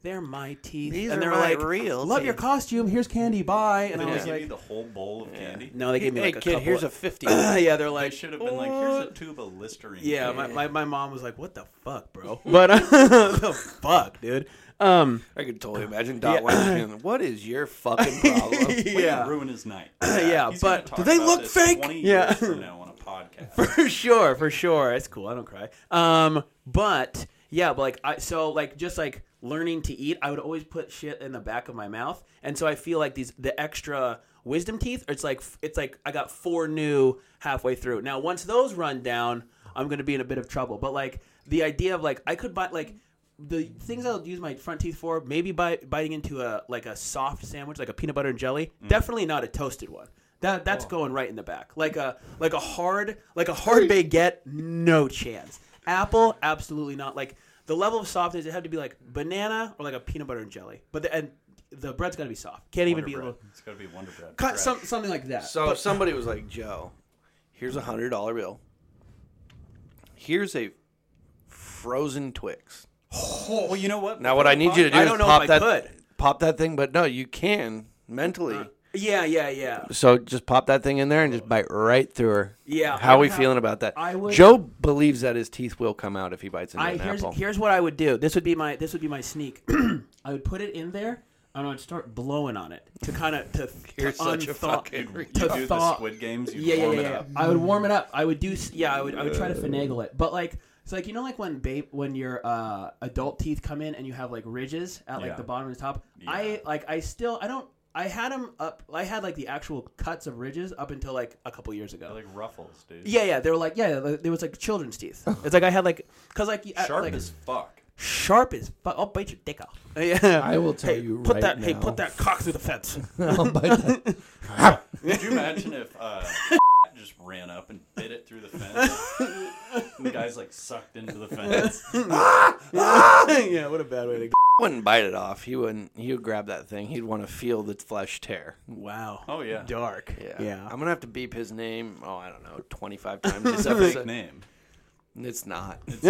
[SPEAKER 2] "They're my teeth."
[SPEAKER 7] These
[SPEAKER 2] and
[SPEAKER 7] are
[SPEAKER 2] they're
[SPEAKER 7] my
[SPEAKER 2] like,
[SPEAKER 7] real
[SPEAKER 2] "Love your
[SPEAKER 7] teeth."
[SPEAKER 2] costume. Here's candy. Bye." And
[SPEAKER 5] Did
[SPEAKER 2] I
[SPEAKER 5] they
[SPEAKER 2] was
[SPEAKER 5] give you
[SPEAKER 2] like,
[SPEAKER 5] the whole bowl of candy?
[SPEAKER 2] "No, they gave me
[SPEAKER 7] Hey
[SPEAKER 2] like a
[SPEAKER 7] kid,
[SPEAKER 2] couple
[SPEAKER 7] here's a
[SPEAKER 2] of-
[SPEAKER 7] fifty.
[SPEAKER 2] yeah." They're like,
[SPEAKER 5] They should have been like, here's a tube of Listerine.
[SPEAKER 2] "Yeah." My, my, my mom was like, "What the fuck, bro?" But the fuck, dude. Um,
[SPEAKER 7] I could totally imagine Dot yeah. What is your fucking problem?
[SPEAKER 5] Way to ruin his night.
[SPEAKER 2] Yeah,
[SPEAKER 5] He's gonna
[SPEAKER 2] but-
[SPEAKER 5] talk
[SPEAKER 7] Do they
[SPEAKER 5] about
[SPEAKER 7] look
[SPEAKER 5] this
[SPEAKER 7] fake?
[SPEAKER 5] 20
[SPEAKER 2] Yeah.
[SPEAKER 5] years from now on a podcast.
[SPEAKER 2] for sure, for sure. It's cool. I don't cry. Um, but yeah, but like I so like just like learning to eat, I would always put shit in the back of my mouth, and so I feel like these the extra wisdom teeth. It's like it's like I got four new halfway through. Now once those run down, I'm gonna be in a bit of trouble. But like the idea of like I could buy like. The things I'll use my front teeth for, maybe by biting into a like a soft sandwich, like a peanut butter and jelly.
[SPEAKER 5] Mm.
[SPEAKER 2] Definitely not a toasted one. That that's
[SPEAKER 5] Oh.
[SPEAKER 2] going right in the back. Like a like a hard like a hard baguette, no chance. Apple, absolutely not. Like the level of softness, it had to be like banana or like a peanut butter and jelly. But the, and the bread's got to be soft. Can't even be a little
[SPEAKER 5] It's gotta be Wonder Bread.
[SPEAKER 2] cut some, something like that.
[SPEAKER 7] So if somebody was like, Joe, here's a hundred dollar bill. Here's a frozen Twix.
[SPEAKER 5] Well, you know what?
[SPEAKER 7] Now what I need you to do
[SPEAKER 2] I
[SPEAKER 7] is
[SPEAKER 2] don't know
[SPEAKER 7] pop
[SPEAKER 2] if I
[SPEAKER 7] that pop that thing, but no, you can mentally.
[SPEAKER 2] yeah, yeah, yeah.
[SPEAKER 7] so just pop that thing in there and just bite right through her.
[SPEAKER 2] Yeah,
[SPEAKER 7] How
[SPEAKER 2] I
[SPEAKER 7] are we
[SPEAKER 2] have-
[SPEAKER 7] feeling about that?
[SPEAKER 2] I would-
[SPEAKER 7] Joe believes that his teeth will come out if he bites into
[SPEAKER 2] I
[SPEAKER 7] an
[SPEAKER 2] here's
[SPEAKER 7] apple.
[SPEAKER 2] here's what I would do. This would be my this would be my sneak. I would put it in there and I would start blowing on it to kind of to,
[SPEAKER 7] You're
[SPEAKER 2] to
[SPEAKER 7] such a
[SPEAKER 2] unthaw-
[SPEAKER 7] fucking
[SPEAKER 5] You
[SPEAKER 2] to
[SPEAKER 5] do
[SPEAKER 2] thaw-
[SPEAKER 5] the Squid Games. You
[SPEAKER 2] yeah, yeah,
[SPEAKER 5] warm
[SPEAKER 2] yeah,
[SPEAKER 5] it
[SPEAKER 2] yeah.
[SPEAKER 5] up. Uh.
[SPEAKER 2] I would warm it up. I would do. s- Yeah, I would. I would try to finagle it. But like, it's like you know, like when babe, when your uh, adult teeth come in and you have like ridges at like
[SPEAKER 5] Yeah.
[SPEAKER 2] the bottom and the top. I like. I still. I don't. I had them up. I had like the actual cuts of ridges up until like a couple years ago.
[SPEAKER 5] They're like ruffles, dude.
[SPEAKER 2] yeah, yeah. They were like, yeah, like, there was like children's teeth. It's like I had like, cause like I-
[SPEAKER 5] Sharp
[SPEAKER 2] uh, like,
[SPEAKER 5] as fuck.
[SPEAKER 2] sharp as fuck. I'll bite your dick off. Uh, Yeah.
[SPEAKER 1] I will tell
[SPEAKER 2] hey,
[SPEAKER 1] you
[SPEAKER 2] put
[SPEAKER 1] right
[SPEAKER 2] that. Hey,
[SPEAKER 1] now.
[SPEAKER 2] put that cock through the fence.
[SPEAKER 1] I'll bite that.
[SPEAKER 5] Could you imagine if uh, just ran up and bit it through the fence? And the guy's like sucked into the fence.
[SPEAKER 2] yeah, what a bad way to.
[SPEAKER 1] wouldn't bite it off. He wouldn't. He would grab that thing. He'd want to feel the flesh tear.
[SPEAKER 2] Wow.
[SPEAKER 5] Oh yeah.
[SPEAKER 2] Dark.
[SPEAKER 1] Yeah.
[SPEAKER 2] Yeah.
[SPEAKER 1] I'm gonna have to beep his name. Oh, I don't know, 25 times this episode.
[SPEAKER 8] name.
[SPEAKER 1] It's not. It's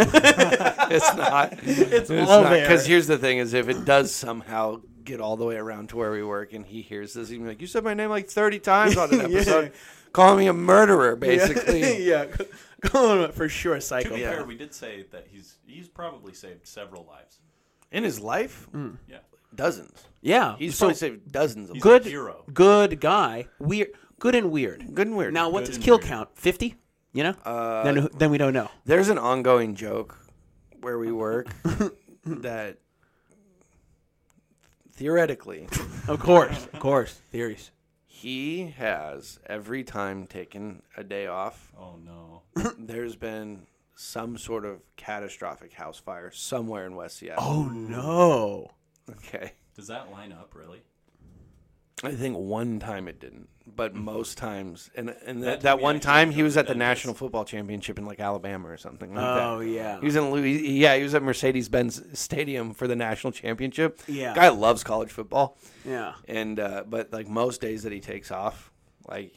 [SPEAKER 1] not. It's,
[SPEAKER 2] all there.
[SPEAKER 1] Because here's the thing: is if it does somehow get all the way around to where we work, and he hears this, he'd be like, "You said my name like 30 times on an episode, calling me a murderer, basically."
[SPEAKER 2] yeah. Going for sure,
[SPEAKER 5] To
[SPEAKER 2] psycho.
[SPEAKER 5] be
[SPEAKER 1] Yeah.
[SPEAKER 5] fair, we did say that he's he's probably saved several lives.
[SPEAKER 1] In his life,
[SPEAKER 5] Yeah.
[SPEAKER 1] dozens.
[SPEAKER 2] Yeah.
[SPEAKER 1] He's
[SPEAKER 2] Hmm. so
[SPEAKER 1] probably saved dozens of.
[SPEAKER 5] He's
[SPEAKER 2] good.
[SPEAKER 5] a hero.
[SPEAKER 2] Good guy. Weird. Good and weird.
[SPEAKER 1] Good and weird.
[SPEAKER 2] Now, what's
[SPEAKER 5] Good
[SPEAKER 2] his
[SPEAKER 5] and
[SPEAKER 2] kill
[SPEAKER 5] weird.
[SPEAKER 2] count? Fifty. You know. Uh, then then we don't know.
[SPEAKER 1] There's an ongoing joke where we work that theoretically
[SPEAKER 2] Of course. of course. Theories.
[SPEAKER 1] he has every time taken a day off.
[SPEAKER 5] Oh no.
[SPEAKER 1] There's been some sort of catastrophic house fire somewhere in West Seattle.
[SPEAKER 2] Oh no.
[SPEAKER 1] Okay.
[SPEAKER 5] Does that line up really?
[SPEAKER 1] I think one time it didn't, but most times, and and that,
[SPEAKER 5] That
[SPEAKER 1] that
[SPEAKER 5] we
[SPEAKER 1] one
[SPEAKER 5] actually
[SPEAKER 1] time he was at
[SPEAKER 5] covered
[SPEAKER 1] the
[SPEAKER 5] that
[SPEAKER 1] national football championship in like Alabama or something like that.
[SPEAKER 2] Oh yeah.
[SPEAKER 1] He was in Louis, yeah, he was at Mercedes Benz Stadium for the national championship.
[SPEAKER 2] Yeah.
[SPEAKER 1] guy loves college football,
[SPEAKER 2] Yeah.
[SPEAKER 1] and uh, but like most days that he takes off, like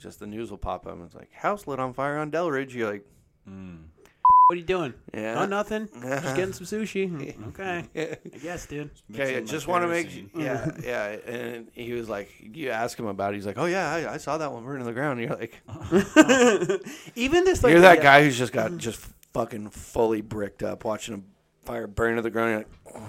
[SPEAKER 1] just the news will pop up and it's like house lit on fire on Delridge. You're like,
[SPEAKER 2] What are you doing?
[SPEAKER 1] Yeah.
[SPEAKER 2] Oh, nothing. Just getting some sushi. Okay. I guess, dude.
[SPEAKER 1] okay, I
[SPEAKER 5] Mixing my
[SPEAKER 1] just want to make,
[SPEAKER 5] kerosene.
[SPEAKER 1] yeah, yeah. And he was like, you ask him about it. He's like, oh yeah, I, I saw that one burning in the ground. And you're like,
[SPEAKER 2] Even this. Like,
[SPEAKER 1] you're that
[SPEAKER 2] the-
[SPEAKER 1] guy who's just got just fucking fully bricked up watching a fire burn to the ground. You're like,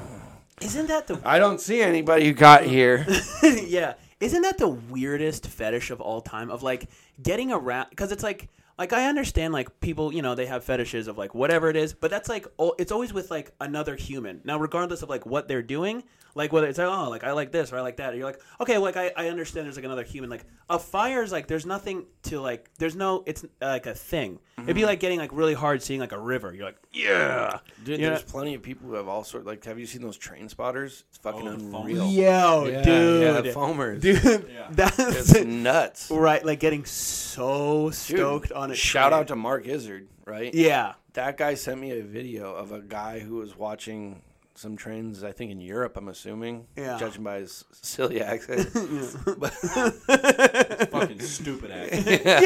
[SPEAKER 2] Isn't that the?
[SPEAKER 1] I don't see anybody who got here.
[SPEAKER 2] yeah. Isn't that the weirdest fetish of all time? Of like getting around because it's like like I understand like people you know they have fetishes of like whatever it is, but that's like oh, it's always with like another human. Now regardless of like what they're doing, like whether it's like oh like I like this or I like that, you're like okay like I, I understand there's like another human. Like a fire is like there's nothing to like there's no it's uh, like a thing. It'd be like getting like really hard seeing like a river. You're like yeah
[SPEAKER 1] Dude,
[SPEAKER 2] Yeah.
[SPEAKER 1] there's plenty of people who have all sorts. Like, have you seen those train spotters? It's fucking
[SPEAKER 5] Oh, the foam.
[SPEAKER 1] unreal.
[SPEAKER 2] yo
[SPEAKER 1] Yeah,
[SPEAKER 2] dude
[SPEAKER 1] yeah, foamers.
[SPEAKER 2] dude
[SPEAKER 5] Yeah.
[SPEAKER 2] that's
[SPEAKER 1] It's nuts.
[SPEAKER 2] Right, like getting so
[SPEAKER 1] Dude,
[SPEAKER 2] stoked on it.
[SPEAKER 1] Shout out to Mark Izzard, right?
[SPEAKER 2] yeah,
[SPEAKER 1] That guy sent me a video of a guy who was watching some trains, I think in Europe, I'm assuming,
[SPEAKER 2] Yeah.
[SPEAKER 1] judging by his silly accent.
[SPEAKER 5] Fucking stupid act.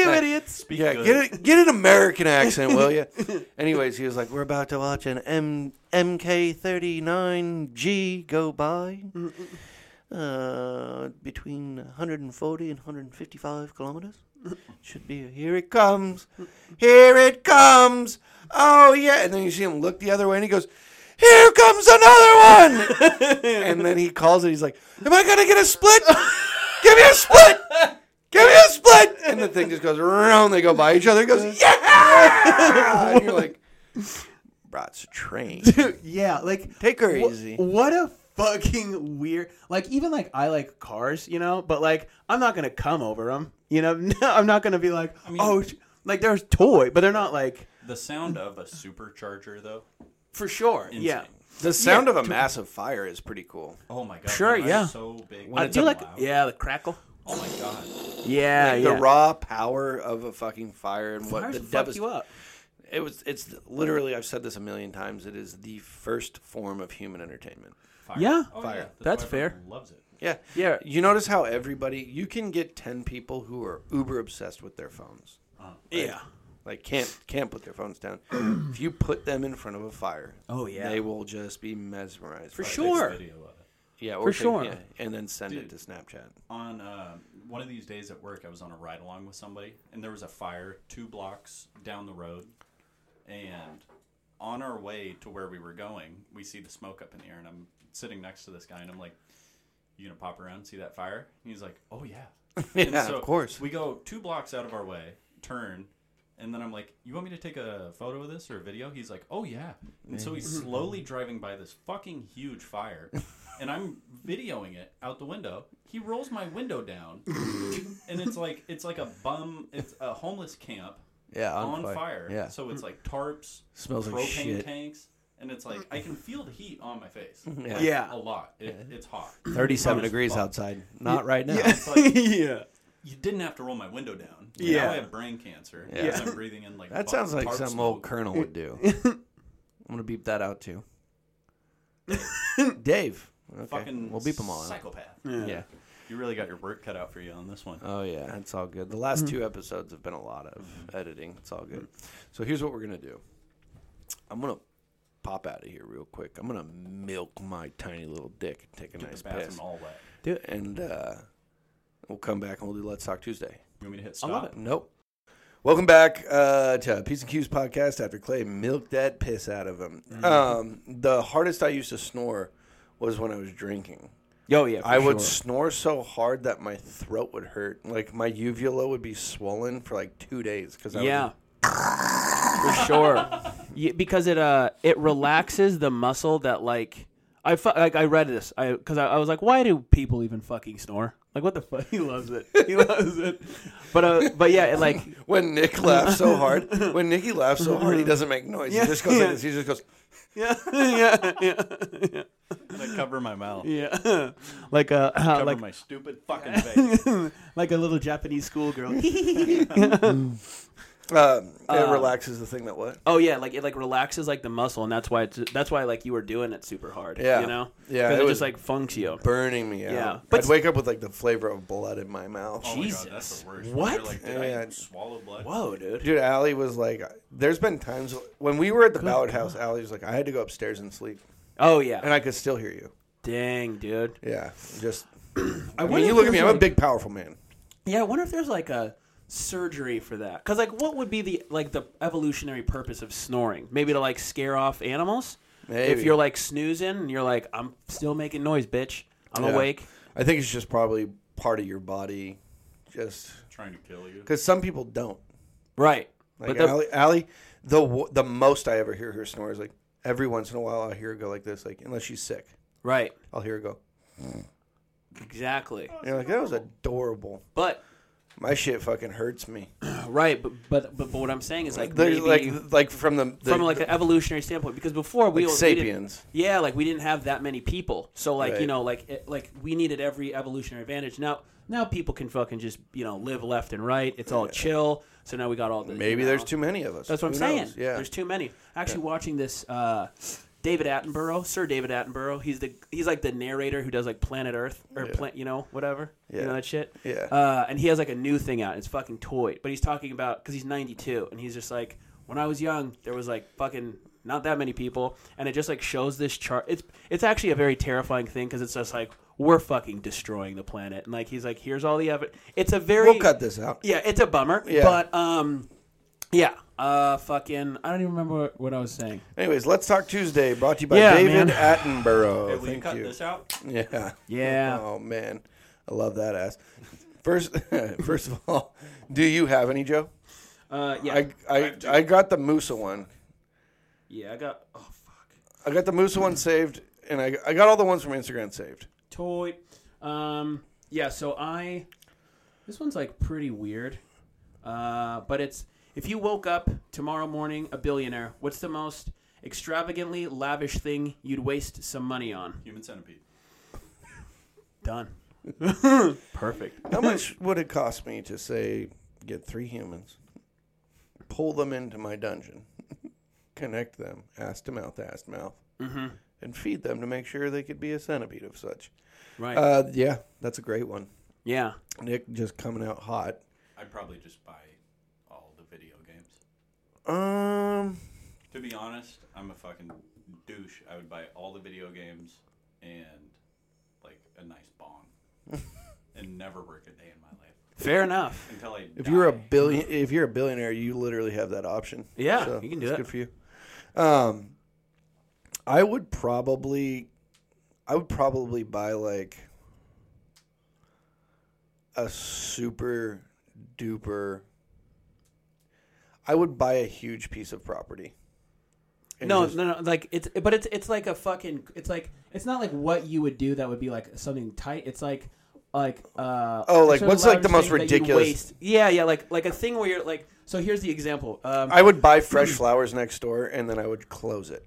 [SPEAKER 2] you idiots.
[SPEAKER 5] Speak
[SPEAKER 1] yeah,
[SPEAKER 5] good.
[SPEAKER 1] get it, get an American accent, will you? Anyways, he was like, "We're about to watch an M MK39G go by." Uh, between 140 and 155 kilometers. Should be here it comes. Here it comes. Oh yeah. And then you see him look the other way and he goes, Here comes another one And then he calls it, he's like, Am I gonna get a split? Give me a split! Give me a split! And the thing just goes around, they go by each other, it goes, Yeah And you're like, Bro, it's a train.
[SPEAKER 2] Yeah, like
[SPEAKER 1] Take her
[SPEAKER 2] wh-
[SPEAKER 1] easy.
[SPEAKER 2] What a fucking weird. Like even like I like cars, you know, but like I'm not gonna come over them. You know, No, I'm not gonna be like oh, sh- like there's toy, but they're not like
[SPEAKER 5] The sound of a supercharger though.
[SPEAKER 2] for sure. Yeah,
[SPEAKER 5] Insane.
[SPEAKER 1] The sound of a massive fire is pretty cool.
[SPEAKER 5] Oh my god.
[SPEAKER 2] Sure,
[SPEAKER 5] the light
[SPEAKER 2] yeah.
[SPEAKER 5] is So big.
[SPEAKER 2] I
[SPEAKER 5] It's
[SPEAKER 2] do like
[SPEAKER 5] loud.
[SPEAKER 2] yeah the crackle.
[SPEAKER 5] Oh my god.
[SPEAKER 2] Yeah,
[SPEAKER 1] the raw power of a fucking fire and what
[SPEAKER 2] Fires
[SPEAKER 1] the
[SPEAKER 2] will fuck
[SPEAKER 1] devast-
[SPEAKER 2] you up.
[SPEAKER 1] It was. It's literally. I've said this a million times. It is the first form of human entertainment.
[SPEAKER 5] Fire.
[SPEAKER 2] Yeah.
[SPEAKER 5] Oh,
[SPEAKER 1] Fire.
[SPEAKER 5] yeah.
[SPEAKER 2] That's
[SPEAKER 5] why
[SPEAKER 2] fair.
[SPEAKER 5] everyone Loves it.
[SPEAKER 1] Yeah. Yeah. You notice how everybody. You can get ten people who are uber obsessed with their phones.
[SPEAKER 2] Yeah,
[SPEAKER 1] Like can't can't put their phones down. if you put them in front of a fire,
[SPEAKER 2] Oh, yeah.
[SPEAKER 1] they will just be mesmerized
[SPEAKER 2] for
[SPEAKER 1] by it.
[SPEAKER 2] sure.
[SPEAKER 5] Video of it.
[SPEAKER 1] Yeah, or
[SPEAKER 2] For
[SPEAKER 1] take-
[SPEAKER 2] sure.
[SPEAKER 1] yeah, and then send it
[SPEAKER 5] Dude.
[SPEAKER 1] to Snapchat.
[SPEAKER 5] on uh, one of these days at work, I was on a ride along with somebody, and there was a fire two blocks down the road. And on our way to where we were going, we see the smoke up in the air, and I'm sitting next to this guy, and I'm like, "You gonna pop around and see that fire?" And he's like, "Oh yeah." And
[SPEAKER 1] Yeah, of course.
[SPEAKER 5] We go two blocks out of our way, turn, and then I'm like, "You want me to take a photo of this or a video?" He's like, "Oh yeah." And so he's
[SPEAKER 1] Mm-hmm.
[SPEAKER 5] slowly driving by this fucking huge fire, and I'm videoing it out the window. He rolls my window down, and it's like it's like a bum, it's a homeless camp.
[SPEAKER 1] Yeah,
[SPEAKER 5] on,
[SPEAKER 1] on
[SPEAKER 5] fire.
[SPEAKER 1] fire. Yeah.
[SPEAKER 5] So it's like tarps,
[SPEAKER 1] Smells
[SPEAKER 5] propane
[SPEAKER 1] like shit.
[SPEAKER 5] tanks, and it's like I can feel the heat on my face.
[SPEAKER 1] Yeah.
[SPEAKER 2] Yeah.
[SPEAKER 5] A lot. It, It's hot.
[SPEAKER 1] Thirty-seven
[SPEAKER 5] Hot as
[SPEAKER 1] degrees
[SPEAKER 5] fuck.
[SPEAKER 1] outside. Not right now.
[SPEAKER 5] It's like,
[SPEAKER 2] yeah,
[SPEAKER 5] you didn't have to roll my window down.
[SPEAKER 2] Yeah.
[SPEAKER 5] Now I have brain cancer.
[SPEAKER 1] Yeah.
[SPEAKER 5] Yeah. I'm breathing in like
[SPEAKER 1] That
[SPEAKER 5] bu-
[SPEAKER 1] sounds like
[SPEAKER 5] tarp
[SPEAKER 1] some
[SPEAKER 5] smoke.
[SPEAKER 1] old colonel would do. I'm gonna beep that out too. Dave. Okay.
[SPEAKER 5] Fucking
[SPEAKER 1] we'll beep them all out.
[SPEAKER 5] Psychopath.
[SPEAKER 1] Yeah.
[SPEAKER 5] You really got your work cut out for you on this one.
[SPEAKER 1] Oh yeah, it's all good. The
[SPEAKER 5] Hmm.
[SPEAKER 1] last two episodes have been a lot of
[SPEAKER 5] Mm-hmm.
[SPEAKER 1] editing. It's all good. So here's what we're gonna do. I'm gonna pop out of here real quick. I'm gonna milk my tiny little dick and take a
[SPEAKER 5] Get
[SPEAKER 1] nice
[SPEAKER 5] the bathroom
[SPEAKER 1] piss.
[SPEAKER 5] all wet.
[SPEAKER 1] Do it, and uh, we'll come back and we'll do Let's Talk Tuesday.
[SPEAKER 5] You want me to hit stop?
[SPEAKER 1] Nope. Welcome back uh, to Peace and Q's podcast after Clay milked that piss out of him.
[SPEAKER 5] Mm-hmm.
[SPEAKER 1] Um, the hardest I used to snore was when I was drinking.
[SPEAKER 2] Yo, Oh, yeah.
[SPEAKER 1] I would snore so hard that my throat would hurt. Like my uvula would be swollen for like two days because I
[SPEAKER 2] Yeah.
[SPEAKER 1] was,
[SPEAKER 2] For sure. Yeah, because it uh it relaxes the muscle that like I fu- like I read this I because I, I was like why do people even fucking snore like what the fuck he loves it he loves it but uh but yeah it, like
[SPEAKER 1] when Nick laughs so hard. When Nicky laughs so hard, he doesn't make noise.
[SPEAKER 2] Yeah,
[SPEAKER 1] he just goes
[SPEAKER 2] yeah.
[SPEAKER 1] like this. He just goes.
[SPEAKER 2] yeah yeah yeah
[SPEAKER 5] I cover my mouth.
[SPEAKER 2] yeah like uh
[SPEAKER 5] Cover
[SPEAKER 2] like
[SPEAKER 5] my stupid fucking face.
[SPEAKER 2] like a little Japanese schoolgirl
[SPEAKER 1] Um,
[SPEAKER 2] Uh,
[SPEAKER 1] it relaxes the thing that what?
[SPEAKER 2] oh yeah like it like relaxes like the muscle and that's why it's that's why like you were doing it super hard
[SPEAKER 1] Yeah.
[SPEAKER 2] you know
[SPEAKER 1] Yeah,
[SPEAKER 2] 'Cause
[SPEAKER 1] it
[SPEAKER 2] it,
[SPEAKER 1] was-
[SPEAKER 2] just like funks you
[SPEAKER 1] Burning me out.
[SPEAKER 2] Yeah.
[SPEAKER 1] But
[SPEAKER 2] But-
[SPEAKER 1] I'd wake up with like the flavor of blood in my mouth.
[SPEAKER 5] Oh my
[SPEAKER 2] Jesus.
[SPEAKER 5] God, that's the worst.
[SPEAKER 2] What?
[SPEAKER 5] You're Like, did
[SPEAKER 1] Yeah.
[SPEAKER 5] I swallow blood?
[SPEAKER 2] whoa dude
[SPEAKER 1] Dude, Allie was like, there's been times when we were at the ballot house, Allie was like, I had to go upstairs and sleep.
[SPEAKER 2] oh yeah
[SPEAKER 1] And I could still hear you. dang,
[SPEAKER 2] dude.
[SPEAKER 1] Yeah. Just,
[SPEAKER 2] I
[SPEAKER 1] when you look at me, I'm a big, powerful man.
[SPEAKER 2] Yeah, I wonder if there's like a surgery for that. Cause like, what would be the like the evolutionary purpose of snoring? Maybe to like scare off animals.
[SPEAKER 1] Maybe.
[SPEAKER 2] If you're like snoozing and you're like, I'm still making noise, bitch. I'm
[SPEAKER 1] Yeah.
[SPEAKER 2] awake.
[SPEAKER 1] I think it's just probably part of your body. Just,
[SPEAKER 5] Trying to kill you.
[SPEAKER 1] because some people don't.
[SPEAKER 2] Right.
[SPEAKER 1] Like,
[SPEAKER 2] but the,
[SPEAKER 1] Allie, Allie, the, wo- the most I ever hear her snore is like, every once in a while I'll hear her go like this, like, unless she's sick,
[SPEAKER 2] right,
[SPEAKER 1] I'll hear her go.
[SPEAKER 2] exactly.
[SPEAKER 1] And you're like, that was adorable.
[SPEAKER 2] But
[SPEAKER 1] My shit fucking hurts me.
[SPEAKER 2] right, but but but, but what I'm saying is like
[SPEAKER 1] There's
[SPEAKER 2] maybe
[SPEAKER 1] like, like from the, the
[SPEAKER 2] from like an evolutionary standpoint, because before we
[SPEAKER 1] like
[SPEAKER 2] we didn't-
[SPEAKER 1] sapiens.
[SPEAKER 2] Yeah, like we didn't have that many people, so like
[SPEAKER 1] Right.
[SPEAKER 2] you know, like it, like we needed every evolutionary advantage. Now, now people can fucking just you know live left and right. It's all chill. So now we got all the you
[SPEAKER 1] Maybe
[SPEAKER 2] know.
[SPEAKER 1] there's too many of us.
[SPEAKER 2] That's what I'm
[SPEAKER 1] Who
[SPEAKER 2] saying.
[SPEAKER 1] knows? Yeah.
[SPEAKER 2] there's too many. Actually, watching this, uh, David Attenborough, Sir David Attenborough. He's the he's like the narrator who does like Planet Earth or
[SPEAKER 1] Yeah.
[SPEAKER 2] plant, you know, whatever.
[SPEAKER 1] Yeah.
[SPEAKER 2] You know that shit.
[SPEAKER 1] Yeah.
[SPEAKER 2] Uh, and he has like a new thing out. It's fucking toy, but he's talking about because he's 92 and he's just like, when I was young, there was like fucking not that many people, and it just like shows this chart. It's it's actually a very terrifying thing because it's just like we're fucking destroying the planet, and like he's like, here's all the evidence. It's a very
[SPEAKER 1] We'll cut this out.
[SPEAKER 2] yeah, it's a bummer.
[SPEAKER 1] Yeah.
[SPEAKER 2] But um, yeah. Uh, fucking. I don't even remember what I was saying.
[SPEAKER 1] Anyways, let's talk Tuesday. Brought to you by
[SPEAKER 2] Yeah,
[SPEAKER 1] David
[SPEAKER 2] man.
[SPEAKER 1] Attenborough.
[SPEAKER 5] Hey, will you
[SPEAKER 1] Oh, Thank
[SPEAKER 5] cut
[SPEAKER 1] you.
[SPEAKER 5] this out?
[SPEAKER 1] Yeah.
[SPEAKER 2] Yeah.
[SPEAKER 1] Oh man, I love that ass. First, first of all, do you have any, Joe?
[SPEAKER 2] Uh, yeah.
[SPEAKER 1] I I, I got the Musa one.
[SPEAKER 2] yeah, I got. Oh fuck.
[SPEAKER 1] I got the Musa one saved, and I I got all the ones from Instagram saved.
[SPEAKER 2] Toy. Um. Yeah. So I. This one's like pretty weird. Uh, but it's if you woke up tomorrow morning a billionaire, what's the most extravagantly lavish thing you'd waste some money on?
[SPEAKER 5] Human centipede.
[SPEAKER 2] Done. Perfect.
[SPEAKER 1] How much would it cost me to say get three humans, pull them into my dungeon, connect them ass to mouth, ass to mouth,
[SPEAKER 2] Mm-hmm.
[SPEAKER 1] and feed them to make sure they could be a centipede of such?
[SPEAKER 2] Right.
[SPEAKER 1] Uh, yeah, that's a great one.
[SPEAKER 2] yeah.
[SPEAKER 1] Nick just coming out hot.
[SPEAKER 5] I'd probably just buy all the video games.
[SPEAKER 1] Um,
[SPEAKER 5] To be honest, I'm a fucking douche. I would buy all the video games and like a nice bong, and never work a day in my life
[SPEAKER 2] Fair enough.
[SPEAKER 5] until I.
[SPEAKER 1] if
[SPEAKER 5] die.
[SPEAKER 1] you're a billion, if you're a billionaire, you literally have that option.
[SPEAKER 2] Yeah, you can do
[SPEAKER 1] that's
[SPEAKER 2] it.
[SPEAKER 1] Good for you. Um, I would probably, I would probably buy like a super duper. I would buy a huge piece of property. And
[SPEAKER 2] No,
[SPEAKER 1] just-
[SPEAKER 2] no, no. Like it's, but it's, it's like a fucking. It's like it's not like what you would do that would be like something tight. It's like, like, uh.
[SPEAKER 1] Oh, like,
[SPEAKER 2] sort of
[SPEAKER 1] what's, like, the
[SPEAKER 2] lavish
[SPEAKER 1] most
[SPEAKER 2] thing that you'd
[SPEAKER 1] ridiculous-
[SPEAKER 2] waste. Yeah, yeah, like like a thing where you're like. So here's the example. Um,
[SPEAKER 1] I would buy fresh flowers next door, and then I would close it.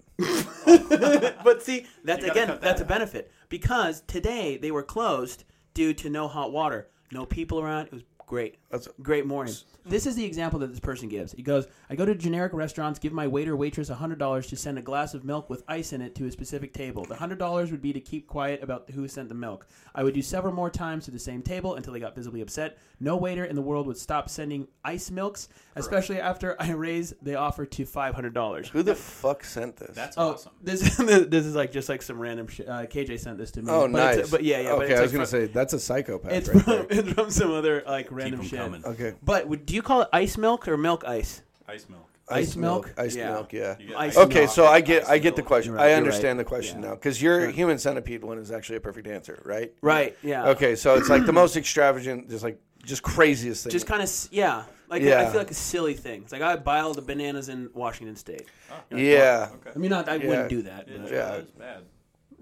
[SPEAKER 2] but see, that's
[SPEAKER 5] gotta
[SPEAKER 2] again,
[SPEAKER 5] cut that
[SPEAKER 2] that's a benefit because today they were closed due to no hot water, no people around. It was great.
[SPEAKER 1] That's,
[SPEAKER 2] Great morning. This is the example that this person gives. He goes, I go to generic restaurants, give my waiter waitress $100 to send a glass of milk with ice in it to a specific table. The $100 would be to keep quiet about who sent the milk. I would do several more times to the same table until they got visibly upset. No waiter in the world would stop sending ice milks, especially after I raise the offer to $500.
[SPEAKER 1] who the fuck sent this?
[SPEAKER 5] That's
[SPEAKER 2] Oh,
[SPEAKER 5] awesome.
[SPEAKER 2] this this is like just like some random shit. Uh, KJ sent this to me.
[SPEAKER 1] oh,
[SPEAKER 2] but
[SPEAKER 1] nice.
[SPEAKER 2] It's, but yeah, yeah.
[SPEAKER 1] Okay,
[SPEAKER 2] but it's
[SPEAKER 1] I
[SPEAKER 2] like
[SPEAKER 1] was gonna
[SPEAKER 2] from-
[SPEAKER 1] say that's a psychopath.
[SPEAKER 2] it's
[SPEAKER 1] right
[SPEAKER 2] from
[SPEAKER 1] there.
[SPEAKER 2] it's from some other like random
[SPEAKER 5] 'em
[SPEAKER 2] shit.
[SPEAKER 5] coming.
[SPEAKER 1] Okay,
[SPEAKER 2] But would- do you call it ice milk or milk ice?
[SPEAKER 5] Ice milk.
[SPEAKER 2] Ice milk?
[SPEAKER 1] Ice
[SPEAKER 2] Yeah.
[SPEAKER 1] milk. Yeah.
[SPEAKER 5] You get
[SPEAKER 2] Ice
[SPEAKER 5] milk.
[SPEAKER 1] Okay, so I get I get the
[SPEAKER 5] milk.
[SPEAKER 1] question.
[SPEAKER 2] You're right,
[SPEAKER 1] I
[SPEAKER 2] you're
[SPEAKER 1] understand
[SPEAKER 2] right.
[SPEAKER 1] the question
[SPEAKER 2] Yeah.
[SPEAKER 1] now because your human centipede one is actually a perfect answer, right?
[SPEAKER 2] Right. Yeah.
[SPEAKER 1] Okay, so it's like the most extravagant, just like just craziest thing.
[SPEAKER 2] Just kind of yeah. Like I
[SPEAKER 1] Yeah.
[SPEAKER 2] feel like a silly thing. It's like I buy all the bananas in Washington State.
[SPEAKER 1] yeah,
[SPEAKER 2] I mean, not I
[SPEAKER 1] Yeah.
[SPEAKER 2] wouldn't do that.
[SPEAKER 5] It
[SPEAKER 2] But.
[SPEAKER 1] Yeah.
[SPEAKER 5] was bad.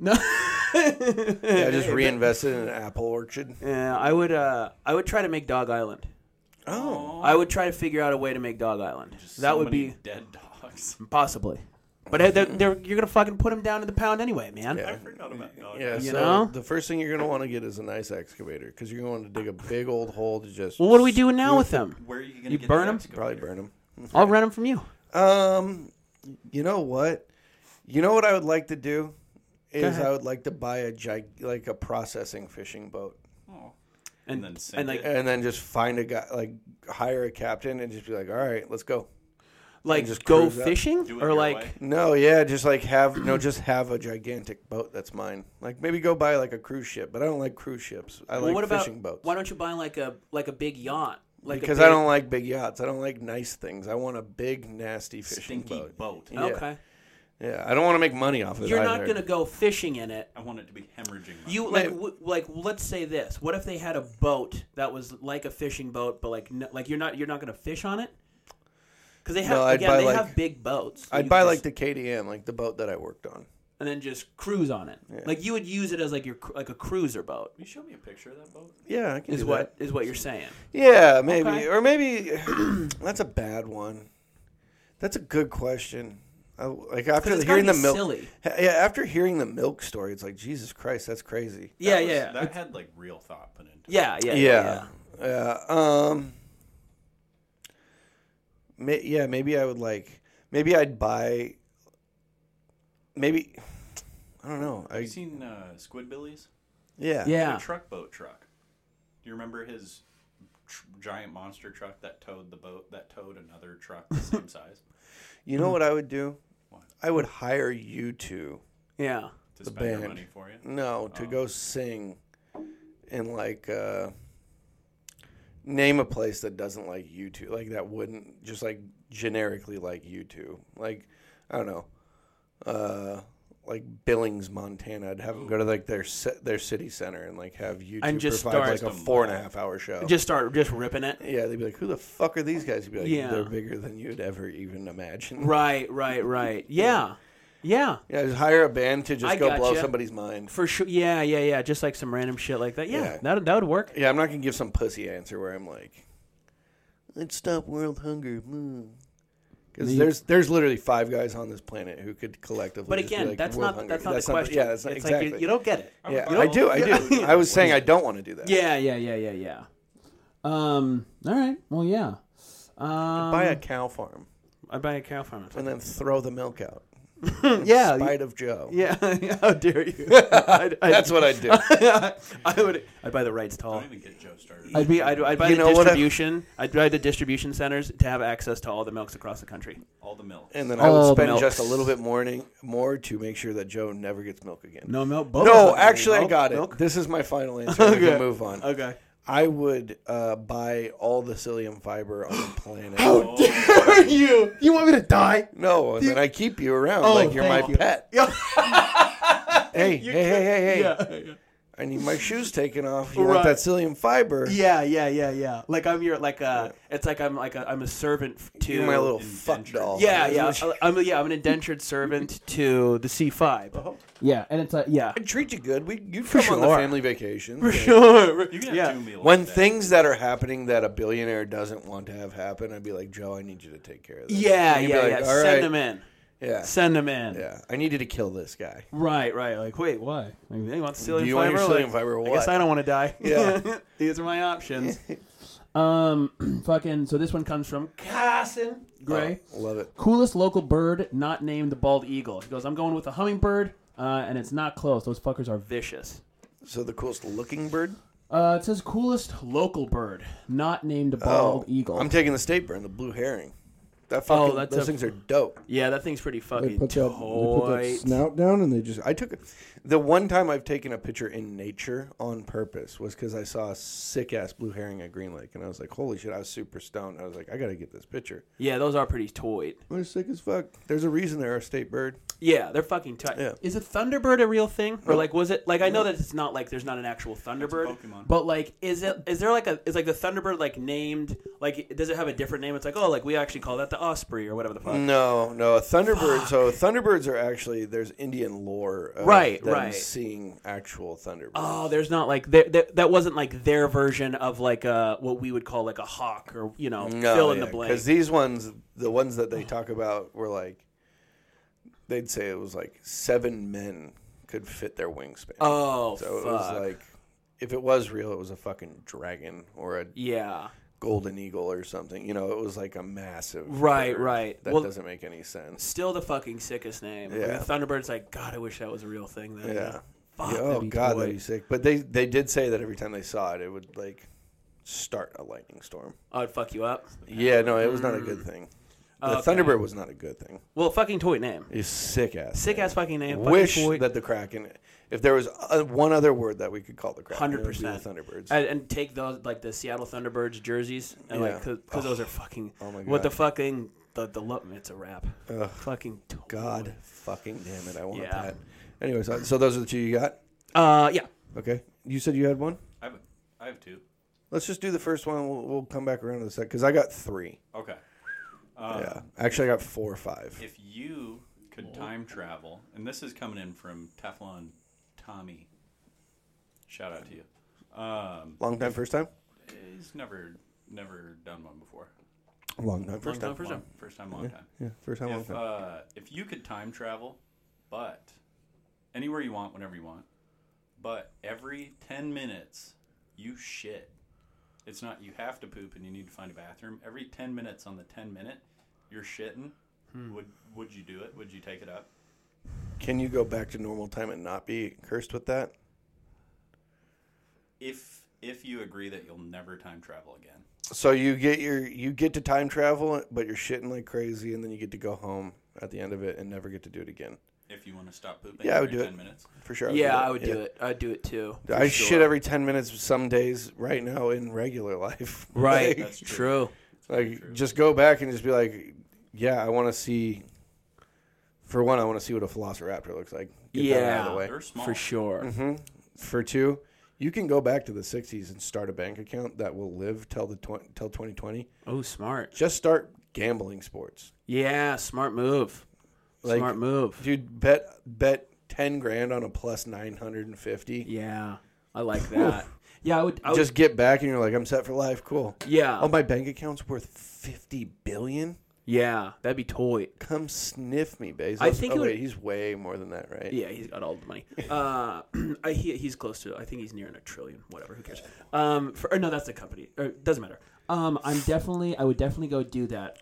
[SPEAKER 2] No.
[SPEAKER 1] I just reinvested in an apple orchard.
[SPEAKER 2] Yeah, I would. Uh, I would try to make Dog Island.
[SPEAKER 1] Oh,
[SPEAKER 2] I would try to figure out a way to make Dog Island. that
[SPEAKER 5] So
[SPEAKER 2] would
[SPEAKER 5] many
[SPEAKER 2] be
[SPEAKER 5] dead dogs.
[SPEAKER 2] possibly. But uh, they're, they're, you're gonna fucking put them down in the pound anyway, man.
[SPEAKER 5] I forgot about dogs.
[SPEAKER 1] yeah. so
[SPEAKER 2] know?
[SPEAKER 1] the first thing you're gonna want to get is a nice excavator because you're gonna want to dig a big old hole to just
[SPEAKER 2] Well, what are we doing now with them?
[SPEAKER 5] Where are you gonna
[SPEAKER 2] You
[SPEAKER 5] get
[SPEAKER 2] burn
[SPEAKER 5] the
[SPEAKER 2] 'em?
[SPEAKER 5] excavator?
[SPEAKER 1] probably burn them.
[SPEAKER 2] I'll rent them from you.
[SPEAKER 1] Um, you know what? You know what I would like to do is
[SPEAKER 2] ahead.
[SPEAKER 1] I would like to buy a gig- like a processing fishing boat.
[SPEAKER 5] Oh. And then sink
[SPEAKER 2] and like
[SPEAKER 1] and then just find a guy like hire a captain and just be like all right let's go
[SPEAKER 2] like
[SPEAKER 1] just
[SPEAKER 2] go
[SPEAKER 1] cruise up.
[SPEAKER 2] fishing
[SPEAKER 5] Do it
[SPEAKER 2] or
[SPEAKER 5] your
[SPEAKER 2] like
[SPEAKER 5] way.
[SPEAKER 1] no yeah just like have no just have a gigantic boat that's mine like maybe go buy like a cruise ship but i don't like cruise ships i
[SPEAKER 2] well,
[SPEAKER 1] like
[SPEAKER 2] what about
[SPEAKER 1] fishing boats
[SPEAKER 2] why don't you buy like a like a big yacht like a
[SPEAKER 1] because
[SPEAKER 2] big-
[SPEAKER 1] i don't like big yachts i don't like nice things i want a big nasty fishing
[SPEAKER 5] stinky
[SPEAKER 1] boat
[SPEAKER 5] boat.
[SPEAKER 1] Yeah.
[SPEAKER 2] okay
[SPEAKER 1] yeah i don't want to make money off of it
[SPEAKER 2] you're not
[SPEAKER 1] either.
[SPEAKER 2] gonna go fishing in it
[SPEAKER 5] I want it to be hemorrhaging. money.
[SPEAKER 2] you like w- like let's say this what if they had a boat that was like a fishing boat but like no, like you're not you're not gonna fish on it because they have
[SPEAKER 1] No, I'd
[SPEAKER 2] again
[SPEAKER 1] buy,
[SPEAKER 2] they
[SPEAKER 1] like-
[SPEAKER 2] have big boats that you
[SPEAKER 1] i'd
[SPEAKER 2] could
[SPEAKER 1] buy
[SPEAKER 2] just-
[SPEAKER 1] like the kdm like the boat that i worked on
[SPEAKER 2] and then just cruise on it like you would use it as like your cr- like a cruiser boat
[SPEAKER 5] Can you show me a picture of that boat?
[SPEAKER 1] yeah I can
[SPEAKER 2] is
[SPEAKER 1] do
[SPEAKER 2] what is what you're saying
[SPEAKER 1] that. yeah maybe
[SPEAKER 2] Okay.
[SPEAKER 1] or maybe that's a bad one that's a good question I, like after
[SPEAKER 2] because it's
[SPEAKER 1] hearing the
[SPEAKER 2] gotta be
[SPEAKER 1] milk
[SPEAKER 2] silly
[SPEAKER 1] Ha- Yeah, after hearing the milk story, it's like Jesus Christ, that's crazy.
[SPEAKER 2] yeah
[SPEAKER 5] That was-
[SPEAKER 2] yeah
[SPEAKER 5] That had like real thought put into. it.
[SPEAKER 2] yeah yeah yeah yeah.
[SPEAKER 1] Yeah, yeah. Um, may, yeah, maybe I would like. Maybe I'd buy. Maybe I don't know.
[SPEAKER 5] Have
[SPEAKER 1] I
[SPEAKER 5] you seen uh, Squidbillies?
[SPEAKER 1] yeah
[SPEAKER 2] Yeah.
[SPEAKER 5] The truck boat truck. Do you remember his tr- giant monster truck that towed the boat that towed another truck the same size?
[SPEAKER 1] You
[SPEAKER 2] Mm-hmm.
[SPEAKER 1] know what I would do? I would hire you two.
[SPEAKER 2] Yeah.
[SPEAKER 5] To
[SPEAKER 1] The
[SPEAKER 5] spend your
[SPEAKER 1] band.
[SPEAKER 5] money for you.
[SPEAKER 1] No, to go sing, in like uh, name a place that doesn't like you two, like that wouldn't just like generically like you two, like I don't know, uh, like Billings, Montana. I'd have them go to like their ci- their city center and like have you two
[SPEAKER 2] And just
[SPEAKER 1] provide
[SPEAKER 2] start-
[SPEAKER 1] like a four and a half hour show.
[SPEAKER 2] Just start just ripping it.
[SPEAKER 1] yeah, they'd be like, "Who the fuck are these guys?" You'd be like,
[SPEAKER 2] Yeah.
[SPEAKER 1] "They're bigger than you'd ever even imagine."
[SPEAKER 2] Right, right, right. Yeah. Yeah.
[SPEAKER 1] Yeah, just hire a band to just
[SPEAKER 2] I
[SPEAKER 1] go blow
[SPEAKER 2] gotcha.
[SPEAKER 1] somebody's mind.
[SPEAKER 2] For sure. Yeah, yeah, yeah. Just like some random shit like that. Yeah.
[SPEAKER 1] Yeah.
[SPEAKER 2] That that would work.
[SPEAKER 1] Yeah, I'm not gonna give some pussy answer where I'm like, "Let's stop world hunger," because there's there's literally five guys on this planet who could collectively.
[SPEAKER 2] But
[SPEAKER 1] just be
[SPEAKER 2] again,
[SPEAKER 1] like,
[SPEAKER 2] that's,
[SPEAKER 1] "World
[SPEAKER 2] not,
[SPEAKER 1] hunger."
[SPEAKER 2] that's not the question.
[SPEAKER 1] yeah, that's not
[SPEAKER 2] it's
[SPEAKER 1] exactly.
[SPEAKER 2] like you, you don't get it.
[SPEAKER 1] yeah, I do. I do. I was saying I don't want to do that.
[SPEAKER 2] Yeah, yeah, yeah, yeah, yeah. Um all right. Well, yeah. Um
[SPEAKER 1] buy a cow farm
[SPEAKER 2] I buy a cow farm.
[SPEAKER 1] and then throw the milk out.
[SPEAKER 2] Yeah.
[SPEAKER 1] Spite of Joe.
[SPEAKER 2] yeah. Oh, How dare you? I'd, I'd,
[SPEAKER 1] That's what I do.
[SPEAKER 2] I would I'd buy the rights to all.
[SPEAKER 5] Don't even get Joe started.
[SPEAKER 2] I'd be I'd, I'd buy
[SPEAKER 1] You
[SPEAKER 2] the
[SPEAKER 1] know what I-
[SPEAKER 2] distribution. I'd buy the distribution centers to have access to all the milks across the country.
[SPEAKER 5] All the milk.
[SPEAKER 1] And then I would
[SPEAKER 2] All
[SPEAKER 1] spend
[SPEAKER 2] Oh, milk.
[SPEAKER 1] just a little bit more, more to make sure that Joe never gets milk again.
[SPEAKER 2] No milk.
[SPEAKER 1] No, actually, I got it. This is my final answer. We can move on.
[SPEAKER 2] Okay.
[SPEAKER 1] I would uh, buy all the psyllium fiber on the planet.
[SPEAKER 3] Are you? You want me to die?
[SPEAKER 1] No, and then I keep you around
[SPEAKER 2] Oh,
[SPEAKER 1] like you're my
[SPEAKER 3] thank you.
[SPEAKER 1] pet. hey, hey, hey, hey, hey. I need my shoes taken off. You want
[SPEAKER 2] Right.
[SPEAKER 1] that psyllium fiber?
[SPEAKER 2] Yeah, yeah, yeah, yeah. Like I'm your like uh it's like I'm like a, I'm a servant f- to
[SPEAKER 1] You're my little fuck doll.
[SPEAKER 2] Yeah, yeah. I'm a, yeah, I'm an indentured servant to the C5. Yeah, and it's like yeah.
[SPEAKER 1] I'd treat you good. We you come on the
[SPEAKER 2] sure.
[SPEAKER 1] family vacation.
[SPEAKER 2] Sure.
[SPEAKER 5] You can have
[SPEAKER 2] Yeah.
[SPEAKER 5] two meals.
[SPEAKER 1] When
[SPEAKER 5] a day.
[SPEAKER 1] things that are happening that a billionaire doesn't want to have happen, I'd be like, Joe, I need you to take care of this.
[SPEAKER 2] Yeah,
[SPEAKER 1] And you'd be
[SPEAKER 2] yeah,
[SPEAKER 1] like,
[SPEAKER 2] yeah.
[SPEAKER 1] "All
[SPEAKER 2] Send
[SPEAKER 1] right."
[SPEAKER 2] them in.
[SPEAKER 1] Yeah,
[SPEAKER 2] Send them in.
[SPEAKER 1] yeah. I need you to kill this guy.
[SPEAKER 2] Right, right. Like, wait, why? Like, they want psyllium
[SPEAKER 1] Do you want
[SPEAKER 2] fiber.
[SPEAKER 1] your psyllium
[SPEAKER 2] Like,
[SPEAKER 1] fiber or
[SPEAKER 2] I guess
[SPEAKER 1] what?
[SPEAKER 2] I don't want to die.
[SPEAKER 1] Yeah.
[SPEAKER 2] These are my options.
[SPEAKER 3] Um, fucking. So this one comes from Carson Gray.
[SPEAKER 1] Uh, Love it.
[SPEAKER 3] Coolest local bird not named the bald eagle. He goes, I'm going with a hummingbird, uh, and it's not close. Those fuckers are vicious.
[SPEAKER 1] So the coolest looking bird.
[SPEAKER 3] Uh, it says coolest local bird not named a bald eagle.
[SPEAKER 1] Oh, I'm taking the state bird, the blue herring. That fucking,
[SPEAKER 2] that's
[SPEAKER 1] those
[SPEAKER 2] a-
[SPEAKER 1] things are dope.
[SPEAKER 2] Yeah, that thing's pretty
[SPEAKER 9] Oh, They
[SPEAKER 2] fucking
[SPEAKER 9] put, that, they put
[SPEAKER 2] toy.
[SPEAKER 9] that snout down and they just.
[SPEAKER 1] I took the one time I've taken a picture in nature on purpose was because I saw a sick ass blue herring at Green Lake, and I was like, "Holy shit!" I was super stoned. I was like, "I gotta get this picture."
[SPEAKER 2] Yeah, those are pretty toyed.
[SPEAKER 1] They're sick as fuck. There's a reason they're a state bird.
[SPEAKER 2] Yeah, they're fucking tight.
[SPEAKER 1] Yeah.
[SPEAKER 2] Is a Thunderbird a real thing, or like was it like I know that it's not like there's not an actual Thunderbird,
[SPEAKER 5] Pokemon.
[SPEAKER 2] but like is it is there like a is like the Thunderbird like named like does it have a different name? It's like oh like we actually call that the Osprey or whatever the fuck.
[SPEAKER 1] No, no, a Thunderbird. So Thunderbirds are actually there's Indian lore, of
[SPEAKER 2] Right,
[SPEAKER 1] them
[SPEAKER 2] right.
[SPEAKER 1] Seeing actual Thunderbirds.
[SPEAKER 2] Oh, there's not like there, there, that wasn't like their version of like a what we would call like a hawk or you know
[SPEAKER 1] Oh,
[SPEAKER 2] fill in the blank.
[SPEAKER 1] Because these ones, the ones that they talk about, were like they'd say it was like seven men could fit their wingspan.
[SPEAKER 2] oh
[SPEAKER 1] so
[SPEAKER 2] fuck.
[SPEAKER 1] it was like if it was real, it was a fucking dragon or a
[SPEAKER 2] yeah.
[SPEAKER 1] golden eagle or something. You know, it was like a massive
[SPEAKER 2] Right,
[SPEAKER 1] bird.
[SPEAKER 2] right.
[SPEAKER 1] That
[SPEAKER 2] Well-
[SPEAKER 1] doesn't make any sense.
[SPEAKER 2] Still the fucking sickest name. Like,
[SPEAKER 1] Yeah.
[SPEAKER 2] the Thunderbird's like God. I wish that was a real thing. Then.
[SPEAKER 1] Yeah.
[SPEAKER 2] Fuck,
[SPEAKER 1] Yeah,
[SPEAKER 2] that'd
[SPEAKER 1] oh
[SPEAKER 2] be
[SPEAKER 1] god,
[SPEAKER 2] toy.
[SPEAKER 1] that'd be sick. But they they did say that every time they saw it, it would like start a lightning storm.
[SPEAKER 2] Oh, it'd fuck you up.
[SPEAKER 1] Yeah, no, it was not a good thing. The
[SPEAKER 2] Mm. Okay.
[SPEAKER 1] Thunderbird was not a good thing.
[SPEAKER 2] Well, fucking toy name.
[SPEAKER 1] It's sick ass.
[SPEAKER 2] Sick
[SPEAKER 1] name.
[SPEAKER 2] ass fucking name. Fucking
[SPEAKER 1] wish
[SPEAKER 2] toy.
[SPEAKER 1] that the Kraken. If there was uh one other word that we could call the Kraken,
[SPEAKER 2] Hundred
[SPEAKER 1] it would be the
[SPEAKER 2] percent
[SPEAKER 1] Thunderbirds.
[SPEAKER 2] And, and take those like the Seattle Thunderbirds jerseys, and like
[SPEAKER 1] Yeah.
[SPEAKER 2] because those are fucking. Oh
[SPEAKER 1] my
[SPEAKER 2] What the
[SPEAKER 1] God.
[SPEAKER 2] fucking the the lo- it's a wrap. Fucking toy.
[SPEAKER 1] God, fucking damn it! I want
[SPEAKER 2] Yeah.
[SPEAKER 1] that. Anyways, so, so those are the two you got.
[SPEAKER 2] Uh, yeah.
[SPEAKER 1] Okay, you said you had one.
[SPEAKER 5] I have, I have two.
[SPEAKER 1] Let's just do the first one. We'll, we'll come back around to the second because I got three.
[SPEAKER 5] Okay.
[SPEAKER 2] Uh,
[SPEAKER 1] yeah, actually, I got four or five.
[SPEAKER 5] If you could time travel, and this is coming in from Teflon Tommy, shout out to you. Um,
[SPEAKER 1] Long time, first time.
[SPEAKER 5] he's never never done one before.
[SPEAKER 1] Long time, first time.
[SPEAKER 5] Long- First time, long time.
[SPEAKER 1] Yeah, first time, long
[SPEAKER 5] If
[SPEAKER 1] time.
[SPEAKER 5] uh, if you could time travel, but anywhere you want, whenever you want, but every ten minutes you shit. It's not you have to poop and you need to find a bathroom. Every ten minutes on the ten minute, you're shitting.
[SPEAKER 1] Hmm.
[SPEAKER 5] Would would you do it? Would you take it up?
[SPEAKER 1] Can you go back to normal time and not be cursed with that?
[SPEAKER 5] if if you agree that you'll never time travel again.
[SPEAKER 1] So you get your you get to time travel, but you're shitting like crazy, and then you get to go home at the end of it and never get to do it again.
[SPEAKER 5] If you want to stop pooping
[SPEAKER 1] Yeah, I would
[SPEAKER 5] every
[SPEAKER 1] do
[SPEAKER 5] 10
[SPEAKER 1] it.
[SPEAKER 5] minutes.
[SPEAKER 1] For sure.
[SPEAKER 2] Yeah, I would do it. I'd do it too.
[SPEAKER 1] I shit every ten minutes some days right now in regular life.
[SPEAKER 2] Right.
[SPEAKER 1] like,
[SPEAKER 5] That's
[SPEAKER 2] true.
[SPEAKER 1] like, just go back and just be like, yeah, I want to see. For one, I want to see what a velociraptor looks like. Get that out of the
[SPEAKER 2] Yeah.
[SPEAKER 1] way.
[SPEAKER 5] They're small.
[SPEAKER 2] For sure.
[SPEAKER 1] Mm-hmm. For two, you can go back to the '60s and start a bank account that will live till the tw- till 2020.
[SPEAKER 2] Oh, smart.
[SPEAKER 1] Just start gambling sports.
[SPEAKER 2] Yeah, smart move.
[SPEAKER 1] Like-
[SPEAKER 2] smart move.
[SPEAKER 1] dude bet bet 10 grand on a plus 950
[SPEAKER 2] Yeah, I like that. yeah, I would. I would
[SPEAKER 1] just get back and you're like i'm set for life cool
[SPEAKER 2] yeah,
[SPEAKER 1] oh my bank account's worth 50 billion
[SPEAKER 2] yeah. That'd be toy.
[SPEAKER 1] come sniff me Bezos.
[SPEAKER 2] I think
[SPEAKER 1] oh,
[SPEAKER 2] it would-
[SPEAKER 1] wait, he's way more than that right
[SPEAKER 2] Yeah, he's got all the money. Uh, I, he, he's close to. I think he's nearing a trillion. Whatever. Who cares? Um, for, or no, that's the company. Or doesn't matter.
[SPEAKER 3] um, I'm definitely. I would definitely go do that.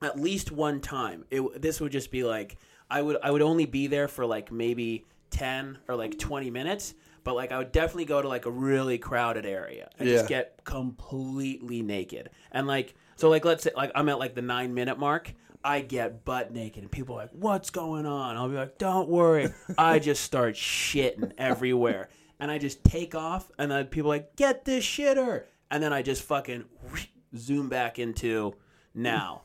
[SPEAKER 2] at least one time. It w- this would just be like I would I would only be there for like maybe ten or like twenty minutes, but like I would definitely go to like a really crowded area and just
[SPEAKER 1] Yeah.
[SPEAKER 2] get completely naked and like so like let's say like I'm at like the nine minute mark. I get butt naked and people are like, "What's going on?" I'll be like, "Don't worry." I just start shitting everywhere, and I just take off, and then people are like, "Get this shitter!" And then I just fucking zoom back into now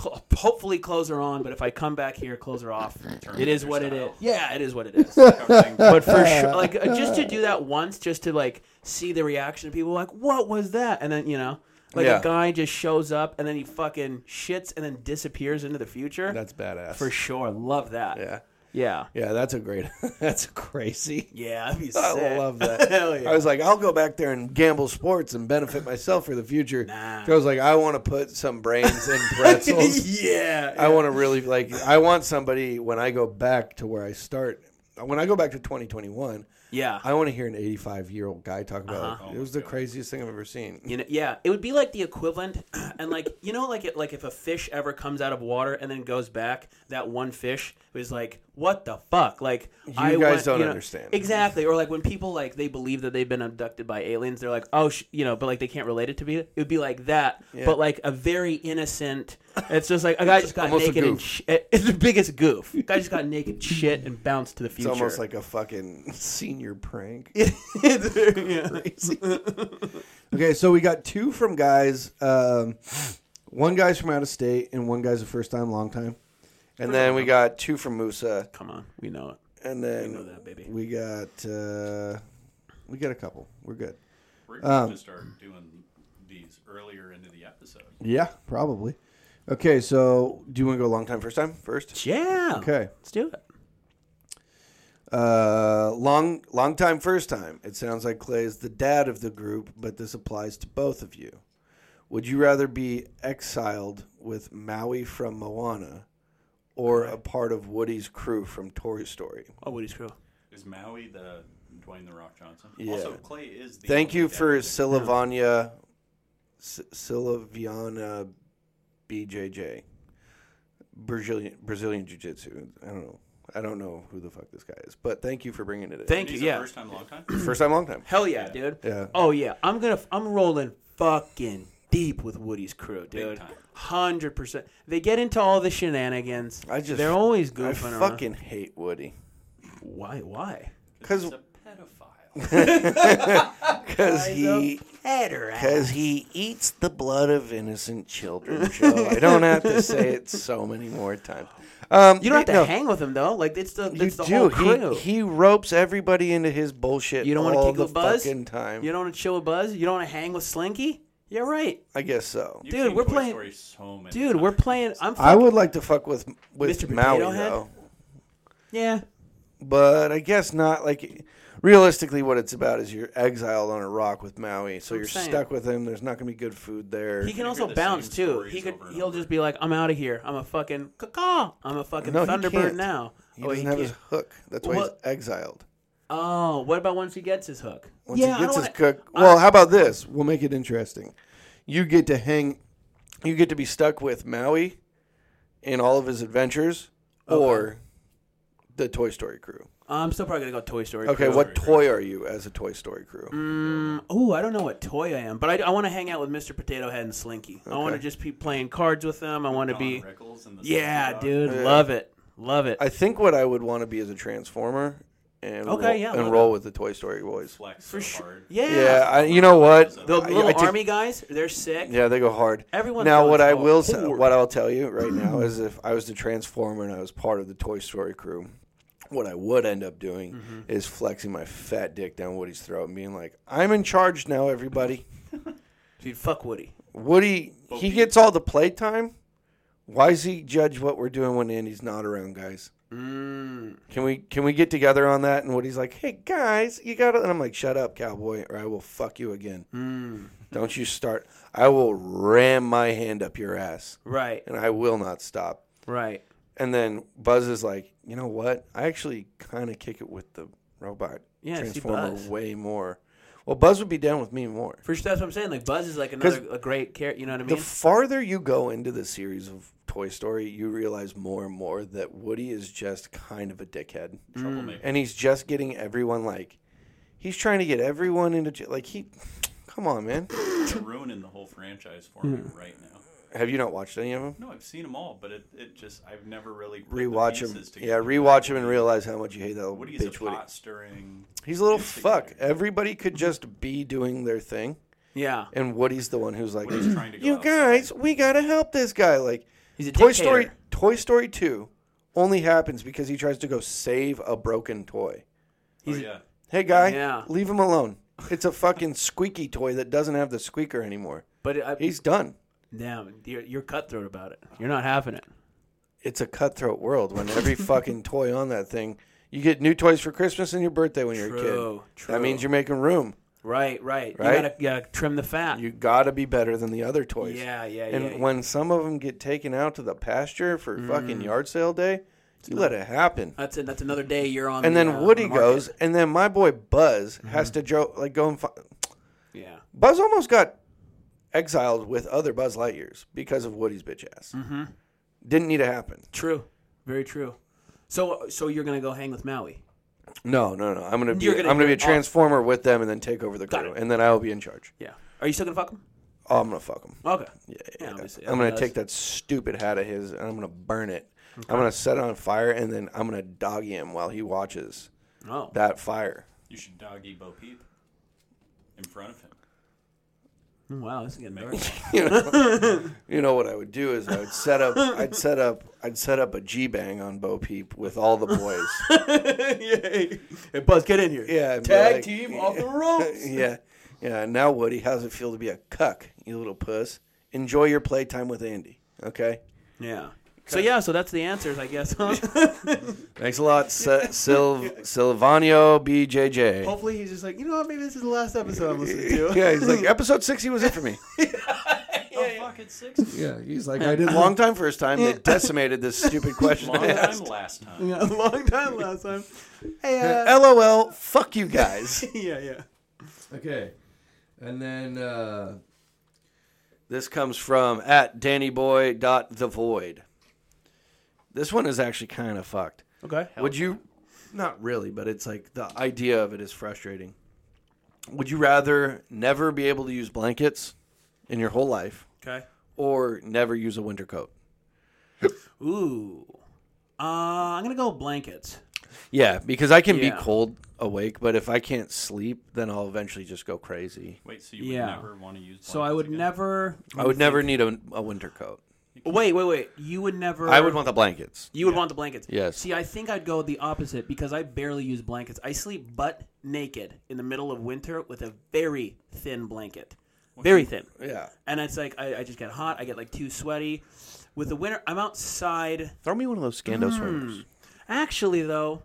[SPEAKER 2] cl- hopefully clothes are on, but if I come back here, clothes are off. It is what it is. Yeah, it is what it is. but for sure, like uh, just to do that once, just to like see the reaction of people, like what was that? And then you know, like
[SPEAKER 1] Yeah.
[SPEAKER 2] a guy just shows up and then he fucking shits and then disappears into the future.
[SPEAKER 1] that's badass
[SPEAKER 2] for sure. Love that.
[SPEAKER 1] yeah
[SPEAKER 2] yeah,
[SPEAKER 1] yeah that's a great that's crazy
[SPEAKER 2] yeah. That'd be
[SPEAKER 1] I
[SPEAKER 2] sick.
[SPEAKER 1] love that.
[SPEAKER 2] Hell yeah.
[SPEAKER 1] I was like, I'll go back there and gamble sports and benefit myself for the future. I was like, I want to put some brains in pretzels.
[SPEAKER 2] yeah,
[SPEAKER 1] I want to really like. I want somebody when I go back to where I start. When I go back to 2021,
[SPEAKER 2] Yeah. Uh-huh. Oh
[SPEAKER 1] I want to hear an 85 year old guy talk about it. It was the craziest thing I've ever seen.
[SPEAKER 2] You know, yeah, it would be like the equivalent, and like you know, like it, like if a fish ever comes out of water and then goes back, that one fish was like, "What the fuck?" Like you
[SPEAKER 1] guys don't understand.
[SPEAKER 2] exactly. Or like when people like they believe that they've been abducted by aliens, they're like, "Oh, sh-, you know," but like they can't relate it to me. It would be like that, but like a very innocent. It's just like a guy just got
[SPEAKER 1] Almost a
[SPEAKER 2] naked and
[SPEAKER 1] goof.
[SPEAKER 2] sh- it's the biggest goof. guy just got naked shit and bounced to the
[SPEAKER 1] It's
[SPEAKER 2] future.
[SPEAKER 1] almost like a fucking senior prank.
[SPEAKER 2] yeah.
[SPEAKER 1] Okay, so we got two from guys. Um, one guy's from out of state, and one guy's a first time, long time. And then we got two from Musa,
[SPEAKER 2] Come on, we know it.
[SPEAKER 1] and then
[SPEAKER 2] know that, baby.
[SPEAKER 1] we got uh, we got a couple. We're good.
[SPEAKER 5] We're
[SPEAKER 1] Um,
[SPEAKER 5] going to start doing these earlier into the episode.
[SPEAKER 1] Yeah, probably. Okay, so do you want to go long time, first time first?
[SPEAKER 2] Yeah.
[SPEAKER 1] Okay.
[SPEAKER 2] Let's do it.
[SPEAKER 1] Uh, long long time first time. It sounds like Clay is the dad of the group, but this applies to both of you. Would you rather be exiled with Maui from Moana or a part of Woody's crew from Toy Story?
[SPEAKER 2] Oh, Woody's crew.
[SPEAKER 5] Is Maui the Dwayne the Rock Johnson?
[SPEAKER 1] Yeah.
[SPEAKER 5] Also, Clay is the.
[SPEAKER 1] Thank
[SPEAKER 5] only
[SPEAKER 1] you
[SPEAKER 5] dad
[SPEAKER 1] for
[SPEAKER 5] of the-
[SPEAKER 1] Sylvania S- Sylviana BJJ Brazilian Brazilian Jiu Jitsu. I don't know. I don't know who the fuck this guy is, but thank you for bringing it in.
[SPEAKER 2] Thank you.
[SPEAKER 5] He's
[SPEAKER 2] Yeah.
[SPEAKER 5] First time, long time.
[SPEAKER 1] First time, long time.
[SPEAKER 2] Hell yeah, dude.
[SPEAKER 1] Yeah.
[SPEAKER 2] Oh yeah, I'm gonna I'm rolling fucking deep with Woody's crew, dude.
[SPEAKER 5] time.
[SPEAKER 2] Hundred percent. They get into all the shenanigans.
[SPEAKER 1] I just
[SPEAKER 2] they're always
[SPEAKER 1] I
[SPEAKER 2] goofing around.
[SPEAKER 1] fucking hate Woody.
[SPEAKER 2] Why? Why?
[SPEAKER 1] Because
[SPEAKER 5] He's a pedophile.
[SPEAKER 1] because he because he eats the blood of innocent children. Joe, I don't have to say it so many more times. Um,
[SPEAKER 2] You don't have to
[SPEAKER 1] no,
[SPEAKER 2] hang with him though. Like it's the
[SPEAKER 1] You
[SPEAKER 2] it's the
[SPEAKER 1] do.
[SPEAKER 2] whole
[SPEAKER 1] He-
[SPEAKER 2] crew.
[SPEAKER 1] He, ropes everybody into his bullshit.
[SPEAKER 2] you don't
[SPEAKER 1] want to
[SPEAKER 2] kick
[SPEAKER 1] the
[SPEAKER 2] a buzz.
[SPEAKER 1] fucking time.
[SPEAKER 2] You don't want to chill a buzz. You don't want to hang with Slinky. Yeah, right,
[SPEAKER 1] I guess so.
[SPEAKER 5] You've
[SPEAKER 2] Dude,
[SPEAKER 5] seen
[SPEAKER 2] we're
[SPEAKER 5] Toy
[SPEAKER 2] playing-
[SPEAKER 5] Story so many
[SPEAKER 2] dude.
[SPEAKER 5] times.
[SPEAKER 2] We're playing. I'm.
[SPEAKER 1] I
[SPEAKER 2] fucking-
[SPEAKER 1] would like to fuck with with
[SPEAKER 2] Mr.
[SPEAKER 1] Maui
[SPEAKER 2] Potato Head?
[SPEAKER 1] though,
[SPEAKER 2] Yeah.
[SPEAKER 1] but I guess not. Like realistically, what it's about is you're exiled on a rock with Maui, so
[SPEAKER 2] I'm
[SPEAKER 1] you're
[SPEAKER 2] saying.
[SPEAKER 1] stuck with him. There's not going to be good food there.
[SPEAKER 2] He can
[SPEAKER 5] hear
[SPEAKER 2] also
[SPEAKER 5] the
[SPEAKER 2] bounce
[SPEAKER 5] same
[SPEAKER 2] too.
[SPEAKER 5] stories
[SPEAKER 2] He could.
[SPEAKER 5] over and
[SPEAKER 2] He'll
[SPEAKER 5] over.
[SPEAKER 2] just be like, "I'm out of here. I'm a fucking caw. I'm a fucking
[SPEAKER 1] No, he
[SPEAKER 2] Thunderbird
[SPEAKER 1] can't.
[SPEAKER 2] now."
[SPEAKER 1] He
[SPEAKER 2] oh,
[SPEAKER 1] doesn't have his
[SPEAKER 2] can't.
[SPEAKER 1] hook. That's why
[SPEAKER 2] What-
[SPEAKER 1] he's exiled.
[SPEAKER 2] Oh, what about once he gets his hook?
[SPEAKER 1] Once
[SPEAKER 2] yeah,
[SPEAKER 1] he gets
[SPEAKER 2] I don't
[SPEAKER 1] his
[SPEAKER 2] wanna,
[SPEAKER 1] cook. Well, how about this? We'll make it interesting. You get to hang. You get to be stuck with Maui, in all of his adventures, or the Toy Story crew.
[SPEAKER 2] I'm still probably gonna go Toy Story.
[SPEAKER 1] Okay,
[SPEAKER 2] Crew. Mm.
[SPEAKER 1] what toy are you as a Toy Story crew?
[SPEAKER 2] Ooh, I don't know what toy I am, but I, I want to hang out with Mr. Potato Head and Slinky. I want to just be playing cards with them. I want to
[SPEAKER 5] Don
[SPEAKER 2] be.
[SPEAKER 5] Rickles and the
[SPEAKER 2] Yeah,
[SPEAKER 5] Slinky Dog.
[SPEAKER 2] dude, love it, love it.
[SPEAKER 1] I think what I would want to be is a Transformer, and
[SPEAKER 2] Okay,
[SPEAKER 1] roll,
[SPEAKER 2] yeah,
[SPEAKER 1] and
[SPEAKER 2] love
[SPEAKER 1] roll with the Toy Story boys.
[SPEAKER 5] Flex
[SPEAKER 2] For
[SPEAKER 5] so
[SPEAKER 2] sure.
[SPEAKER 5] hard.
[SPEAKER 2] Yeah.
[SPEAKER 1] Yeah, I, you know what?
[SPEAKER 2] The
[SPEAKER 1] I-
[SPEAKER 2] little
[SPEAKER 1] I take-
[SPEAKER 2] army guys, they're sick.
[SPEAKER 1] Yeah, they go hard.
[SPEAKER 2] Everyone's
[SPEAKER 1] now,
[SPEAKER 2] going
[SPEAKER 1] what I
[SPEAKER 2] hard.
[SPEAKER 1] will say, what I'll tell you right now is, if I was the Transformer and I was part of the Toy Story crew, what I would end up doing is flexing my fat dick down Woody's throat and being like, "I'm in charge now, everybody."
[SPEAKER 2] Dude, fuck Woody.
[SPEAKER 1] Woody, he gets all the playtime. Why does he judge what we're doing when Andy's not around, guys? Can we can we get together on that? And Woody's like, "Hey guys, you got to," and I'm like, "Shut up, cowboy, or I will fuck you again." Don't you start. I will ram my hand up your ass,
[SPEAKER 2] Right,
[SPEAKER 1] and I will not stop.
[SPEAKER 2] right.
[SPEAKER 1] And then Buzz is like, "You know what? I actually kind of kick it with the robot
[SPEAKER 2] Yeah, see,
[SPEAKER 1] transformer
[SPEAKER 2] Buzz.
[SPEAKER 1] way more." Well, Buzz would be down with me more.
[SPEAKER 2] For sure, that's what I'm saying. Like Buzz is like another a great character. You know what I
[SPEAKER 1] The
[SPEAKER 2] mean?
[SPEAKER 1] farther you go into the series of Toy Story, you realize more and more that Woody is just kind of a dickhead,
[SPEAKER 5] Troublemaker.
[SPEAKER 1] and he's just getting everyone like he's trying to get everyone into j- like he. Come on, man.
[SPEAKER 5] You're ruining the whole franchise for me
[SPEAKER 2] Hmm.
[SPEAKER 5] right now.
[SPEAKER 1] Have you not watched any of them?
[SPEAKER 5] No, I've seen them all, but it, it just I've never really put the
[SPEAKER 1] Rewatch them.
[SPEAKER 5] pieces
[SPEAKER 1] Yeah,
[SPEAKER 5] together.
[SPEAKER 1] rewatch them and realize how much you hate that little
[SPEAKER 5] Woody's
[SPEAKER 1] bitch
[SPEAKER 5] a
[SPEAKER 1] Woody.
[SPEAKER 5] pot stirring.
[SPEAKER 1] He's a little
[SPEAKER 5] instigator.
[SPEAKER 1] fuck. Everybody could just be doing their thing,
[SPEAKER 2] yeah.
[SPEAKER 1] and Woody's the one who's like,
[SPEAKER 5] Woody's trying to go
[SPEAKER 1] "You
[SPEAKER 5] outside."
[SPEAKER 1] guys, we gotta help this guy." Like,
[SPEAKER 2] He's a
[SPEAKER 1] Toy
[SPEAKER 2] dictator.
[SPEAKER 1] Story Toy Story 2 only happens because he tries to go save a broken toy.
[SPEAKER 5] Oh, yeah.
[SPEAKER 1] Hey guy,
[SPEAKER 2] Yeah.
[SPEAKER 1] leave him alone. It's a fucking squeaky toy that doesn't have the squeaker anymore.
[SPEAKER 2] But I,
[SPEAKER 1] He's done.
[SPEAKER 2] damn, you're, you're cutthroat about it. You're not having it.
[SPEAKER 1] It's a cutthroat world when every fucking toy on that thing you get new toys for Christmas and your birthday when you're a
[SPEAKER 2] True,
[SPEAKER 1] kid.
[SPEAKER 2] true.
[SPEAKER 1] That means you're making room.
[SPEAKER 2] Right, right.
[SPEAKER 1] Right?
[SPEAKER 2] You gotta, you gotta trim the fat.
[SPEAKER 1] You gotta be better than the other toys.
[SPEAKER 2] yeah, yeah, yeah.
[SPEAKER 1] And
[SPEAKER 2] yeah. Mm.
[SPEAKER 1] when some of them get taken out to the pasture for fucking yard sale day,
[SPEAKER 10] You let it happen.
[SPEAKER 2] That's it. That's another day you're on.
[SPEAKER 1] And
[SPEAKER 2] the,
[SPEAKER 1] then
[SPEAKER 2] uh,
[SPEAKER 1] Woody
[SPEAKER 2] on the Uh, market. Mm-hmm.
[SPEAKER 1] goes, and then my boy Buzz has to jo- like go and find.
[SPEAKER 2] Yeah.
[SPEAKER 1] Buzz almost got exiled with other Buzz Lightyears because of Woody's bitch ass. Mm-hmm. Didn't need to happen.
[SPEAKER 2] True. Very true. So so you're gonna go hang with Maui.
[SPEAKER 1] No, no, no. I'm gonna be
[SPEAKER 2] You're gonna
[SPEAKER 1] I'm gonna
[SPEAKER 2] do
[SPEAKER 1] be a
[SPEAKER 2] it all-
[SPEAKER 1] transformer with them and then take over the
[SPEAKER 2] Got
[SPEAKER 1] crew,
[SPEAKER 2] it.
[SPEAKER 1] and then I will be in charge.
[SPEAKER 2] Yeah. Are you still gonna fuck him?
[SPEAKER 1] Oh, I'm gonna fuck them.
[SPEAKER 2] Okay. Yeah. obviously.
[SPEAKER 1] I'm gonna
[SPEAKER 2] That's-
[SPEAKER 1] take that stupid hat of his and I'm gonna burn it. I'm gonna set it on fire and then I'm gonna doggy him while he watches
[SPEAKER 2] Oh.
[SPEAKER 1] that fire.
[SPEAKER 5] You should doggy Bo Peep in front of him.
[SPEAKER 2] Mm, Wow. This is getting dark.
[SPEAKER 1] You know what I would do is I would set up I'd set up I'd set up a G bang on Bo Peep with all the boys.
[SPEAKER 2] Yay. Hey, Buzz, get in here.
[SPEAKER 1] Yeah, and be
[SPEAKER 2] Tag
[SPEAKER 1] like-
[SPEAKER 2] team off the ropes.
[SPEAKER 1] yeah. Yeah. Now Woody, how's it feel to be a cuck, you little puss? Enjoy your playtime with Andy. Okay?
[SPEAKER 2] yeah. So yeah, so that's the answers, I guess. Huh?
[SPEAKER 1] Thanks a lot, Sil- Sil- Silvano BJJ.
[SPEAKER 2] Hopefully he's just like, you know what? Maybe this is the last episode I'm listening to.
[SPEAKER 1] Yeah, he's like episode sixty was it for me.
[SPEAKER 5] oh, fuck, it's six.
[SPEAKER 3] Yeah, he's like, I didn't.
[SPEAKER 1] Long time, first time. They decimated this stupid question.
[SPEAKER 5] Long
[SPEAKER 1] I
[SPEAKER 5] time
[SPEAKER 1] asked.
[SPEAKER 5] last time.
[SPEAKER 2] A long time last time. Hey, uh,
[SPEAKER 1] LOL. Fuck you guys.
[SPEAKER 2] yeah, yeah.
[SPEAKER 3] Okay, and then uh,
[SPEAKER 1] this comes from at dannyboy.thevoid. This one is actually kind of fucked.
[SPEAKER 2] Okay.
[SPEAKER 1] Would you? Not really, but it's like the idea of it is frustrating. Would you rather never be able to use blankets in your whole life,
[SPEAKER 2] Okay.
[SPEAKER 1] or never use a winter coat?
[SPEAKER 2] Ooh. Uh, I'm gonna go with blankets.
[SPEAKER 1] Yeah, because I can
[SPEAKER 2] Yeah.
[SPEAKER 1] be cold awake, but if I can't sleep, then I'll eventually just go crazy.
[SPEAKER 5] Wait, so you would
[SPEAKER 2] Yeah.
[SPEAKER 5] never want to use.
[SPEAKER 2] So I would never.
[SPEAKER 1] I would never need a, a winter coat.
[SPEAKER 2] Wait, wait, wait. You would never.
[SPEAKER 1] I would want the blankets.
[SPEAKER 2] You would want the blankets.
[SPEAKER 1] Yes.
[SPEAKER 2] See, I think I'd go the opposite because I barely use blankets. I sleep butt naked in the middle of winter with a very thin blanket, very thin.
[SPEAKER 1] Yeah.
[SPEAKER 2] And it's like I, I just get hot. I get like too sweaty. With the winter, I'm outside.
[SPEAKER 1] Throw me one of those Scando swimmers.
[SPEAKER 2] Actually, though,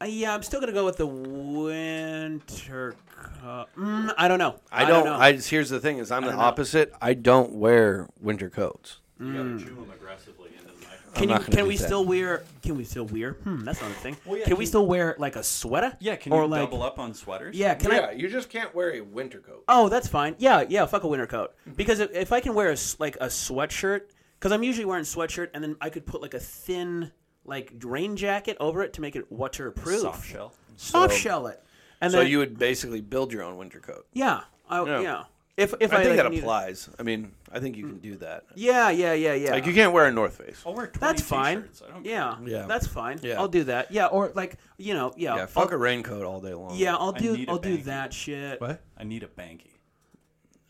[SPEAKER 2] uh, yeah, I'm still gonna go with the winter. Co- mm, I don't know.
[SPEAKER 1] I don't. I
[SPEAKER 2] know.
[SPEAKER 1] here's the thing: is I'm the opposite. I don't wear winter coats.
[SPEAKER 5] You
[SPEAKER 2] Hmm.
[SPEAKER 5] gotta chew them aggressively into the microphone.
[SPEAKER 2] can
[SPEAKER 1] not
[SPEAKER 2] you,
[SPEAKER 1] gonna
[SPEAKER 2] can
[SPEAKER 1] do
[SPEAKER 2] we
[SPEAKER 1] that.
[SPEAKER 2] still wear? Can we still wear? Hmm, that's not a thing.
[SPEAKER 5] yeah,
[SPEAKER 2] can, we
[SPEAKER 5] can-
[SPEAKER 2] still wear like a sweater?
[SPEAKER 5] Yeah, can
[SPEAKER 2] or
[SPEAKER 5] you
[SPEAKER 2] like
[SPEAKER 5] double up on sweaters?
[SPEAKER 2] yeah? Can I
[SPEAKER 1] you just can't wear a winter coat.
[SPEAKER 2] Oh, that's fine. Yeah, yeah. Fuck a winter coat because if, if I can wear a s like a sweatshirt, because I'm usually wearing sweatshirt, and then I could put like a thin like rain jacket over it to make it waterproof.
[SPEAKER 5] soft shell.
[SPEAKER 2] Soft
[SPEAKER 1] So-
[SPEAKER 2] shell it. And
[SPEAKER 1] So
[SPEAKER 2] then
[SPEAKER 1] you would basically build your own winter coat.
[SPEAKER 2] yeah, I, yeah.
[SPEAKER 1] Yeah.
[SPEAKER 2] If if I,
[SPEAKER 1] I think
[SPEAKER 2] like,
[SPEAKER 1] that
[SPEAKER 2] need-
[SPEAKER 1] applies. I mean, I think you can do that.
[SPEAKER 2] Yeah, yeah, yeah, yeah.
[SPEAKER 1] Like you can't wear a North Face.
[SPEAKER 5] I'll wear 20
[SPEAKER 2] that's fine.
[SPEAKER 5] t-shirts. I don't
[SPEAKER 2] Yeah,
[SPEAKER 1] Yeah.
[SPEAKER 2] that's fine.
[SPEAKER 1] Yeah.
[SPEAKER 2] I'll do that. Yeah, or like you know, yeah,
[SPEAKER 1] Yeah, fuck
[SPEAKER 2] I'll,
[SPEAKER 1] a raincoat all day long.
[SPEAKER 2] oh. yeah, oh. I'll do
[SPEAKER 5] need a
[SPEAKER 2] I'll do
[SPEAKER 5] banky.
[SPEAKER 2] that shit.
[SPEAKER 1] What?
[SPEAKER 5] I need a banky.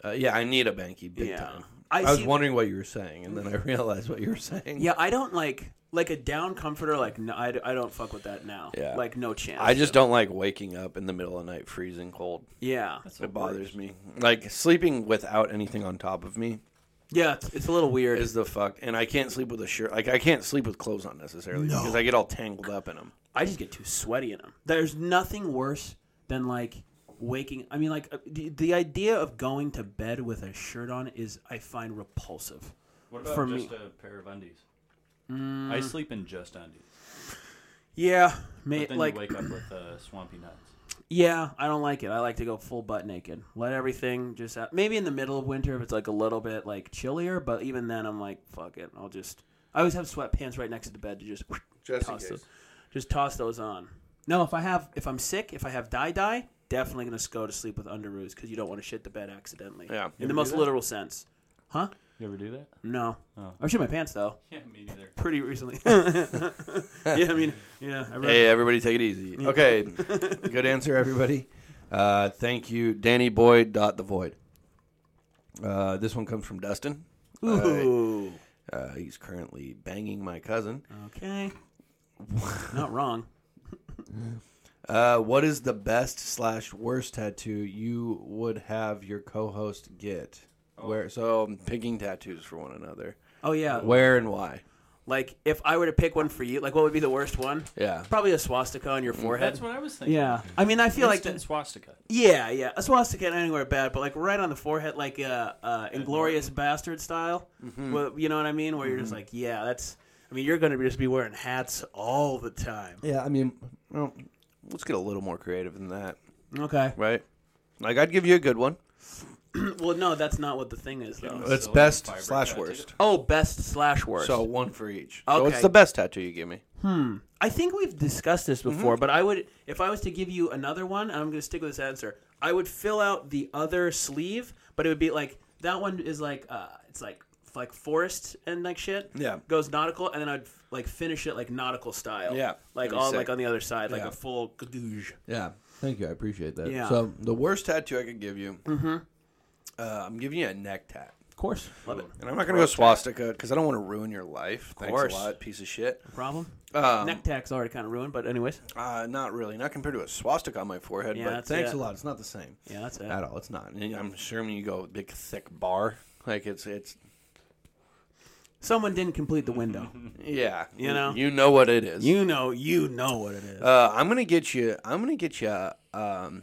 [SPEAKER 1] Uh, yeah, I need a banky big
[SPEAKER 2] Yeah.
[SPEAKER 1] time.
[SPEAKER 2] I
[SPEAKER 1] I, was
[SPEAKER 2] see-
[SPEAKER 1] wondering what you were saying, and then I realized what you were saying.
[SPEAKER 2] Yeah, I don't like like a down comforter. Like no, I, I don't fuck with that now.
[SPEAKER 1] Yeah.
[SPEAKER 2] like no chance.
[SPEAKER 1] I just don't like waking up in the middle of the night freezing cold.
[SPEAKER 2] Yeah,
[SPEAKER 1] It bothers me. Like sleeping without anything on top of me
[SPEAKER 2] yeah, it's, it's a little weird.
[SPEAKER 1] is the fuck, and I can't sleep with a shirt. Like I can't sleep with clothes on necessarily because I get all tangled up in them.
[SPEAKER 2] I just get too sweaty in them. There's nothing worse than like waking. I mean, like uh, the, the idea of going to bed with a shirt on is I find repulsive.
[SPEAKER 5] What about
[SPEAKER 2] For
[SPEAKER 5] just
[SPEAKER 2] me. Hmm.
[SPEAKER 5] a pair of undies? I sleep in just undies.
[SPEAKER 2] Yeah,
[SPEAKER 5] But
[SPEAKER 2] ma-
[SPEAKER 5] then
[SPEAKER 2] like
[SPEAKER 5] you wake up with uh, swampy nuts.
[SPEAKER 2] yeah, I don't like it. I like to go full butt naked. Let everything just out. maybe in the middle of winter if it's like a little bit like chillier. But even then, I'm like fuck it. I'll just I always have sweatpants right next to the bed to just toss those, just toss those on. No, if I have if I'm sick, if I have dye dye, definitely gonna go to sleep with underoos because you don't want to shit the bed accidentally.
[SPEAKER 1] Yeah. You
[SPEAKER 2] in the most literal sense. Huh?
[SPEAKER 5] You ever do that?
[SPEAKER 2] No, I shit my pants though
[SPEAKER 5] Yeah, me neither.
[SPEAKER 2] Oh. pretty recently. yeah, I mean, yeah, I read.
[SPEAKER 1] Hey, everybody, take it easy. Okay, good answer, everybody. Uh, thank you, Danny Boyd. Dot the Void. Uh, this one comes from Dustin.
[SPEAKER 2] Ooh,
[SPEAKER 1] Uh, he's currently banging my cousin.
[SPEAKER 2] okay, not wrong.
[SPEAKER 1] Uh, what is the best slash worst tattoo you would have your co-host get? Where so I'm picking tattoos for one another.
[SPEAKER 2] Oh yeah,
[SPEAKER 1] Where and why?
[SPEAKER 2] like if I were to pick one for you, like what would be the worst one?
[SPEAKER 1] Yeah.
[SPEAKER 2] Probably a swastika on your forehead.
[SPEAKER 5] That's what I was thinking.
[SPEAKER 2] Yeah, I mean, I feel like
[SPEAKER 5] Instant swastika.
[SPEAKER 2] Yeah, yeah. A swastika anywhere bad, but like right on the forehead, Mm-hmm. like uh, uh, Inglorious Bastard style. Well, you know what I mean? Where you're just like, yeah, that's I mean, you're going to just be wearing hats all the time.
[SPEAKER 11] Yeah, I mean,
[SPEAKER 1] Well, let's get a little more creative than that,
[SPEAKER 2] Okay.
[SPEAKER 1] right? Like I'd give you a good one.
[SPEAKER 2] Well, no, that's not what the thing is, though.
[SPEAKER 11] it's best slash worst.
[SPEAKER 2] Oh, best slash worst.
[SPEAKER 1] So one for each. So
[SPEAKER 2] Okay.
[SPEAKER 1] what's the best tattoo you give me?
[SPEAKER 2] I think we've discussed this
[SPEAKER 1] Mm-hmm.
[SPEAKER 2] before, but I would, if I was to give you another one, and I'm going to stick with this answer. I would fill out the other sleeve, but it would be like that one is like uh, it's like f- like forest and like shit.
[SPEAKER 1] Yeah.
[SPEAKER 2] goes nautical, and then I'd like finish it like nautical style.
[SPEAKER 1] Yeah. That'd
[SPEAKER 2] like
[SPEAKER 1] be
[SPEAKER 2] all
[SPEAKER 1] sick.
[SPEAKER 2] like on the other side, like
[SPEAKER 1] Yeah.
[SPEAKER 2] a full gadooge.
[SPEAKER 9] Yeah. Thank you. I appreciate that.
[SPEAKER 2] Yeah,
[SPEAKER 1] So the worst tattoo I could give you. Mm-hmm. Uh, I'm giving you a neck tat,
[SPEAKER 2] of course, love it.
[SPEAKER 1] and I'm not gonna go swastika because I don't want to ruin your life. Thanks
[SPEAKER 2] course.
[SPEAKER 1] a lot, piece of shit.
[SPEAKER 2] Problem?
[SPEAKER 1] Um,
[SPEAKER 2] Neck tack's already kind of ruined, but anyways,
[SPEAKER 1] Uh, not really. Not compared to a swastika on my forehead.
[SPEAKER 2] Yeah,
[SPEAKER 1] but
[SPEAKER 2] that's
[SPEAKER 1] thanks
[SPEAKER 2] it.
[SPEAKER 1] a lot. It's not the same
[SPEAKER 2] yeah, that's it.
[SPEAKER 1] at all. It's not. And I'm assuming you go with big thick bar. Like it's it's
[SPEAKER 2] Someone didn't complete the window.
[SPEAKER 1] yeah.
[SPEAKER 2] You know?
[SPEAKER 1] You know what it is.
[SPEAKER 2] you know, you know what it is.
[SPEAKER 1] Uh, I'm gonna get you. I'm gonna get you um,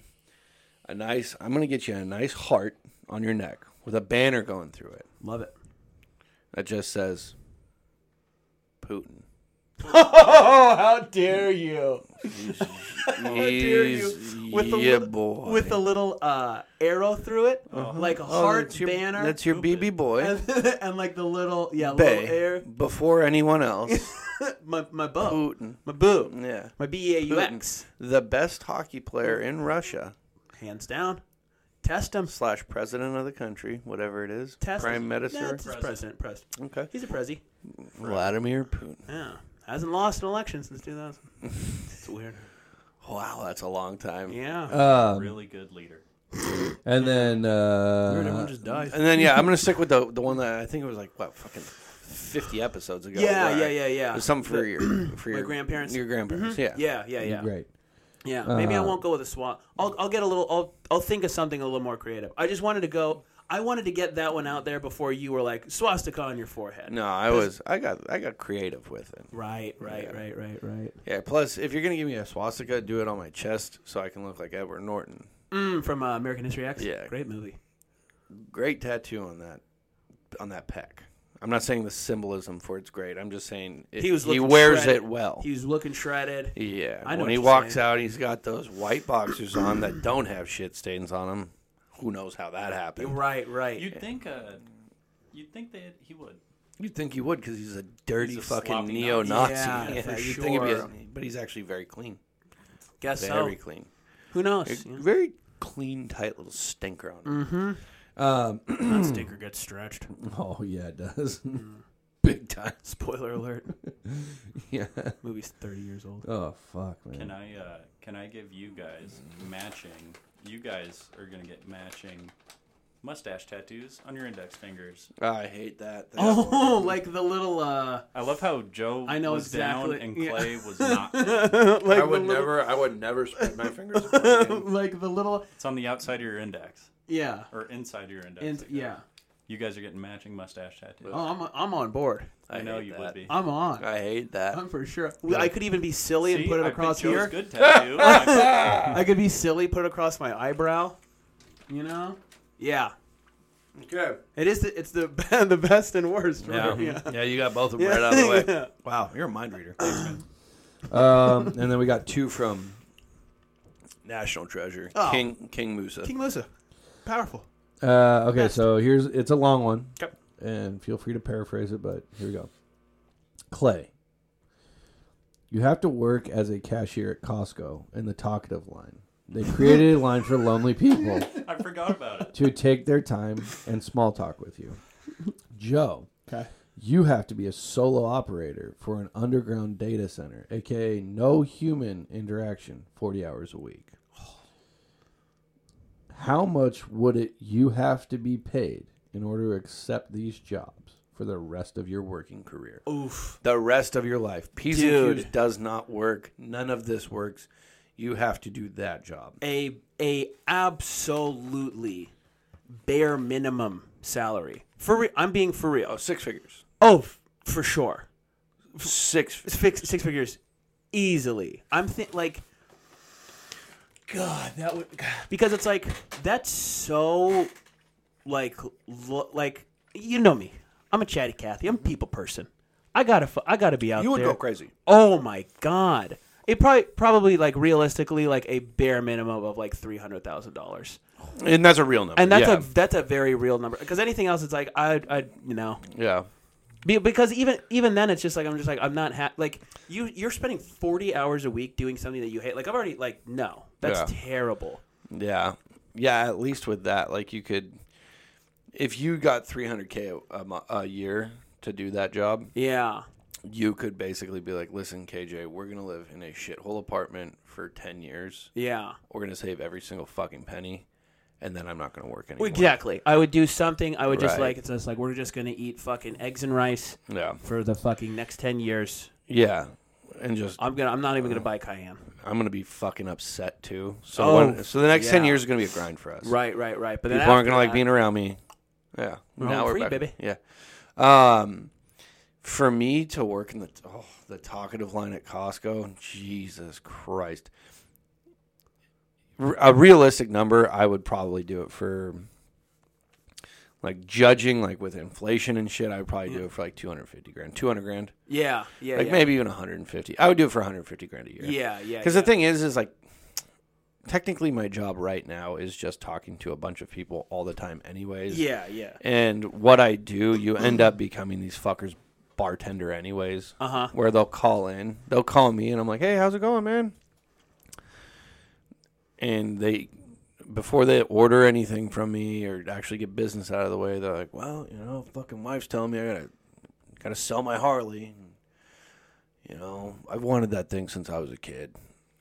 [SPEAKER 1] a nice. I'm gonna get you a nice heart on your neck with a banner going through it
[SPEAKER 2] love it.
[SPEAKER 1] that just says Putin.
[SPEAKER 2] Oh, how dare you! Oh, dare you.
[SPEAKER 1] He's-
[SPEAKER 2] With the
[SPEAKER 1] yeah,
[SPEAKER 2] li-
[SPEAKER 1] boy.
[SPEAKER 2] with a little uh, arrow through it, like a
[SPEAKER 1] Oh,
[SPEAKER 2] heart
[SPEAKER 1] that's your,
[SPEAKER 2] banner.
[SPEAKER 1] That's your BB boy.
[SPEAKER 2] and, and like the little yeah, little air.
[SPEAKER 1] Bay before anyone else.
[SPEAKER 2] My my boo,
[SPEAKER 1] Putin.
[SPEAKER 2] my boo,
[SPEAKER 1] Yeah.
[SPEAKER 2] my b a u x.
[SPEAKER 1] the best hockey player in Russia
[SPEAKER 2] Hands down, test him.
[SPEAKER 1] slash president of the country, whatever it is,
[SPEAKER 2] Test
[SPEAKER 1] prime
[SPEAKER 2] him. Nah,
[SPEAKER 1] minister.
[SPEAKER 2] it's his president. Pres.
[SPEAKER 1] okay,
[SPEAKER 2] He's a prezi.
[SPEAKER 1] Vladimir Putin.
[SPEAKER 2] Yeah, hasn't lost an election since 2000. it's weird.
[SPEAKER 1] Wow, that's a long time.
[SPEAKER 2] Yeah.
[SPEAKER 9] Um,
[SPEAKER 5] Really good leader.
[SPEAKER 9] and then uh,
[SPEAKER 2] just dies.
[SPEAKER 1] And then yeah, I'm gonna stick with the the one that I think it was like what fucking fifty episodes ago.
[SPEAKER 2] Yeah,
[SPEAKER 1] where-
[SPEAKER 2] yeah, yeah, yeah.
[SPEAKER 1] It was something for your for your
[SPEAKER 2] grandparents. Mm-hmm.
[SPEAKER 1] Your grandparents. Yeah.
[SPEAKER 2] Yeah, yeah, yeah.
[SPEAKER 9] great.
[SPEAKER 2] Yeah, maybe I
[SPEAKER 9] Uh,
[SPEAKER 2] won't go with a swat. I'll, I'll get a little. I'll, I'll think of something a little more creative. I just wanted to go. I wanted to get that one out there before you were like swastika on your forehead.
[SPEAKER 1] No, I was I got I got creative with it.
[SPEAKER 2] Right, right, right, right, right.
[SPEAKER 1] Yeah. Plus, if you're gonna give me a swastika, do it on my chest so I can look like Edward Norton.
[SPEAKER 2] Mm, from uh, American History X.
[SPEAKER 1] Yeah.
[SPEAKER 2] great movie.
[SPEAKER 1] Great tattoo on that on that peck. I'm not saying the symbolism for it's great. I'm just saying it,
[SPEAKER 2] He was.
[SPEAKER 1] he
[SPEAKER 2] looking
[SPEAKER 1] wears
[SPEAKER 2] shredded.
[SPEAKER 1] it well.
[SPEAKER 2] He was looking shredded.
[SPEAKER 1] Yeah,
[SPEAKER 2] I
[SPEAKER 1] when
[SPEAKER 2] know what
[SPEAKER 1] he
[SPEAKER 2] you're
[SPEAKER 1] walks
[SPEAKER 2] saying.
[SPEAKER 1] out, he's got those white boxers on that don't have shit stains on them. Who knows how that happened?
[SPEAKER 2] Right, right.
[SPEAKER 5] You'd think uh, you'd think that he would.
[SPEAKER 1] You'd think he would because he's a dirty
[SPEAKER 5] He's a
[SPEAKER 1] fucking
[SPEAKER 5] sloppy
[SPEAKER 1] neo-Nazi.
[SPEAKER 2] Yeah, for
[SPEAKER 1] you'd think he'd be
[SPEAKER 2] sure.
[SPEAKER 1] a- but he's actually very clean,
[SPEAKER 2] Guess so.
[SPEAKER 1] very clean,
[SPEAKER 2] Who knows? Yeah. Mm-hmm.
[SPEAKER 1] very clean, tight little stinker on him.
[SPEAKER 9] Um,
[SPEAKER 2] Stinker gets stretched. Mm.
[SPEAKER 9] oh yeah, it does.
[SPEAKER 1] Big time.
[SPEAKER 2] Spoiler alert.
[SPEAKER 9] yeah.
[SPEAKER 2] Movie's thirty years old.
[SPEAKER 9] Oh fuck, man.
[SPEAKER 5] Can I uh, can I give you guys matching? You guys are gonna get matching mustache tattoos on your index fingers.
[SPEAKER 1] I hate that. That's
[SPEAKER 2] Oh, like the little. uh
[SPEAKER 5] I love how Joe
[SPEAKER 2] I know
[SPEAKER 5] was
[SPEAKER 2] exactly-
[SPEAKER 5] down and
[SPEAKER 2] yeah.
[SPEAKER 5] Clay was not.
[SPEAKER 2] Like
[SPEAKER 1] I would
[SPEAKER 2] the little,
[SPEAKER 1] never. I would never spread my fingers. apart again.
[SPEAKER 2] Like the little.
[SPEAKER 5] It's on the outside of your index
[SPEAKER 2] Yeah.
[SPEAKER 5] or inside of your index.
[SPEAKER 2] And
[SPEAKER 5] I guess.
[SPEAKER 2] yeah.
[SPEAKER 5] You guys are getting matching mustache tattoos.
[SPEAKER 2] Oh, I'm I'm on board.
[SPEAKER 5] I, know
[SPEAKER 1] hate
[SPEAKER 5] you
[SPEAKER 1] that.
[SPEAKER 5] would be.
[SPEAKER 2] I'm on.
[SPEAKER 1] I hate that.
[SPEAKER 2] I'm for sure. I could e-, even be silly
[SPEAKER 5] See,
[SPEAKER 2] and put it
[SPEAKER 5] I
[SPEAKER 2] across
[SPEAKER 5] picked Joe's
[SPEAKER 2] here.
[SPEAKER 5] Good tattoo. I
[SPEAKER 2] I could be silly, put it across my eyebrow. You know? Yeah.
[SPEAKER 1] Okay.
[SPEAKER 2] It is. The, it's the the best and worst.
[SPEAKER 1] Yeah.
[SPEAKER 2] Right?
[SPEAKER 1] yeah,
[SPEAKER 2] Yeah.
[SPEAKER 1] You got both of them
[SPEAKER 2] Yeah.
[SPEAKER 1] right out of the way.
[SPEAKER 2] Yeah.
[SPEAKER 1] Wow, you're a mind reader.
[SPEAKER 9] Um, and then we got two.
[SPEAKER 1] two from National Treasure,
[SPEAKER 2] Oh.
[SPEAKER 1] King King Musa.
[SPEAKER 2] King Musa, powerful.
[SPEAKER 9] Uh, okay, so here's it's a long one,
[SPEAKER 2] Okay.
[SPEAKER 9] and feel free to paraphrase it, but here we go. Clay, you have to work as a cashier at Costco in the talkative line. They created a line for lonely people
[SPEAKER 5] forgot about it.
[SPEAKER 9] to take their time and small talk with you. Joe, you have to be a solo operator for an underground data center, aka no human interaction, 40 hours a week. How much would it you have to be paid in order to accept these jobs for the rest of your working career?
[SPEAKER 2] Oof.
[SPEAKER 1] The rest of your life, P's
[SPEAKER 2] Dude.
[SPEAKER 1] and Q's does not work. None of this works. You have to do that job.
[SPEAKER 2] A a absolutely bare minimum salary. For re- I'm being for real.
[SPEAKER 1] Six figures.
[SPEAKER 2] Oh, f- for sure.
[SPEAKER 1] Six. fi-
[SPEAKER 2] Six six figures, easily. I'm think like. God, that would because it's like that's so like lo- like you know me. I'm a chatty Cathy. I'm a people person. I gotta, fu- I gotta be out
[SPEAKER 1] You would
[SPEAKER 2] there.
[SPEAKER 1] go crazy.
[SPEAKER 2] Oh my god! It probably, probably like realistically, like a bare minimum of like three hundred thousand dollars,
[SPEAKER 1] And that's a real number.
[SPEAKER 2] and that's
[SPEAKER 1] yeah.
[SPEAKER 2] a that's a very real number. Because anything else, it's like I, I, you know,
[SPEAKER 1] yeah.
[SPEAKER 2] be, because even even then, it's just like I'm just like I'm not ha- like you. You're spending forty hours a week doing something that you hate. Like I've already like no, that's
[SPEAKER 1] Yeah.
[SPEAKER 2] terrible.
[SPEAKER 1] Yeah. Yeah, at least with that like you could if you got 300k a, mo- a year to do that job,
[SPEAKER 2] Yeah,
[SPEAKER 1] you could basically be like, "Listen, KJ, we're going to live in a shithole apartment for 10 years.
[SPEAKER 2] yeah.
[SPEAKER 1] We're going to save every single fucking penny." And then I'm not going to work anymore.
[SPEAKER 2] Exactly. I would do something. I would just
[SPEAKER 1] Right.
[SPEAKER 2] like it's just like we're just gonna eat fucking eggs and rice
[SPEAKER 1] Yeah.
[SPEAKER 2] for the fucking next ten years.
[SPEAKER 1] Yeah. And just
[SPEAKER 2] I'm gonna. I'm not even gonna buy cayenne.
[SPEAKER 1] I'm gonna be fucking upset too. So
[SPEAKER 2] Oh,
[SPEAKER 1] one- so the next ten
[SPEAKER 2] yeah.
[SPEAKER 1] years is gonna be a grind for us.
[SPEAKER 2] Right, right, right. But then
[SPEAKER 1] People aren't
[SPEAKER 2] after
[SPEAKER 1] gonna like
[SPEAKER 2] that-
[SPEAKER 1] being around me. Yeah.
[SPEAKER 2] home free, baby.
[SPEAKER 1] Yeah. Um, for me to work in the oh, the talkative line at Costco, Jesus Christ. R- A realistic number, I would probably do it for. Like judging, like with inflation and shit, I would probably do it for like two hundred fifty grand, two hundred grand,
[SPEAKER 2] Yeah, yeah,
[SPEAKER 1] like
[SPEAKER 2] yeah.
[SPEAKER 1] maybe even one hundred and fifty. I would do it for one hundred fifty grand a year.
[SPEAKER 2] Yeah, yeah.
[SPEAKER 1] Because
[SPEAKER 2] yeah.
[SPEAKER 1] the thing is, is like technically my job right now is just talking to a bunch of people all the time, anyways.
[SPEAKER 2] Yeah, yeah.
[SPEAKER 1] And what I do, you end up becoming these fuckers bartender, anyways. Uh
[SPEAKER 2] Uh-huh.
[SPEAKER 1] Where they'll call in, they'll call me, and I'm like, "Hey, how's it going, man?" And they, before they order anything from me or actually get business out of the way, they're like, "Well, you know, fucking wife's telling me I gotta, gotta sell my Harley." You know, I've wanted that thing since I was a kid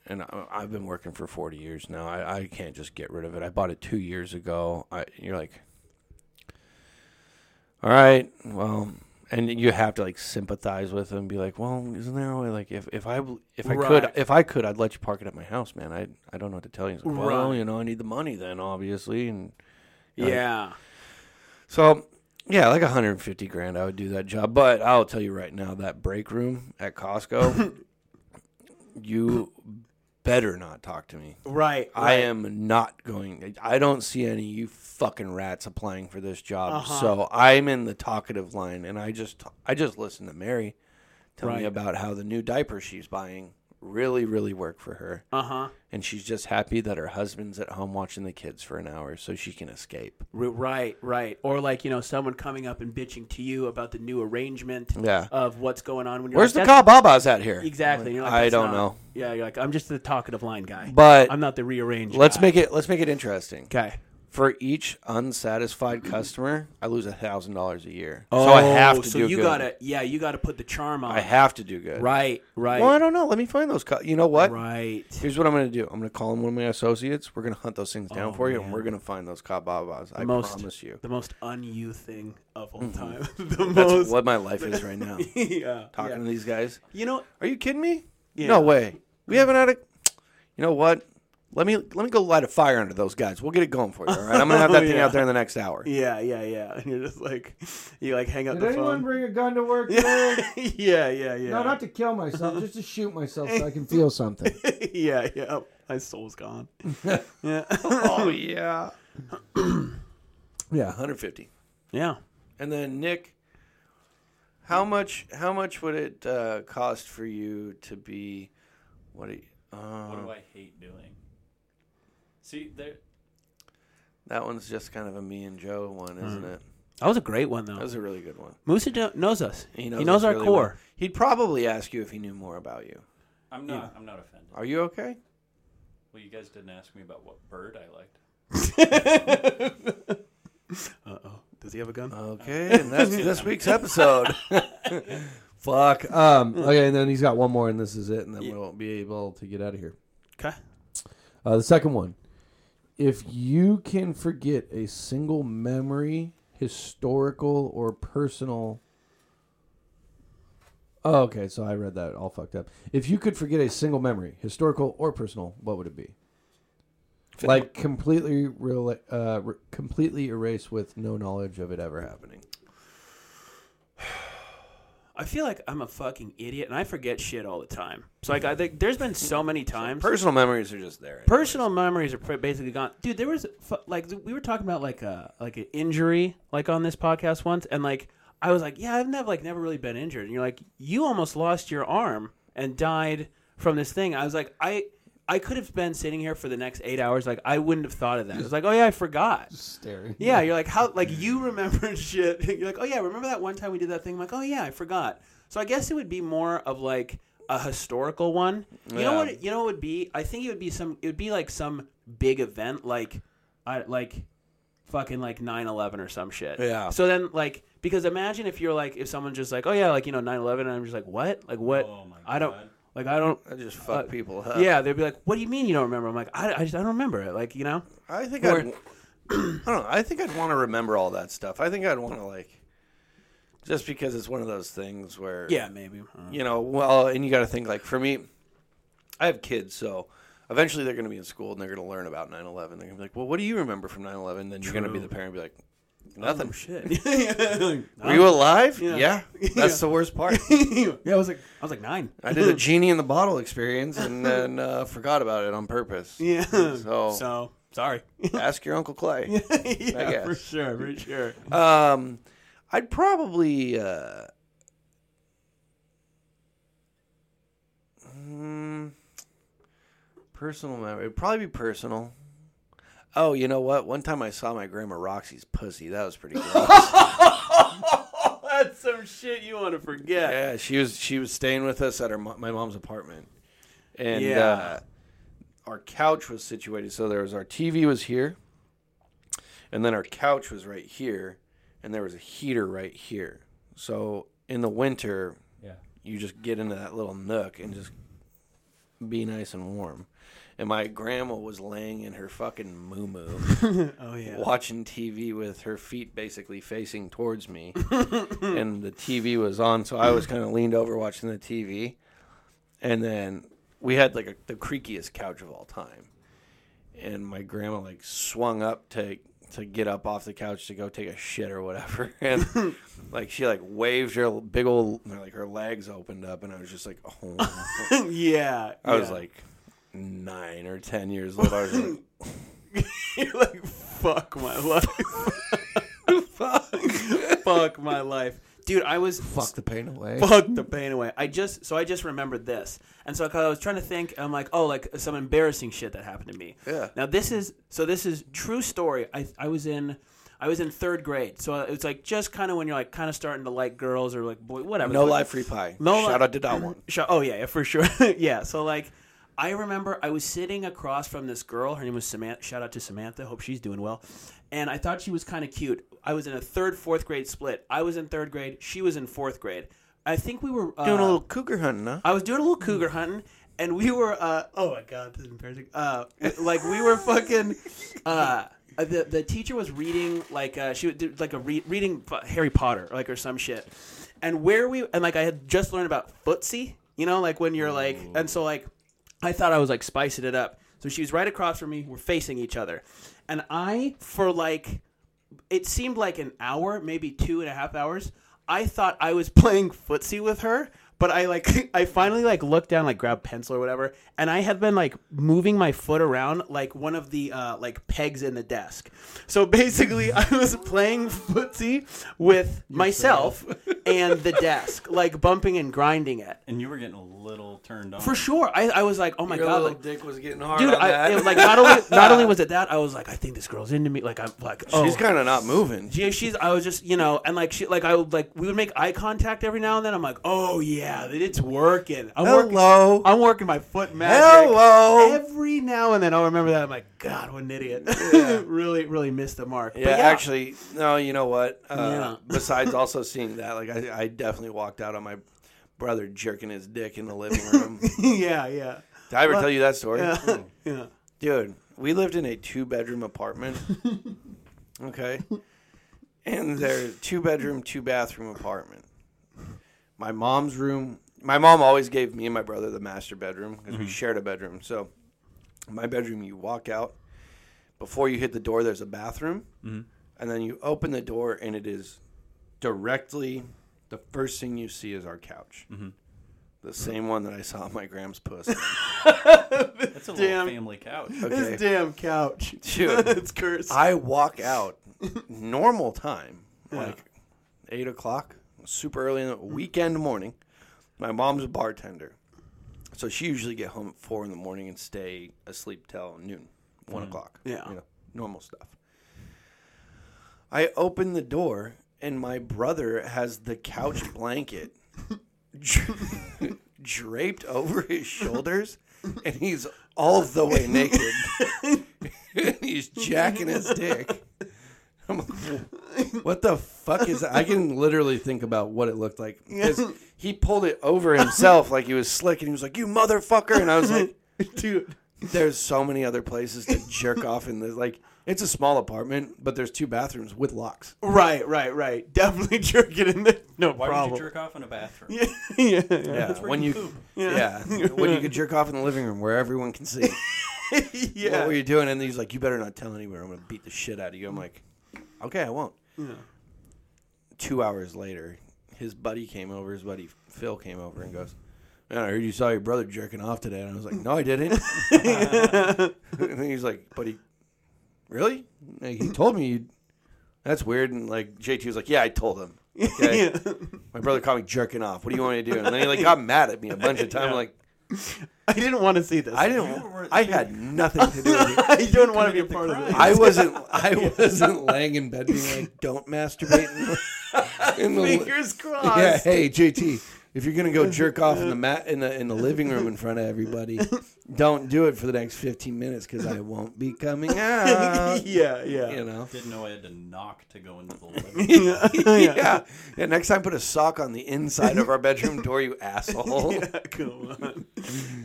[SPEAKER 1] and I, I've been working for 40 years now. I, I can't just get rid of it. I bought it two years ago. I, you're like, all right, well, and you have to like sympathize with them, be like, well, isn't there a way? Like, if, if I if I could
[SPEAKER 2] Right.
[SPEAKER 1] if I could, I'd let you park it at my house, man. I I don't know what to tell you. It's like, well,
[SPEAKER 2] Right.
[SPEAKER 1] you know, I need the money then, obviously, and
[SPEAKER 2] yeah,
[SPEAKER 1] so yeah, like 150 grand, I would do that job. But I'll tell you right now, that break room at Costco, you better not talk to me.
[SPEAKER 2] right.
[SPEAKER 1] I am not going. I don't see any you fucking rats applying for this job.
[SPEAKER 2] Uh-huh.
[SPEAKER 1] So I'm in the talkative line, and I just I just listen to Mary tell me
[SPEAKER 2] Right.
[SPEAKER 1] about how the new diaper she's buying really really work for her,
[SPEAKER 2] Uh huh.
[SPEAKER 1] and she's just happy that her husband's at home watching the kids for an hour so she can escape.
[SPEAKER 2] Right, right. Or like you know, someone coming up and bitching to you about the new arrangement.
[SPEAKER 1] Yeah.
[SPEAKER 2] Of what's going on when you're
[SPEAKER 1] Where's
[SPEAKER 2] like,
[SPEAKER 1] the
[SPEAKER 2] Uh, "That's-
[SPEAKER 1] cop Baba's at here?
[SPEAKER 2] Exactly. and you're like,
[SPEAKER 1] I
[SPEAKER 2] "That's
[SPEAKER 1] don't
[SPEAKER 2] not-"
[SPEAKER 1] know,
[SPEAKER 2] Yeah, you're like I'm just the talkative line guy.
[SPEAKER 1] but
[SPEAKER 2] I'm not the rearranged.
[SPEAKER 1] let's make it let's make it interesting.
[SPEAKER 2] Okay.
[SPEAKER 1] For each unsatisfied customer, I lose a thousand dollars a year. so I have to
[SPEAKER 2] Oh, so
[SPEAKER 1] do
[SPEAKER 2] you
[SPEAKER 1] good.
[SPEAKER 2] gotta yeah you gotta put the charm on.
[SPEAKER 1] I have to do good.
[SPEAKER 2] Right, right,
[SPEAKER 1] Well, I don't know. Let me find those. Co- you know what?
[SPEAKER 2] right.
[SPEAKER 1] Here's what I'm going to do. I'm going to call in one of my associates. We're going to hunt those things down for you, and we're going to find those cop babas. I
[SPEAKER 2] Oh, most-
[SPEAKER 1] promise you.
[SPEAKER 2] The most un-you thing of all time. the
[SPEAKER 1] Mm-hmm. That's
[SPEAKER 2] most.
[SPEAKER 1] what my life is right now.
[SPEAKER 2] yeah.
[SPEAKER 1] Talking to these guys.
[SPEAKER 2] You know,
[SPEAKER 1] Are you kidding me? No way. We haven't had a. You know what? Let me let me go light a fire under those guys. We'll get it going for you. All right. I'm going to have that
[SPEAKER 2] Oh,
[SPEAKER 1] thing out there in the next hour.
[SPEAKER 2] Yeah, yeah, yeah. And you're just like, you like hang up
[SPEAKER 9] Did
[SPEAKER 2] the
[SPEAKER 9] anyone
[SPEAKER 2] phone.
[SPEAKER 9] bring a gun to work today?
[SPEAKER 2] yeah, yeah, yeah.
[SPEAKER 9] No, not to kill myself, just to shoot myself so I can feel something.
[SPEAKER 2] yeah, yeah. Oh, my soul's gone. yeah,
[SPEAKER 1] Oh yeah. yeah, 150.
[SPEAKER 2] yeah.
[SPEAKER 1] And then Nick, how much how much would it uh, cost for you to be what? do you-
[SPEAKER 5] What
[SPEAKER 1] Uh,
[SPEAKER 5] do I hate doing? See, there.
[SPEAKER 1] that one's just kind of a me and Joe one, isn't
[SPEAKER 2] Mm.
[SPEAKER 1] it?
[SPEAKER 2] That was a great one though.
[SPEAKER 1] That was a really good one.
[SPEAKER 2] Musa do- knows us. He knows,
[SPEAKER 1] us
[SPEAKER 2] our
[SPEAKER 1] really well.
[SPEAKER 2] core.
[SPEAKER 1] He'd probably ask you if he knew more about you.
[SPEAKER 5] I'm not. I'm not offended.
[SPEAKER 1] Are you okay?
[SPEAKER 5] Well, you guys didn't ask me about what bird I liked.
[SPEAKER 2] Does he have a gun?
[SPEAKER 1] Okay, and that's this week's episode.
[SPEAKER 9] Fuck. Um, okay, and then he's got one more, and this is it, and then we won't be able to get out of here.
[SPEAKER 2] okay.
[SPEAKER 9] Uh, the second one. If you can forget a single memory, historical or personal. Oh, okay, so I read that all fucked up. If you could forget a single memory, historical or personal, what would it be? Like completely, rela- uh, re- completely erase with no knowledge of it ever happening.
[SPEAKER 2] I feel like I'm a fucking idiot and I forget shit all the time. So like I think there's been so many times.
[SPEAKER 1] Personal memories are just there.
[SPEAKER 2] personal memories are pr- basically gone. Dude, uh, there was fu- like we were talking about like a like an injury like on this podcast once and like I was like, yeah, I've never like never really been injured. And you're like, you almost lost your arm and died from this thing. I was like, I I could have been sitting here for the next eight hours. Like I wouldn't have thought of that. It's like, oh yeah, I forgot.
[SPEAKER 12] Staring.
[SPEAKER 2] Yeah, you're like how like you remembered shit. You're like, oh yeah, remember that one time we did that thing? I'm like, oh yeah, I forgot. So I guess it would be more of like a historical one. You know
[SPEAKER 1] Yeah.
[SPEAKER 2] what? it- You know what it would be? I think it would be some. It would be like some big event, like, I like, fucking like 9-11 or some shit.
[SPEAKER 1] Yeah.
[SPEAKER 2] So then like because imagine if you're like if someone just like oh yeah like you know 9-11 and I'm just like what like what
[SPEAKER 5] Oh, my
[SPEAKER 2] I don't
[SPEAKER 5] God.
[SPEAKER 2] like I don't.
[SPEAKER 1] I just fuck
[SPEAKER 2] Uh,
[SPEAKER 1] people up.
[SPEAKER 2] Yeah, they'd be like, "What do you mean you don't remember?" I'm like, "I, I just I don't remember it." Like, you know,
[SPEAKER 1] I think
[SPEAKER 2] Or-
[SPEAKER 1] I'd, I don't know. I think I'd want to remember all that stuff. I think I'd want to like, just because it's one of those things where
[SPEAKER 2] yeah, maybe.
[SPEAKER 1] you know. Well, and you got to think like for me, I have kids, so eventually they're going to be in school and they're going to learn about 9-11. They're going to be like, well, what do you remember from 9-11? Then you're going to be the parent and be like, nothing.
[SPEAKER 2] Oh, Shit.
[SPEAKER 1] Were you alive? Yeah. That's the worst part.
[SPEAKER 2] Yeah, I was like, I was like nine.
[SPEAKER 1] I did a genie in the bottle experience and then uh, forgot about it on purpose.
[SPEAKER 2] Yeah.
[SPEAKER 1] So,
[SPEAKER 2] So sorry.
[SPEAKER 1] ask your uncle Clay.
[SPEAKER 2] yeah,
[SPEAKER 1] guess.
[SPEAKER 2] for sure, for sure.
[SPEAKER 1] Um, I'd probably. Uh, mm, personal memory. It'd probably be personal. Oh, you know what? One time I saw my grandma Roxy's pussy. That was pretty gross.
[SPEAKER 2] That's some shit you want to forget.
[SPEAKER 1] yeah, she was she was staying with us at her mo- my mom's apartment, and
[SPEAKER 2] Yeah.
[SPEAKER 1] uh, our couch was situated so there was our TV was here, and then our couch was right here, and there was a heater right here. So in the winter,
[SPEAKER 12] Yeah.
[SPEAKER 1] you just get into that little nook and just be nice and warm. And my grandma was laying in her fucking moo moo
[SPEAKER 2] Oh yeah.
[SPEAKER 1] watching TV with her feet basically facing towards me,
[SPEAKER 2] Hmm.
[SPEAKER 1] and the TV was on, so I was kind of leaned over watching the TV, and then we had like a, the creakiest couch of all time, and my grandma like swung up to to get up off the couch to go take a shit or whatever, and like she like waved her big old like her legs opened up, and I was just like, oh,
[SPEAKER 2] yeah.
[SPEAKER 1] I was
[SPEAKER 2] yeah.
[SPEAKER 1] like nine or ten years old, I was like.
[SPEAKER 2] You're like, fuck my life. fuck. fuck my life, dude. I was
[SPEAKER 9] Fuck the pain away.
[SPEAKER 2] fuck the pain away. I just so I just remembered this, and so 'cause I was trying to think, I'm like, oh, like some embarrassing shit that happened to me.
[SPEAKER 1] Yeah.
[SPEAKER 2] Now this is so this is true story. I I was in. I was in third grade, so it's like just kind of when you're like kind of starting to like girls or like boy, whatever.
[SPEAKER 1] No
[SPEAKER 2] Like-
[SPEAKER 1] life free pie.
[SPEAKER 2] No
[SPEAKER 1] Shout
[SPEAKER 2] li-
[SPEAKER 1] out to that one.
[SPEAKER 2] Sure. Oh yeah, yeah, for sure. yeah. So like, I remember I was sitting across from this girl. Her name was Samantha. Shout out to Samantha. Hope she's doing well. And I thought she was kind of cute. I was in a third fourth grade split. I was in third grade. She was in fourth grade. I think we were uh,
[SPEAKER 1] Doing a little cougar hunting, huh?
[SPEAKER 2] I was doing a little cougar hunting, and we were. Uh, oh my god, this is embarrassing. Uh, like we were fucking. Uh, the the teacher was reading like uh, she was did, like a re- reading fu- Harry Potter like or some shit, and where we and like I had just learned about footsie, you know, like when you're like, and so like I thought I was like spicing it up. So she was right across from me. We're facing each other. And I, for like, it seemed like an hour, maybe two and a half hours, I thought I was playing footsie with her. But I like, I finally like looked down, like grabbed pencil or whatever, and I had been like moving my foot around like one of the uh, like pegs in the desk. So basically, I was playing footsie with myself and the desk, like bumping and grinding it.
[SPEAKER 5] And you were getting a little turned on.
[SPEAKER 2] For sure, I, I was like, oh my
[SPEAKER 1] Your
[SPEAKER 2] god,
[SPEAKER 1] little
[SPEAKER 2] like,
[SPEAKER 1] dick was getting hard.
[SPEAKER 2] dude
[SPEAKER 1] on
[SPEAKER 2] I,
[SPEAKER 1] that.
[SPEAKER 2] it was like not only not only was it that i was like i think this girl's into me like i'm like oh
[SPEAKER 1] she's kind of not moving.
[SPEAKER 2] yeah, she's. I was just, you know, and like she, like I would like we would make eye contact every now and then. I'm like, oh yeah, it's working. I'm
[SPEAKER 1] Hello.
[SPEAKER 2] working, I'm working my foot magic.
[SPEAKER 1] Hello.
[SPEAKER 2] Every now and then, I'll remember that. I'm like, God, what an idiot. really, really missed the mark. But
[SPEAKER 1] yeah, actually, no. You know what? Uh,
[SPEAKER 2] Yeah.
[SPEAKER 1] Besides, also seeing that, like, I, I definitely walked out on my brother jerking his dick in the living room. Did
[SPEAKER 2] yeah, yeah,
[SPEAKER 1] I ever tell you that story? Hmm.
[SPEAKER 2] yeah.
[SPEAKER 1] Dude, we lived in a two-bedroom apartment. okay, and they're two-bedroom, two-bathroom apartment. My mom's room. My mom always gave me and my brother the master bedroom because we shared a bedroom. So, my bedroom, you walk out. Before you hit the door, there's a bathroom, and then you open the door, and it is directly the first thing you see is our couch. The same one that I saw my Gram's puss. on.
[SPEAKER 5] That's a little
[SPEAKER 2] Damn.
[SPEAKER 5] family couch.
[SPEAKER 1] Okay.
[SPEAKER 2] This damn couch.
[SPEAKER 1] Dude.
[SPEAKER 2] it's cursed.
[SPEAKER 1] I walk out normal time, like eight o'clock, super early in the weekend morning. My mom's a bartender, so she usually get home at four in the morning and stay asleep till noon, one o'clock.
[SPEAKER 3] Yeah.
[SPEAKER 1] you know, normal stuff. I open the door and my brother has the couch blanket dra- draped over his shoulders, and he's all the way naked. and he's jacking his dick. I'm like, what the fuck is that? I can literally think about what it looked like. 'Cause he pulled it over himself like he was slick and he was like, You motherfucker. And I was like, Dude, there's so many other places to jerk off in this. Like, it's a small apartment, but there's two bathrooms with locks.
[SPEAKER 3] Right, right, right. Definitely jerk it in there. No
[SPEAKER 5] Why would
[SPEAKER 3] problem.
[SPEAKER 5] you jerk off in a bathroom?
[SPEAKER 3] yeah,
[SPEAKER 1] Yeah. when you, yeah. when you could jerk off in the living room where everyone can see. What
[SPEAKER 3] yeah.
[SPEAKER 1] were you doing? And he's like, You better not tell anyone. I'm going to beat the shit out of you. I'm like, Okay, I won't. two hours later, his buddy came over, his buddy Phil came over and goes, Man, I heard you saw your brother jerking off today. And I was like, No, I didn't. and then he's like, But he, really? Like, he told me you, that's weird. And like, JT was like, Yeah, I told him. Okay. My brother caught me jerking off. What do you want me to do? And then he like got mad at me a bunch of times. I'm like,
[SPEAKER 3] I didn't want to see this.
[SPEAKER 1] I didn't, I had nothing to do with it.
[SPEAKER 3] I don't want to be a part of it.
[SPEAKER 1] I wasn't. I wasn't laying in bed being like, "Don't masturbate." In the, in the,
[SPEAKER 3] Fingers crossed.
[SPEAKER 1] yeah, hey JT, if you're gonna go jerk off in the mat in the in the living room in front of everybody, don't do it for the next 15 minutes because I won't be coming out.
[SPEAKER 3] yeah, yeah.
[SPEAKER 1] uh, You know,
[SPEAKER 5] Didn't know I had to knock to go into the living room.
[SPEAKER 3] yeah.
[SPEAKER 1] yeah. Yeah. Next time, put a sock on the inside of our bedroom door, you asshole. Yeah,
[SPEAKER 3] Come on.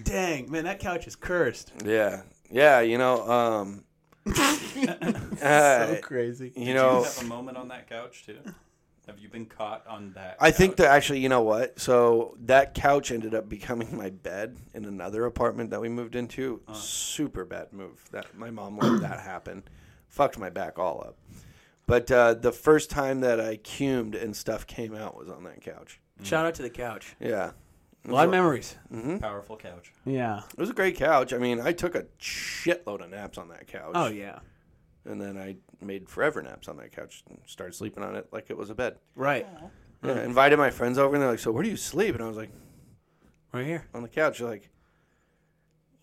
[SPEAKER 3] Dang, man, that couch is cursed.
[SPEAKER 1] yeah. you know, um,
[SPEAKER 3] So
[SPEAKER 1] uh,
[SPEAKER 3] crazy.
[SPEAKER 1] you
[SPEAKER 5] Did
[SPEAKER 1] know,
[SPEAKER 5] you have a moment on that couch too? Have you been caught on that?
[SPEAKER 1] I think
[SPEAKER 5] couch?
[SPEAKER 1] that actually, you know what? So that couch ended up becoming my bed in another apartment that we moved into.
[SPEAKER 3] Uh.
[SPEAKER 1] Super bad move. That my mom let that happen. Fucked my back all up. But uh, the first time that I cumed and stuff came out was on that couch.
[SPEAKER 3] Shout out to the couch.
[SPEAKER 1] Yeah,
[SPEAKER 3] A lot of memories.
[SPEAKER 5] powerful couch.
[SPEAKER 2] Yeah.
[SPEAKER 1] it was a great couch. I mean, I took a shitload of naps on that couch.
[SPEAKER 3] Oh yeah.
[SPEAKER 1] and then I made forever naps on that couch and started sleeping on it like it was a bed.
[SPEAKER 3] Right.
[SPEAKER 1] Yeah, invited my friends over and they're like, "So where do you sleep?" And I was like,
[SPEAKER 3] Right here.
[SPEAKER 1] on the couch. You're like,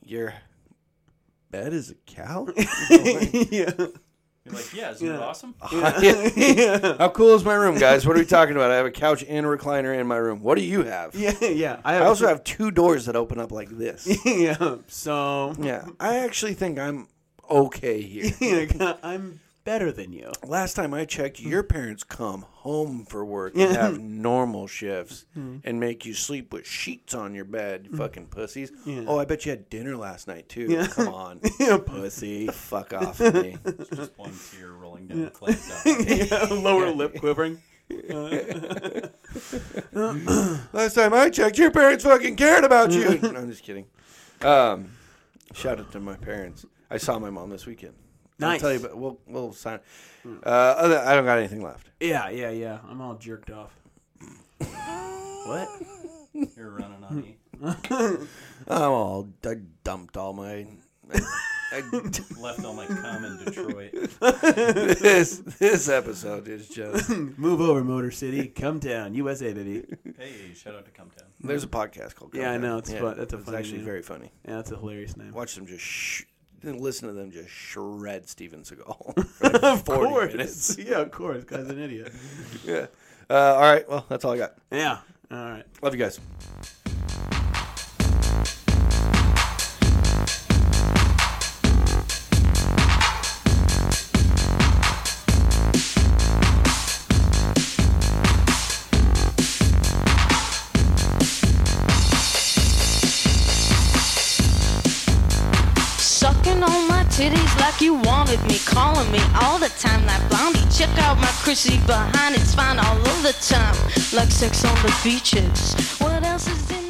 [SPEAKER 1] your bed is a couch.
[SPEAKER 5] You're like, yeah, isn't it awesome?
[SPEAKER 1] How cool is my room, guys? What are we talking about? I have a couch and a recliner in my room. What do you have?
[SPEAKER 3] Yeah, yeah. I,
[SPEAKER 1] I
[SPEAKER 3] have,
[SPEAKER 1] also have two doors that open up like this.
[SPEAKER 3] yeah. So
[SPEAKER 1] yeah, I actually think I'm okay here.
[SPEAKER 3] I'm better than you.
[SPEAKER 1] Last time I checked, your parents come home for work and have normal shifts and make you sleep with sheets on your bed, you fucking pussies. Oh, I bet you had dinner last night too. Come on.
[SPEAKER 3] Yeah, pussy.
[SPEAKER 1] Fuck off of me.
[SPEAKER 5] It's just one tear rolling down Clay's eye.
[SPEAKER 3] Lower lip quivering. Uh,
[SPEAKER 1] Last time I checked, your parents fucking cared about you. No, I'm just kidding. Um, shout out to my parents. I saw my mom this weekend. I'll
[SPEAKER 3] Nice.
[SPEAKER 1] tell you, but we'll we'll sign. Uh, other, I don't got anything left.
[SPEAKER 3] Yeah, yeah, yeah. I'm all jerked off. what?
[SPEAKER 5] You're running on me.
[SPEAKER 1] I'm all I dumped all my. I-
[SPEAKER 5] Left all my cum in Detroit.
[SPEAKER 1] this this episode is just.
[SPEAKER 3] Move over, Motor City. Come down, USA, baby.
[SPEAKER 5] Hey, shout out to Cumtown.
[SPEAKER 1] There's a podcast called.
[SPEAKER 3] Yeah, I
[SPEAKER 1] Countdown.
[SPEAKER 3] know, it's fun- that's a funny
[SPEAKER 1] actually
[SPEAKER 3] name.
[SPEAKER 1] very funny.
[SPEAKER 3] Yeah, that's a hilarious name.
[SPEAKER 1] Watch them just. Sh- listen to them just shred Steven Seagal. for like 40 minutes.
[SPEAKER 3] Yeah, of course. Guy's an idiot.
[SPEAKER 1] Yeah. Uh, all right. Well, that's all I got.
[SPEAKER 3] Yeah. All right.
[SPEAKER 1] Love you guys.
[SPEAKER 13] Sucking on my titties like you wanted me. Calling me all the time like Blondie. Check out my Chrissy behind. It's fine all of the time. Like sex on the beaches. What else is in